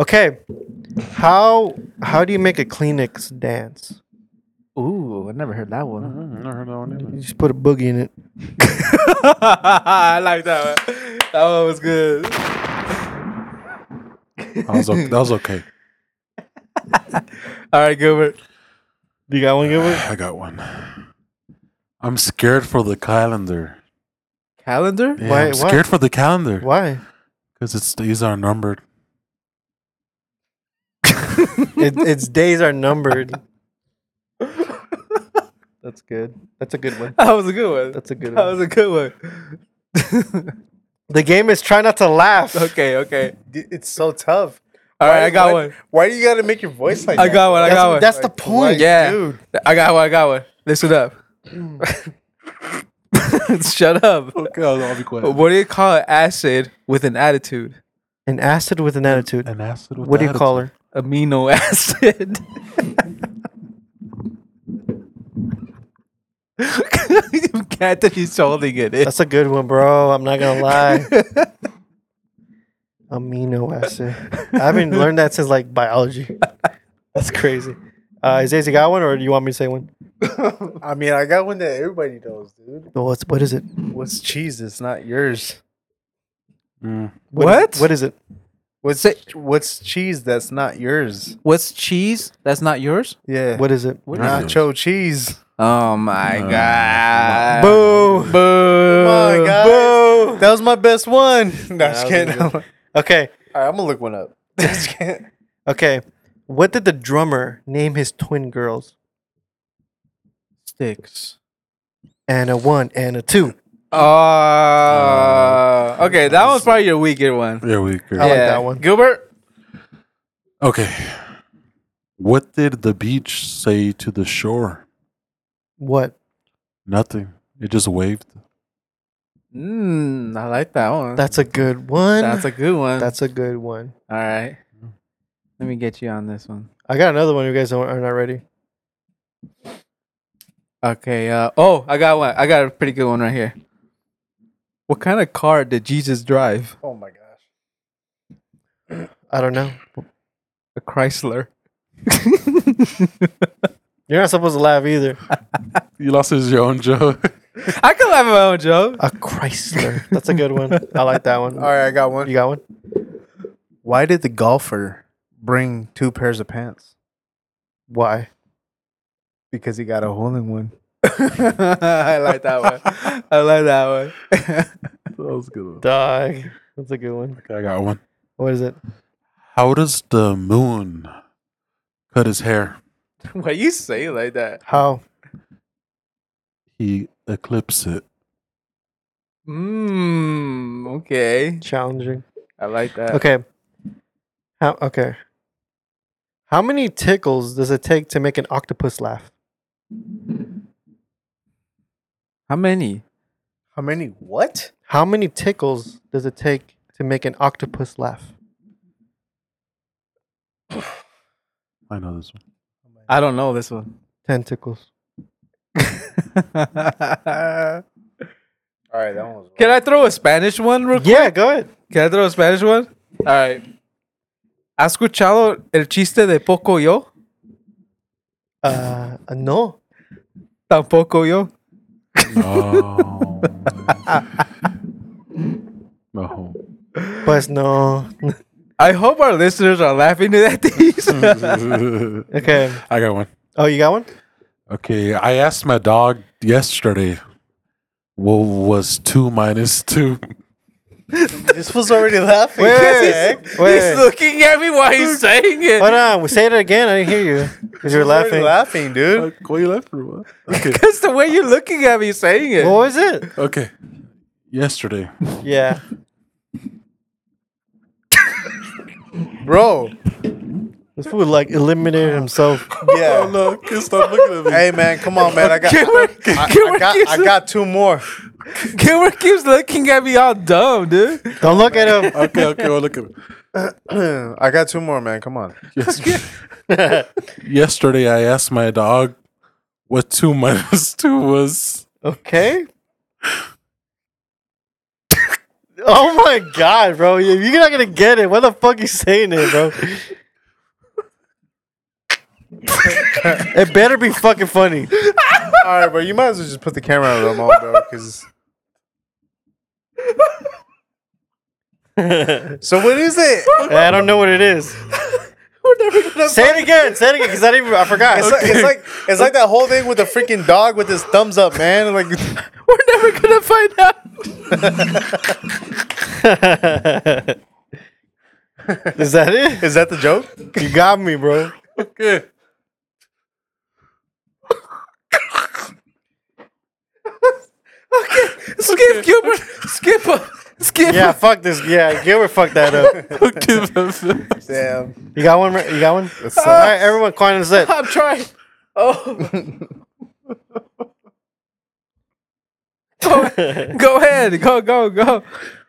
[SPEAKER 3] Okay, how how do you make a Kleenex dance?
[SPEAKER 1] Ooh, I never heard that one.
[SPEAKER 4] I never heard that one
[SPEAKER 3] You
[SPEAKER 4] either.
[SPEAKER 3] just put a boogie in it.
[SPEAKER 2] I like that one. That one was good.
[SPEAKER 4] That was, okay. that was okay.
[SPEAKER 2] All right, Gilbert.
[SPEAKER 3] You got one good one.
[SPEAKER 4] I got one. I'm scared for the calendar.
[SPEAKER 2] Calendar?
[SPEAKER 4] Yeah,
[SPEAKER 3] Why-
[SPEAKER 4] I'm
[SPEAKER 3] why?
[SPEAKER 4] scared for the calendar
[SPEAKER 3] Why?
[SPEAKER 4] because it's these are numbered.
[SPEAKER 3] it, its days are numbered. That's good. That's a good one.
[SPEAKER 2] That was a good one.
[SPEAKER 3] That's a good
[SPEAKER 2] That
[SPEAKER 3] one.
[SPEAKER 2] was a good one.
[SPEAKER 3] The game is try not to laugh.
[SPEAKER 2] okay, okay.
[SPEAKER 5] D- It's so tough.
[SPEAKER 2] All right, I got
[SPEAKER 5] why,
[SPEAKER 2] one.
[SPEAKER 5] Why do you gotta make your voice like
[SPEAKER 2] I
[SPEAKER 5] that?
[SPEAKER 2] got one. I
[SPEAKER 3] That's,
[SPEAKER 2] got one.
[SPEAKER 3] that's the point.
[SPEAKER 2] yeah.
[SPEAKER 5] dude.
[SPEAKER 2] I got one. I got one. Listen up. Shut up.
[SPEAKER 4] Okay, I'll, I'll be quiet.
[SPEAKER 2] What do you call an acid with an attitude?
[SPEAKER 3] An acid with an attitude.
[SPEAKER 4] An acid with
[SPEAKER 3] What do you call her?
[SPEAKER 2] Amino acid. Anthony's holding it. in.
[SPEAKER 3] That's a good one, bro. I'm not gonna lie. Amino acid. I haven't learned that since like biology. That's crazy. Uh, is Daisy got one, or do you want me to say one?
[SPEAKER 5] I mean, I got one that everybody knows, dude.
[SPEAKER 3] No, What's what is it?
[SPEAKER 5] What's cheese? It's not yours.
[SPEAKER 4] Mm.
[SPEAKER 3] What? is- what is it?
[SPEAKER 5] What's
[SPEAKER 2] Say-
[SPEAKER 5] what's cheese that's not yours?
[SPEAKER 2] What's cheese? That's not yours?
[SPEAKER 5] Yeah.
[SPEAKER 3] What is it?
[SPEAKER 4] is yours?
[SPEAKER 5] nacho cheese?
[SPEAKER 2] Oh my god.
[SPEAKER 3] Boo!
[SPEAKER 5] Come on, guys.
[SPEAKER 3] Boo!
[SPEAKER 5] That was my best one. No, I'm
[SPEAKER 3] that was
[SPEAKER 5] just
[SPEAKER 3] a
[SPEAKER 5] kidding.
[SPEAKER 3] good
[SPEAKER 5] All right,
[SPEAKER 3] Okay,
[SPEAKER 5] I'm gonna look one up. Just kidding.
[SPEAKER 3] okay. What did the drummer name his twin girls?
[SPEAKER 2] Sticks.
[SPEAKER 3] And a one and a two.
[SPEAKER 2] Uh, okay, that was probably your weaker one.
[SPEAKER 4] There we go.
[SPEAKER 3] I like that one.
[SPEAKER 2] Gilbert?
[SPEAKER 4] Okay. What did the beach say to the shore?
[SPEAKER 3] What?
[SPEAKER 4] Nothing. It just waved.
[SPEAKER 2] Mm, I like that one.
[SPEAKER 3] That's a good one.
[SPEAKER 2] That's a good one.
[SPEAKER 3] That's a good one.
[SPEAKER 2] All right. Let me get you on this one.
[SPEAKER 3] I got another one. You guys don't- are not ready.
[SPEAKER 2] Okay. Uh, oh, I got one. I got a pretty good one right here. What kind of car did Jesus drive?
[SPEAKER 5] Oh my gosh.
[SPEAKER 3] I don't know.
[SPEAKER 2] A Chrysler.
[SPEAKER 3] You're not supposed to laugh either.
[SPEAKER 4] You lost his your own joke.
[SPEAKER 2] I can laugh at my own joke.
[SPEAKER 3] A Chrysler. That's a good one. I like that one.
[SPEAKER 5] All right, I got
[SPEAKER 3] You
[SPEAKER 5] one.
[SPEAKER 3] got one?
[SPEAKER 5] Why did the golfer bring two pairs of pants?
[SPEAKER 3] Why?
[SPEAKER 5] Because he got a hole in one.
[SPEAKER 2] I like that one. I like that one.
[SPEAKER 4] that was a good. One.
[SPEAKER 3] Dog. That's a good one.
[SPEAKER 4] Okay, I got one.
[SPEAKER 3] What is it?
[SPEAKER 4] How does the moon cut his hair?
[SPEAKER 2] Why you say it like that?
[SPEAKER 3] How?
[SPEAKER 4] He eclipses it.
[SPEAKER 2] Mmm. Okay.
[SPEAKER 3] Challenging.
[SPEAKER 2] I like that.
[SPEAKER 3] Okay. How okay. How many tickles does it take to make an octopus laugh?
[SPEAKER 2] How many?
[SPEAKER 5] How many? What?
[SPEAKER 3] How many tickles does it take to make an octopus laugh?
[SPEAKER 4] I know this one.
[SPEAKER 2] I don't know this one.
[SPEAKER 3] Ten tickles.
[SPEAKER 5] All right, that one was.
[SPEAKER 2] Can I throw a Spanish one real quick?
[SPEAKER 3] Yeah, go ahead.
[SPEAKER 2] Can I throw a Spanish one? All right. ¿Has escuchado el chiste de poco yo?
[SPEAKER 3] Uh, uh, no.
[SPEAKER 2] Tampoco yo.
[SPEAKER 4] No. no.
[SPEAKER 3] Pues no.
[SPEAKER 2] I hope our listeners are laughing at these.
[SPEAKER 3] Okay.
[SPEAKER 4] I got one.
[SPEAKER 3] Oh, you got one?
[SPEAKER 4] Okay, I asked my dog yesterday what was two minus two.
[SPEAKER 5] This was already laughing.
[SPEAKER 3] Wait,
[SPEAKER 5] Wait,
[SPEAKER 3] wait, wait.
[SPEAKER 2] he's looking at me while he's saying it.
[SPEAKER 3] Hold on. Say it again. I didn't hear you because you were laughing.
[SPEAKER 5] laughing, dude.
[SPEAKER 4] What you left for? What? Okay,
[SPEAKER 2] That's the way you're looking at me saying it.
[SPEAKER 3] What was it?
[SPEAKER 4] okay. Yesterday,
[SPEAKER 3] Yeah.
[SPEAKER 5] Bro.
[SPEAKER 3] This fool like eliminated himself.
[SPEAKER 5] Yeah.
[SPEAKER 4] no, can't stop looking at me.
[SPEAKER 5] Hey, man, come on, man. I got,
[SPEAKER 2] Gilbert,
[SPEAKER 5] I, I
[SPEAKER 2] Gilbert
[SPEAKER 5] got,
[SPEAKER 2] keeps,
[SPEAKER 5] I got two more.
[SPEAKER 2] Gilbert keeps looking at me all dumb, dude.
[SPEAKER 3] Don't look at him.
[SPEAKER 4] Okay, okay, well, look at me.
[SPEAKER 5] I got two more, man. Come on.
[SPEAKER 4] Yesterday, I asked my dog what two minus two was.
[SPEAKER 3] Okay. Oh my god, bro. You- You're not gonna get it. Why the fuck you saying it, bro? it better be fucking funny.
[SPEAKER 5] All right, bro. You might as well just put the camera on them all, bro. Because. so what is it?
[SPEAKER 3] I don't know what it is. Say it again. Say it again, because I didn't. even- I forgot.
[SPEAKER 5] It's, like, it's like it's like that whole thing with the freaking dog with his thumbs up, man. Like
[SPEAKER 2] We're never gonna find out.
[SPEAKER 3] is that it?
[SPEAKER 5] Is that the joke?
[SPEAKER 3] You got me, bro.
[SPEAKER 4] Okay.
[SPEAKER 2] Skip Gilbert. Skip. uh, Skip.
[SPEAKER 3] Yeah, fuck this. Yeah, Gilbert fucked that up.
[SPEAKER 4] Okay. that's it.
[SPEAKER 5] Damn.
[SPEAKER 3] You got one? Ra- You got one? All right, everyone, quiet and set.
[SPEAKER 2] I'm trying. Oh. go, go ahead. Go. Go. Go.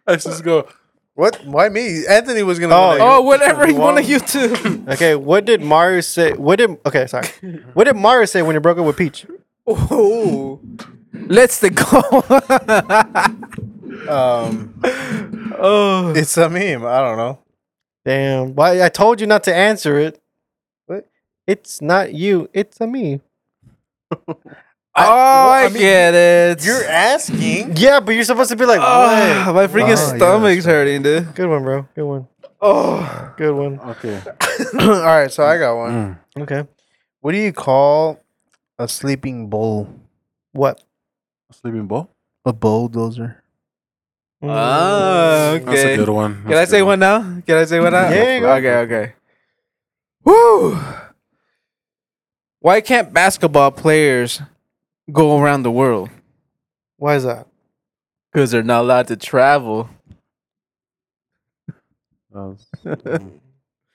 [SPEAKER 4] I just go.
[SPEAKER 5] What? Why me? Anthony was gonna.
[SPEAKER 3] Oh,
[SPEAKER 5] win that
[SPEAKER 2] Oh,
[SPEAKER 5] game.
[SPEAKER 2] whatever you want you two.
[SPEAKER 3] Okay, what did Mario say? What did okay? Sorry, what did Mario say when he broke up with Peach?
[SPEAKER 2] Oh. Let's the go.
[SPEAKER 5] Um,
[SPEAKER 2] oh.
[SPEAKER 5] it's a meme. I don't know.
[SPEAKER 3] Damn, why I told you not to answer it.
[SPEAKER 5] What?
[SPEAKER 3] It's not you. It's a me.
[SPEAKER 2] oh, I,
[SPEAKER 5] mean,
[SPEAKER 2] get it.
[SPEAKER 5] You're asking.
[SPEAKER 3] Yeah, but you're supposed to be like,
[SPEAKER 2] Oh,
[SPEAKER 3] what?
[SPEAKER 2] my freaking
[SPEAKER 5] Oh, yeah.
[SPEAKER 2] stomach's hurting, dude.
[SPEAKER 3] Good one, bro. Good one.
[SPEAKER 2] Oh.
[SPEAKER 3] Good one.
[SPEAKER 4] Okay.
[SPEAKER 5] All right, so I got one.
[SPEAKER 4] Mm.
[SPEAKER 3] Okay.
[SPEAKER 5] What do you call a sleeping bull?
[SPEAKER 3] What?
[SPEAKER 4] Sleeping ball.
[SPEAKER 5] A bulldozer.
[SPEAKER 3] Mm.
[SPEAKER 2] Ah,
[SPEAKER 4] That's
[SPEAKER 2] Okay.
[SPEAKER 4] a good one.
[SPEAKER 2] Can I say one now? Can I say one now?
[SPEAKER 3] Yeah, you go.
[SPEAKER 2] Okay, okay. Woo! Why can't basketball players go around the world?
[SPEAKER 3] Why is that?
[SPEAKER 2] Because they're not allowed to travel.
[SPEAKER 4] now?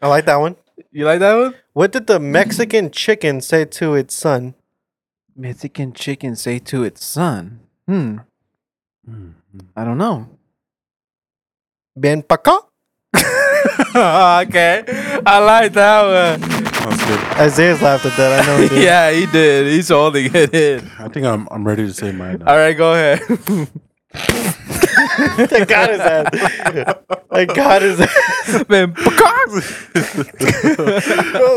[SPEAKER 3] I like that one.
[SPEAKER 2] You like that one?
[SPEAKER 3] What did the Mexican chicken say to its son?
[SPEAKER 2] Mexican chicken say to its son. Hmm.
[SPEAKER 5] Mm-hmm.
[SPEAKER 2] I don't know.
[SPEAKER 3] Ben Paca?
[SPEAKER 2] okay. I like that one.
[SPEAKER 4] That's good.
[SPEAKER 3] Isaiah's laughed at that. I know. Dude.
[SPEAKER 2] Yeah, he did. He's holding it in.
[SPEAKER 4] I think I'm I'm ready to say mine. now.
[SPEAKER 2] All right, go ahead.
[SPEAKER 3] Thank God his ass. Thank God his ass.
[SPEAKER 7] Then,
[SPEAKER 5] no,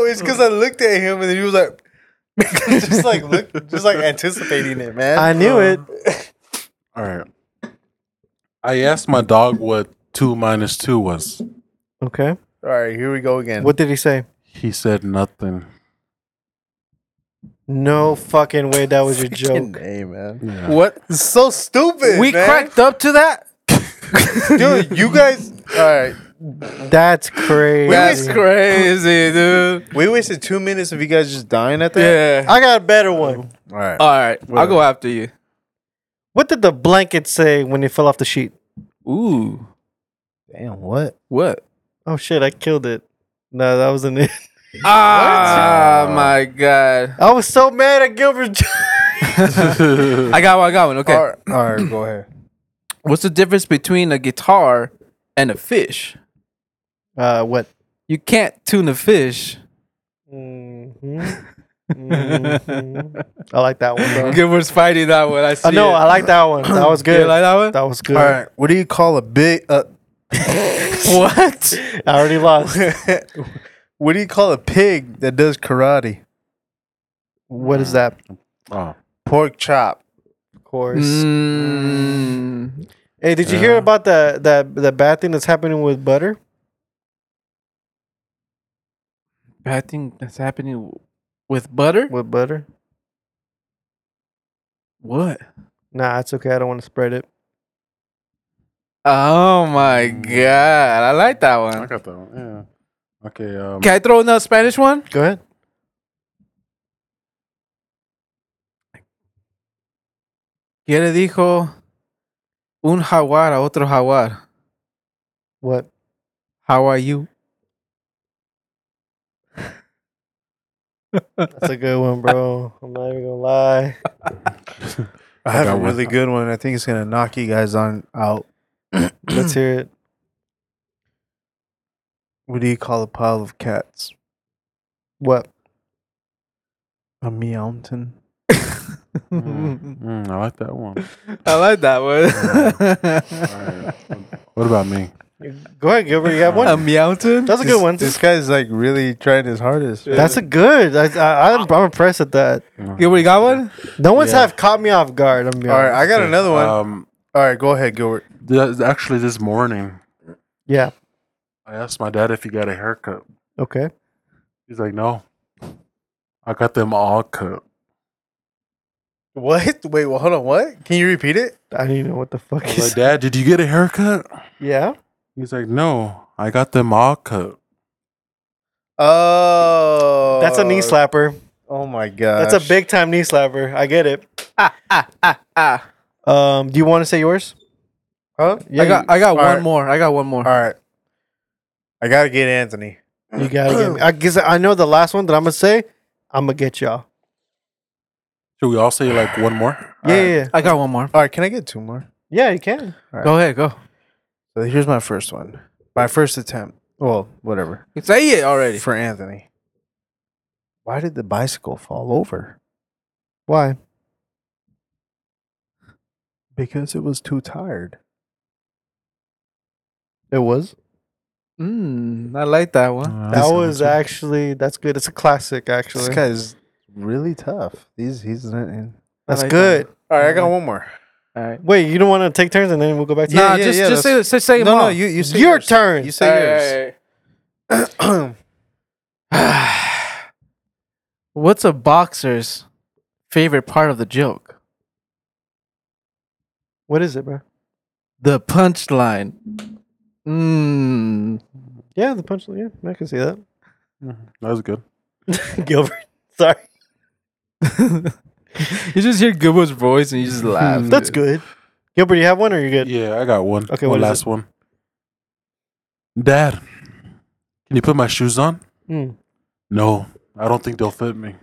[SPEAKER 5] it's because I looked at him and he was like, just like look, just like anticipating it, man.
[SPEAKER 3] I knew it.
[SPEAKER 4] All right. I asked my dog what two minus two was.
[SPEAKER 3] Okay.
[SPEAKER 5] All right, here we go again.
[SPEAKER 3] What did he say?
[SPEAKER 4] He said nothing.
[SPEAKER 3] No fucking way. That was your
[SPEAKER 5] Fucking
[SPEAKER 3] joke.
[SPEAKER 5] name, man?
[SPEAKER 4] Yeah.
[SPEAKER 2] What?
[SPEAKER 5] It's so stupid.
[SPEAKER 2] We
[SPEAKER 5] man.
[SPEAKER 2] cracked up to that?
[SPEAKER 5] dude. You guys, all right.
[SPEAKER 3] That's crazy.
[SPEAKER 2] That's crazy, dude.
[SPEAKER 5] We wasted two minutes of you guys just dying at that.
[SPEAKER 2] Yeah.
[SPEAKER 3] I got a better one.
[SPEAKER 5] All right.
[SPEAKER 2] All right. I'll
[SPEAKER 5] Whatever.
[SPEAKER 2] go after you.
[SPEAKER 3] What did the blanket say when it fell off the sheet?
[SPEAKER 2] Ooh.
[SPEAKER 5] Damn. What?
[SPEAKER 2] What?
[SPEAKER 3] Oh shit! I killed it. No, that wasn't it.
[SPEAKER 2] Ah, my God.
[SPEAKER 3] I was so mad at Gilbert.
[SPEAKER 2] I got one. I got one. Okay.
[SPEAKER 5] All right. All right. Go ahead.
[SPEAKER 2] What's the difference between a guitar and a fish?
[SPEAKER 3] Uh, what?
[SPEAKER 2] You can't tune a fish.
[SPEAKER 3] Mm-hmm. I like that one. Bro.
[SPEAKER 2] Gilbert's fighting that one. I see.
[SPEAKER 3] I know.
[SPEAKER 2] it.
[SPEAKER 3] I like that one. That was
[SPEAKER 2] You
[SPEAKER 3] good.
[SPEAKER 2] like that one?
[SPEAKER 3] that was good.
[SPEAKER 5] All right. What do you call a big? Uh,
[SPEAKER 2] What?
[SPEAKER 3] I already lost.
[SPEAKER 5] what do you call a pig that does karate?
[SPEAKER 3] what is that?
[SPEAKER 4] Oh.
[SPEAKER 5] Pork chop.
[SPEAKER 3] Of course.
[SPEAKER 2] Mm.
[SPEAKER 3] Hey, did you hear about the that the bad thing that's happening with butter?
[SPEAKER 2] I think that's happening with butter.
[SPEAKER 3] With butter?
[SPEAKER 2] What?
[SPEAKER 3] Nah, it's okay. I don't want to spread it.
[SPEAKER 2] Oh my god! I like that one.
[SPEAKER 4] I got that one. Yeah. Okay. Um,
[SPEAKER 2] Can I throw in a Spanish one?
[SPEAKER 3] Go ahead.
[SPEAKER 2] ¿Qué le dijo un jaguar a otro jaguar?
[SPEAKER 3] What?
[SPEAKER 2] How are you?
[SPEAKER 3] That's a good one, bro. I'm not even gonna lie.
[SPEAKER 5] I have
[SPEAKER 4] got
[SPEAKER 5] a
[SPEAKER 4] one.
[SPEAKER 5] really good one. I think it's gonna knock you guys on out.
[SPEAKER 3] Let's hear it.
[SPEAKER 5] What do you call a pile of cats?
[SPEAKER 3] What?
[SPEAKER 5] A meowton.
[SPEAKER 4] mm, mm, I like that one.
[SPEAKER 2] I like that one.
[SPEAKER 4] All right. What about me?
[SPEAKER 3] Go ahead, Gilbert. You have
[SPEAKER 2] a
[SPEAKER 3] one.
[SPEAKER 2] mountain.
[SPEAKER 3] That's a good one.
[SPEAKER 5] This guy's like really trying his hardest.
[SPEAKER 3] That's a good. I, I, I'm, I'm impressed at that.
[SPEAKER 2] Gilbert, you got one?
[SPEAKER 3] No one's
[SPEAKER 4] Yeah.
[SPEAKER 3] have caught me off guard. I'm
[SPEAKER 5] All right, I got another one.
[SPEAKER 4] Um,
[SPEAKER 5] All right, go ahead, Gilbert.
[SPEAKER 4] th- actually, this morning,
[SPEAKER 3] yeah.
[SPEAKER 4] I asked my dad if he got a haircut.
[SPEAKER 3] Okay.
[SPEAKER 4] He's like, no. I got them all cut.
[SPEAKER 5] What? Wait, well, hold on. What? Can you repeat it?
[SPEAKER 3] I don't even know what the fuck
[SPEAKER 4] I was
[SPEAKER 3] is.
[SPEAKER 4] like, Dad, did you get a haircut?
[SPEAKER 3] Yeah.
[SPEAKER 4] He's like, no. I got them all cut.
[SPEAKER 5] Oh,
[SPEAKER 3] That's a knee slapper.
[SPEAKER 5] Oh my god,
[SPEAKER 3] That's a big time knee slapper. I get it. Um, do you want to say yours?
[SPEAKER 5] Huh?
[SPEAKER 3] Yeah,
[SPEAKER 2] I got. I got one
[SPEAKER 5] Alright.
[SPEAKER 2] more. I got one more.
[SPEAKER 5] All right, I gotta get Anthony.
[SPEAKER 3] you, you gotta get me. I guess I know the last one that I'm gonna say. I'm gonna get y'all.
[SPEAKER 4] Should we all say like one more?
[SPEAKER 3] Yeah, yeah, yeah.
[SPEAKER 2] I got one more.
[SPEAKER 5] All right, can I get two more?
[SPEAKER 3] Yeah, you can.
[SPEAKER 2] Go ahead. Go.
[SPEAKER 5] So here's my first one. My first attempt. Well, whatever.
[SPEAKER 2] Say it already.
[SPEAKER 5] For Anthony. Why did the bicycle fall over?
[SPEAKER 3] Why?
[SPEAKER 5] Because it was too tired.
[SPEAKER 3] It was.
[SPEAKER 2] Mm, I like that one.
[SPEAKER 3] Uh, That was actually that's good. It's a classic
[SPEAKER 5] This
[SPEAKER 3] actually.
[SPEAKER 5] guy's really tough. He's he's not in.
[SPEAKER 3] That's
[SPEAKER 2] like
[SPEAKER 3] good.
[SPEAKER 5] All right, I got one more.
[SPEAKER 2] All right.
[SPEAKER 3] Wait, you don't want to take turns and then we'll go back to
[SPEAKER 5] Yeah,
[SPEAKER 2] nah,
[SPEAKER 5] yeah,
[SPEAKER 2] just
[SPEAKER 5] yeah,
[SPEAKER 2] just say
[SPEAKER 5] that's-
[SPEAKER 2] say, say
[SPEAKER 5] no,
[SPEAKER 2] them
[SPEAKER 5] no,
[SPEAKER 2] all.
[SPEAKER 5] you you say
[SPEAKER 3] your
[SPEAKER 5] yours.
[SPEAKER 3] turn.
[SPEAKER 5] You say
[SPEAKER 2] All right,
[SPEAKER 5] yours.
[SPEAKER 2] all right, all right. What's a boxer's favorite part of the joke?
[SPEAKER 3] What is it, bro?
[SPEAKER 2] The punchline. Mmm.
[SPEAKER 3] Yeah, the punch. Yeah, I can see that.
[SPEAKER 4] That was good.
[SPEAKER 3] Gilbert, sorry.
[SPEAKER 2] You just hear Gilbert's voice and you just laugh.
[SPEAKER 3] That's good. Gilbert, you have one or you good?
[SPEAKER 4] Yeah, I got one.
[SPEAKER 3] Okay,
[SPEAKER 4] one
[SPEAKER 3] what is
[SPEAKER 4] last one. Dad, can you put my shoes on?
[SPEAKER 3] Mm.
[SPEAKER 4] No, I don't think they'll fit me.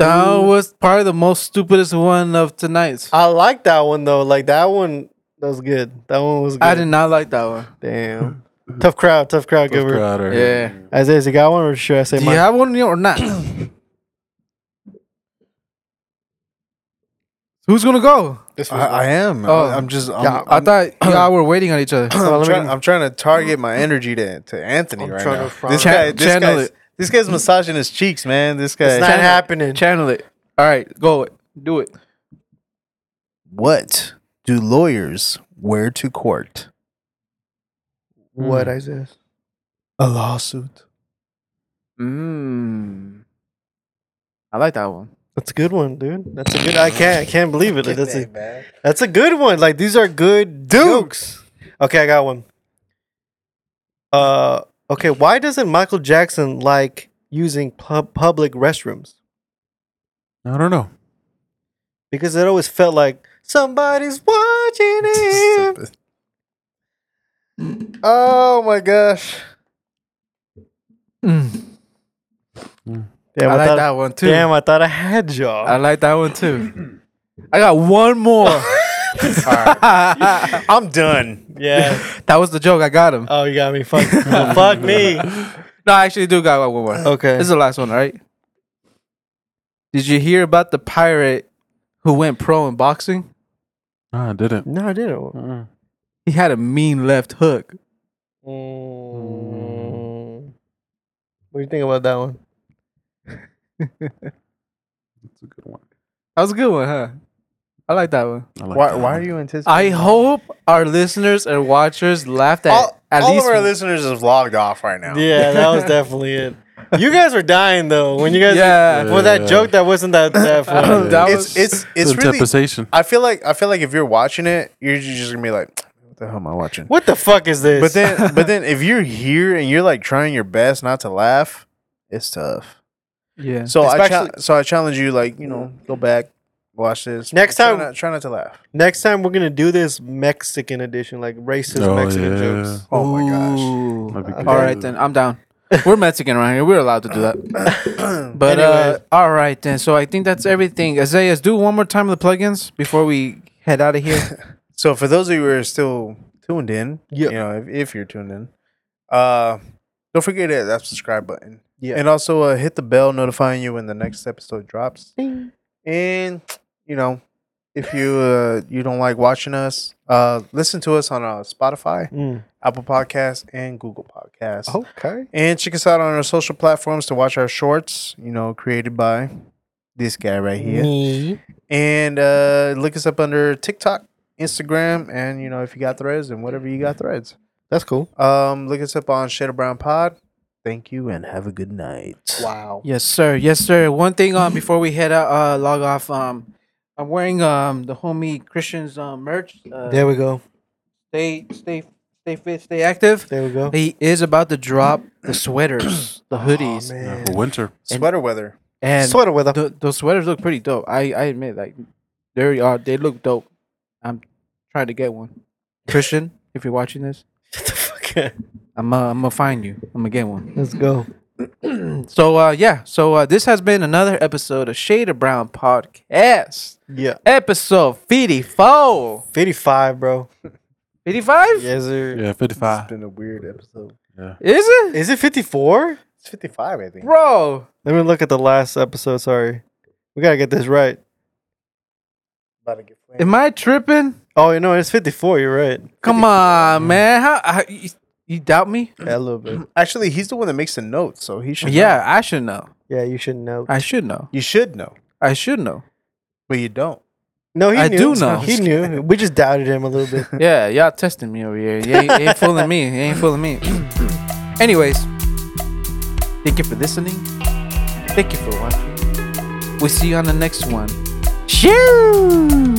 [SPEAKER 2] That was probably the most stupidest one of tonight's.
[SPEAKER 3] I like that one though. Like that one, that was good. That one was good.
[SPEAKER 2] I did not like that one.
[SPEAKER 3] Damn. tough crowd. Tough crowd.
[SPEAKER 4] Tough
[SPEAKER 3] Gilbert.
[SPEAKER 4] crowd or-
[SPEAKER 2] Yeah.
[SPEAKER 3] Isaiah, you got one or should I say
[SPEAKER 2] Do you
[SPEAKER 3] mine?
[SPEAKER 2] have one or not? Who's gonna go?
[SPEAKER 3] This was
[SPEAKER 5] I, I am.
[SPEAKER 2] Oh.
[SPEAKER 5] I'm just.
[SPEAKER 3] Um,
[SPEAKER 5] I'm,
[SPEAKER 2] Yeah, i
[SPEAKER 5] I'm,
[SPEAKER 2] thought y'all were waiting on each other.
[SPEAKER 5] I'm, trying, I'm trying to target my energy to, to Anthony
[SPEAKER 3] I'm
[SPEAKER 5] right
[SPEAKER 3] trying
[SPEAKER 5] now.
[SPEAKER 3] to find-
[SPEAKER 5] this guy,
[SPEAKER 2] Chan-
[SPEAKER 5] this
[SPEAKER 2] channel
[SPEAKER 5] guy's,
[SPEAKER 2] it.
[SPEAKER 5] this guy's massaging his cheeks, man. This
[SPEAKER 3] it's
[SPEAKER 5] guy.
[SPEAKER 3] not happening.
[SPEAKER 2] Channel it. All right, go do it.
[SPEAKER 5] What do lawyers wear to court?
[SPEAKER 3] What I said.
[SPEAKER 5] A lawsuit.
[SPEAKER 2] Mm. I like that one.
[SPEAKER 3] That's a good one, dude. That's a good. I can't. I can't believe it. That's a, that's a good one. Like these are good dukes. Okay, I got one. Uh, okay. Why doesn't Michael Jackson like using pub- public restrooms?
[SPEAKER 4] I don't know.
[SPEAKER 3] Because it always felt like somebody's watching him.
[SPEAKER 5] oh my gosh.
[SPEAKER 3] Damn,
[SPEAKER 2] I
[SPEAKER 3] I,
[SPEAKER 2] like
[SPEAKER 3] thought,
[SPEAKER 2] that one too.
[SPEAKER 3] damn, I thought I had y'all.
[SPEAKER 2] I like that one too. I got one more.
[SPEAKER 5] I'm done.
[SPEAKER 3] yeah.
[SPEAKER 2] that was the joke. I got him.
[SPEAKER 3] Oh, you got me. Fuck. well, fuck me.
[SPEAKER 2] No, I actually do got one more.
[SPEAKER 3] Okay.
[SPEAKER 2] This is the last one, all right? Did you hear about the pirate who went pro in boxing?
[SPEAKER 4] No, I didn't.
[SPEAKER 3] No, I didn't.
[SPEAKER 2] He had a mean left hook.
[SPEAKER 3] Mm. What do you think about that one?
[SPEAKER 4] That's a good one.
[SPEAKER 2] That was a good one, huh? I like that one.
[SPEAKER 4] I like
[SPEAKER 5] Why,
[SPEAKER 4] that
[SPEAKER 5] why
[SPEAKER 4] one.
[SPEAKER 5] are you anticipating?
[SPEAKER 2] I hope our listeners and watchers laughed at
[SPEAKER 5] all,
[SPEAKER 2] at
[SPEAKER 5] all
[SPEAKER 2] least
[SPEAKER 5] of our listeners have logged off right now.
[SPEAKER 3] Yeah, that was definitely it. You guys were dying though when you guys.
[SPEAKER 2] Yeah.
[SPEAKER 3] Well, that
[SPEAKER 4] Yeah.
[SPEAKER 3] joke that wasn't that that funny.
[SPEAKER 2] That
[SPEAKER 5] It's
[SPEAKER 2] was
[SPEAKER 5] it's it's really.
[SPEAKER 4] interpretation.
[SPEAKER 5] I feel like I feel like if you're watching it, you're ju- just gonna be like, "What the hell am I watching?"
[SPEAKER 3] what the fuck is this?
[SPEAKER 5] But then, but then, if you're here and you're like trying your best not to laugh, it's tough.
[SPEAKER 2] yeah.
[SPEAKER 5] So I
[SPEAKER 3] Especially-
[SPEAKER 5] cha- so I challenge you, like you know, go back, watch this
[SPEAKER 3] Next
[SPEAKER 5] Try
[SPEAKER 3] time-
[SPEAKER 5] Not, try not to laugh.
[SPEAKER 3] next time we're gonna do this Mexican edition, like racist
[SPEAKER 4] Oh,
[SPEAKER 3] Mexican
[SPEAKER 4] yeah.
[SPEAKER 3] jokes.
[SPEAKER 5] Oh my gosh!
[SPEAKER 2] Ooh.
[SPEAKER 4] That'd be good.
[SPEAKER 2] All right then, I'm down. We're Mexican around here. We're allowed to do that. But uh,
[SPEAKER 3] Anyways.
[SPEAKER 2] all right then. So I think that's everything. Isaiah, do one more time the plugins before we head out of here.
[SPEAKER 5] So for those of you who are still tuned in,
[SPEAKER 3] Yeah.
[SPEAKER 5] you know, if, if you're tuned in, uh, don't forget to hit that subscribe button.
[SPEAKER 3] Yeah.
[SPEAKER 5] and also uh, hit the bell notifying you when the next episode drops. And you know, if you uh, you don't like watching us, uh, listen to us on uh, Spotify,
[SPEAKER 3] Mm.
[SPEAKER 5] Apple Podcasts, and Google Podcasts.
[SPEAKER 2] Oh.
[SPEAKER 3] Okay.
[SPEAKER 5] And check us out on our social platforms to watch our shorts. You know, created by this guy right here.
[SPEAKER 2] Mm.
[SPEAKER 3] Me.
[SPEAKER 5] And uh, look us up under TikTok, Instagram, and you know if you got threads and whatever you got threads.
[SPEAKER 3] That's cool.
[SPEAKER 5] Um, look us up on Shadow Brown Pod. Thank you and have a good night.
[SPEAKER 3] Wow.
[SPEAKER 2] yes, sir. Yes, sir. One thing um before we head out, uh, log off. Um, I'm wearing um the homie Christian's um merch. Uh,
[SPEAKER 3] There we go.
[SPEAKER 2] stay, stay, stay fit, stay active.
[SPEAKER 3] There we go.
[SPEAKER 2] He is about to drop the sweaters, the hoodies,
[SPEAKER 4] Yeah,
[SPEAKER 3] Oh, Man.
[SPEAKER 4] for winter.
[SPEAKER 5] Sweater weather.
[SPEAKER 2] and
[SPEAKER 3] Sweater weather.
[SPEAKER 2] Th those sweaters look pretty dope. I, I admit, like, they are. They look dope. I'm trying to get one. Christian, if you're watching this,
[SPEAKER 3] Shut the fuck up.
[SPEAKER 2] I'm uh, I'm gonna find you. I'm gonna get one.
[SPEAKER 3] Let's go.
[SPEAKER 2] So uh, yeah. So uh, this has been another episode of Shade of Brown Podcast,
[SPEAKER 3] Yeah.
[SPEAKER 2] episode 54.
[SPEAKER 3] 55, bro.
[SPEAKER 2] 55?
[SPEAKER 3] Yes, sir.
[SPEAKER 4] Yeah,
[SPEAKER 5] It's
[SPEAKER 4] 55.
[SPEAKER 5] been a weird episode.
[SPEAKER 2] Is it,
[SPEAKER 3] Is it 54?
[SPEAKER 5] It's 55, I think.
[SPEAKER 2] bro?
[SPEAKER 3] Let me look at the last episode. Sorry. We got to get this right.
[SPEAKER 5] About to get flamed.
[SPEAKER 2] Am I tripping?
[SPEAKER 3] Oh, you know, it's 54. You're right.
[SPEAKER 2] Come on, man. How, how you, you doubt me?
[SPEAKER 3] Yeah, a little bit.
[SPEAKER 5] Actually, he's the one that makes the notes, so he should. know.
[SPEAKER 2] Yeah, I should know.
[SPEAKER 3] Yeah, you should know.
[SPEAKER 2] I should know.
[SPEAKER 5] you should know,
[SPEAKER 2] I should know.
[SPEAKER 5] but you don't.
[SPEAKER 3] No, he
[SPEAKER 2] I
[SPEAKER 3] knew.
[SPEAKER 2] do know.
[SPEAKER 3] He knew. We just doubted him a little bit.
[SPEAKER 2] Yeah, y'all testing me over here. You ain't, you ain't fooling me. You ain't fooling me. Anyways, thank you for listening. Thank you for watching. We'll see you on the next one. Shoo!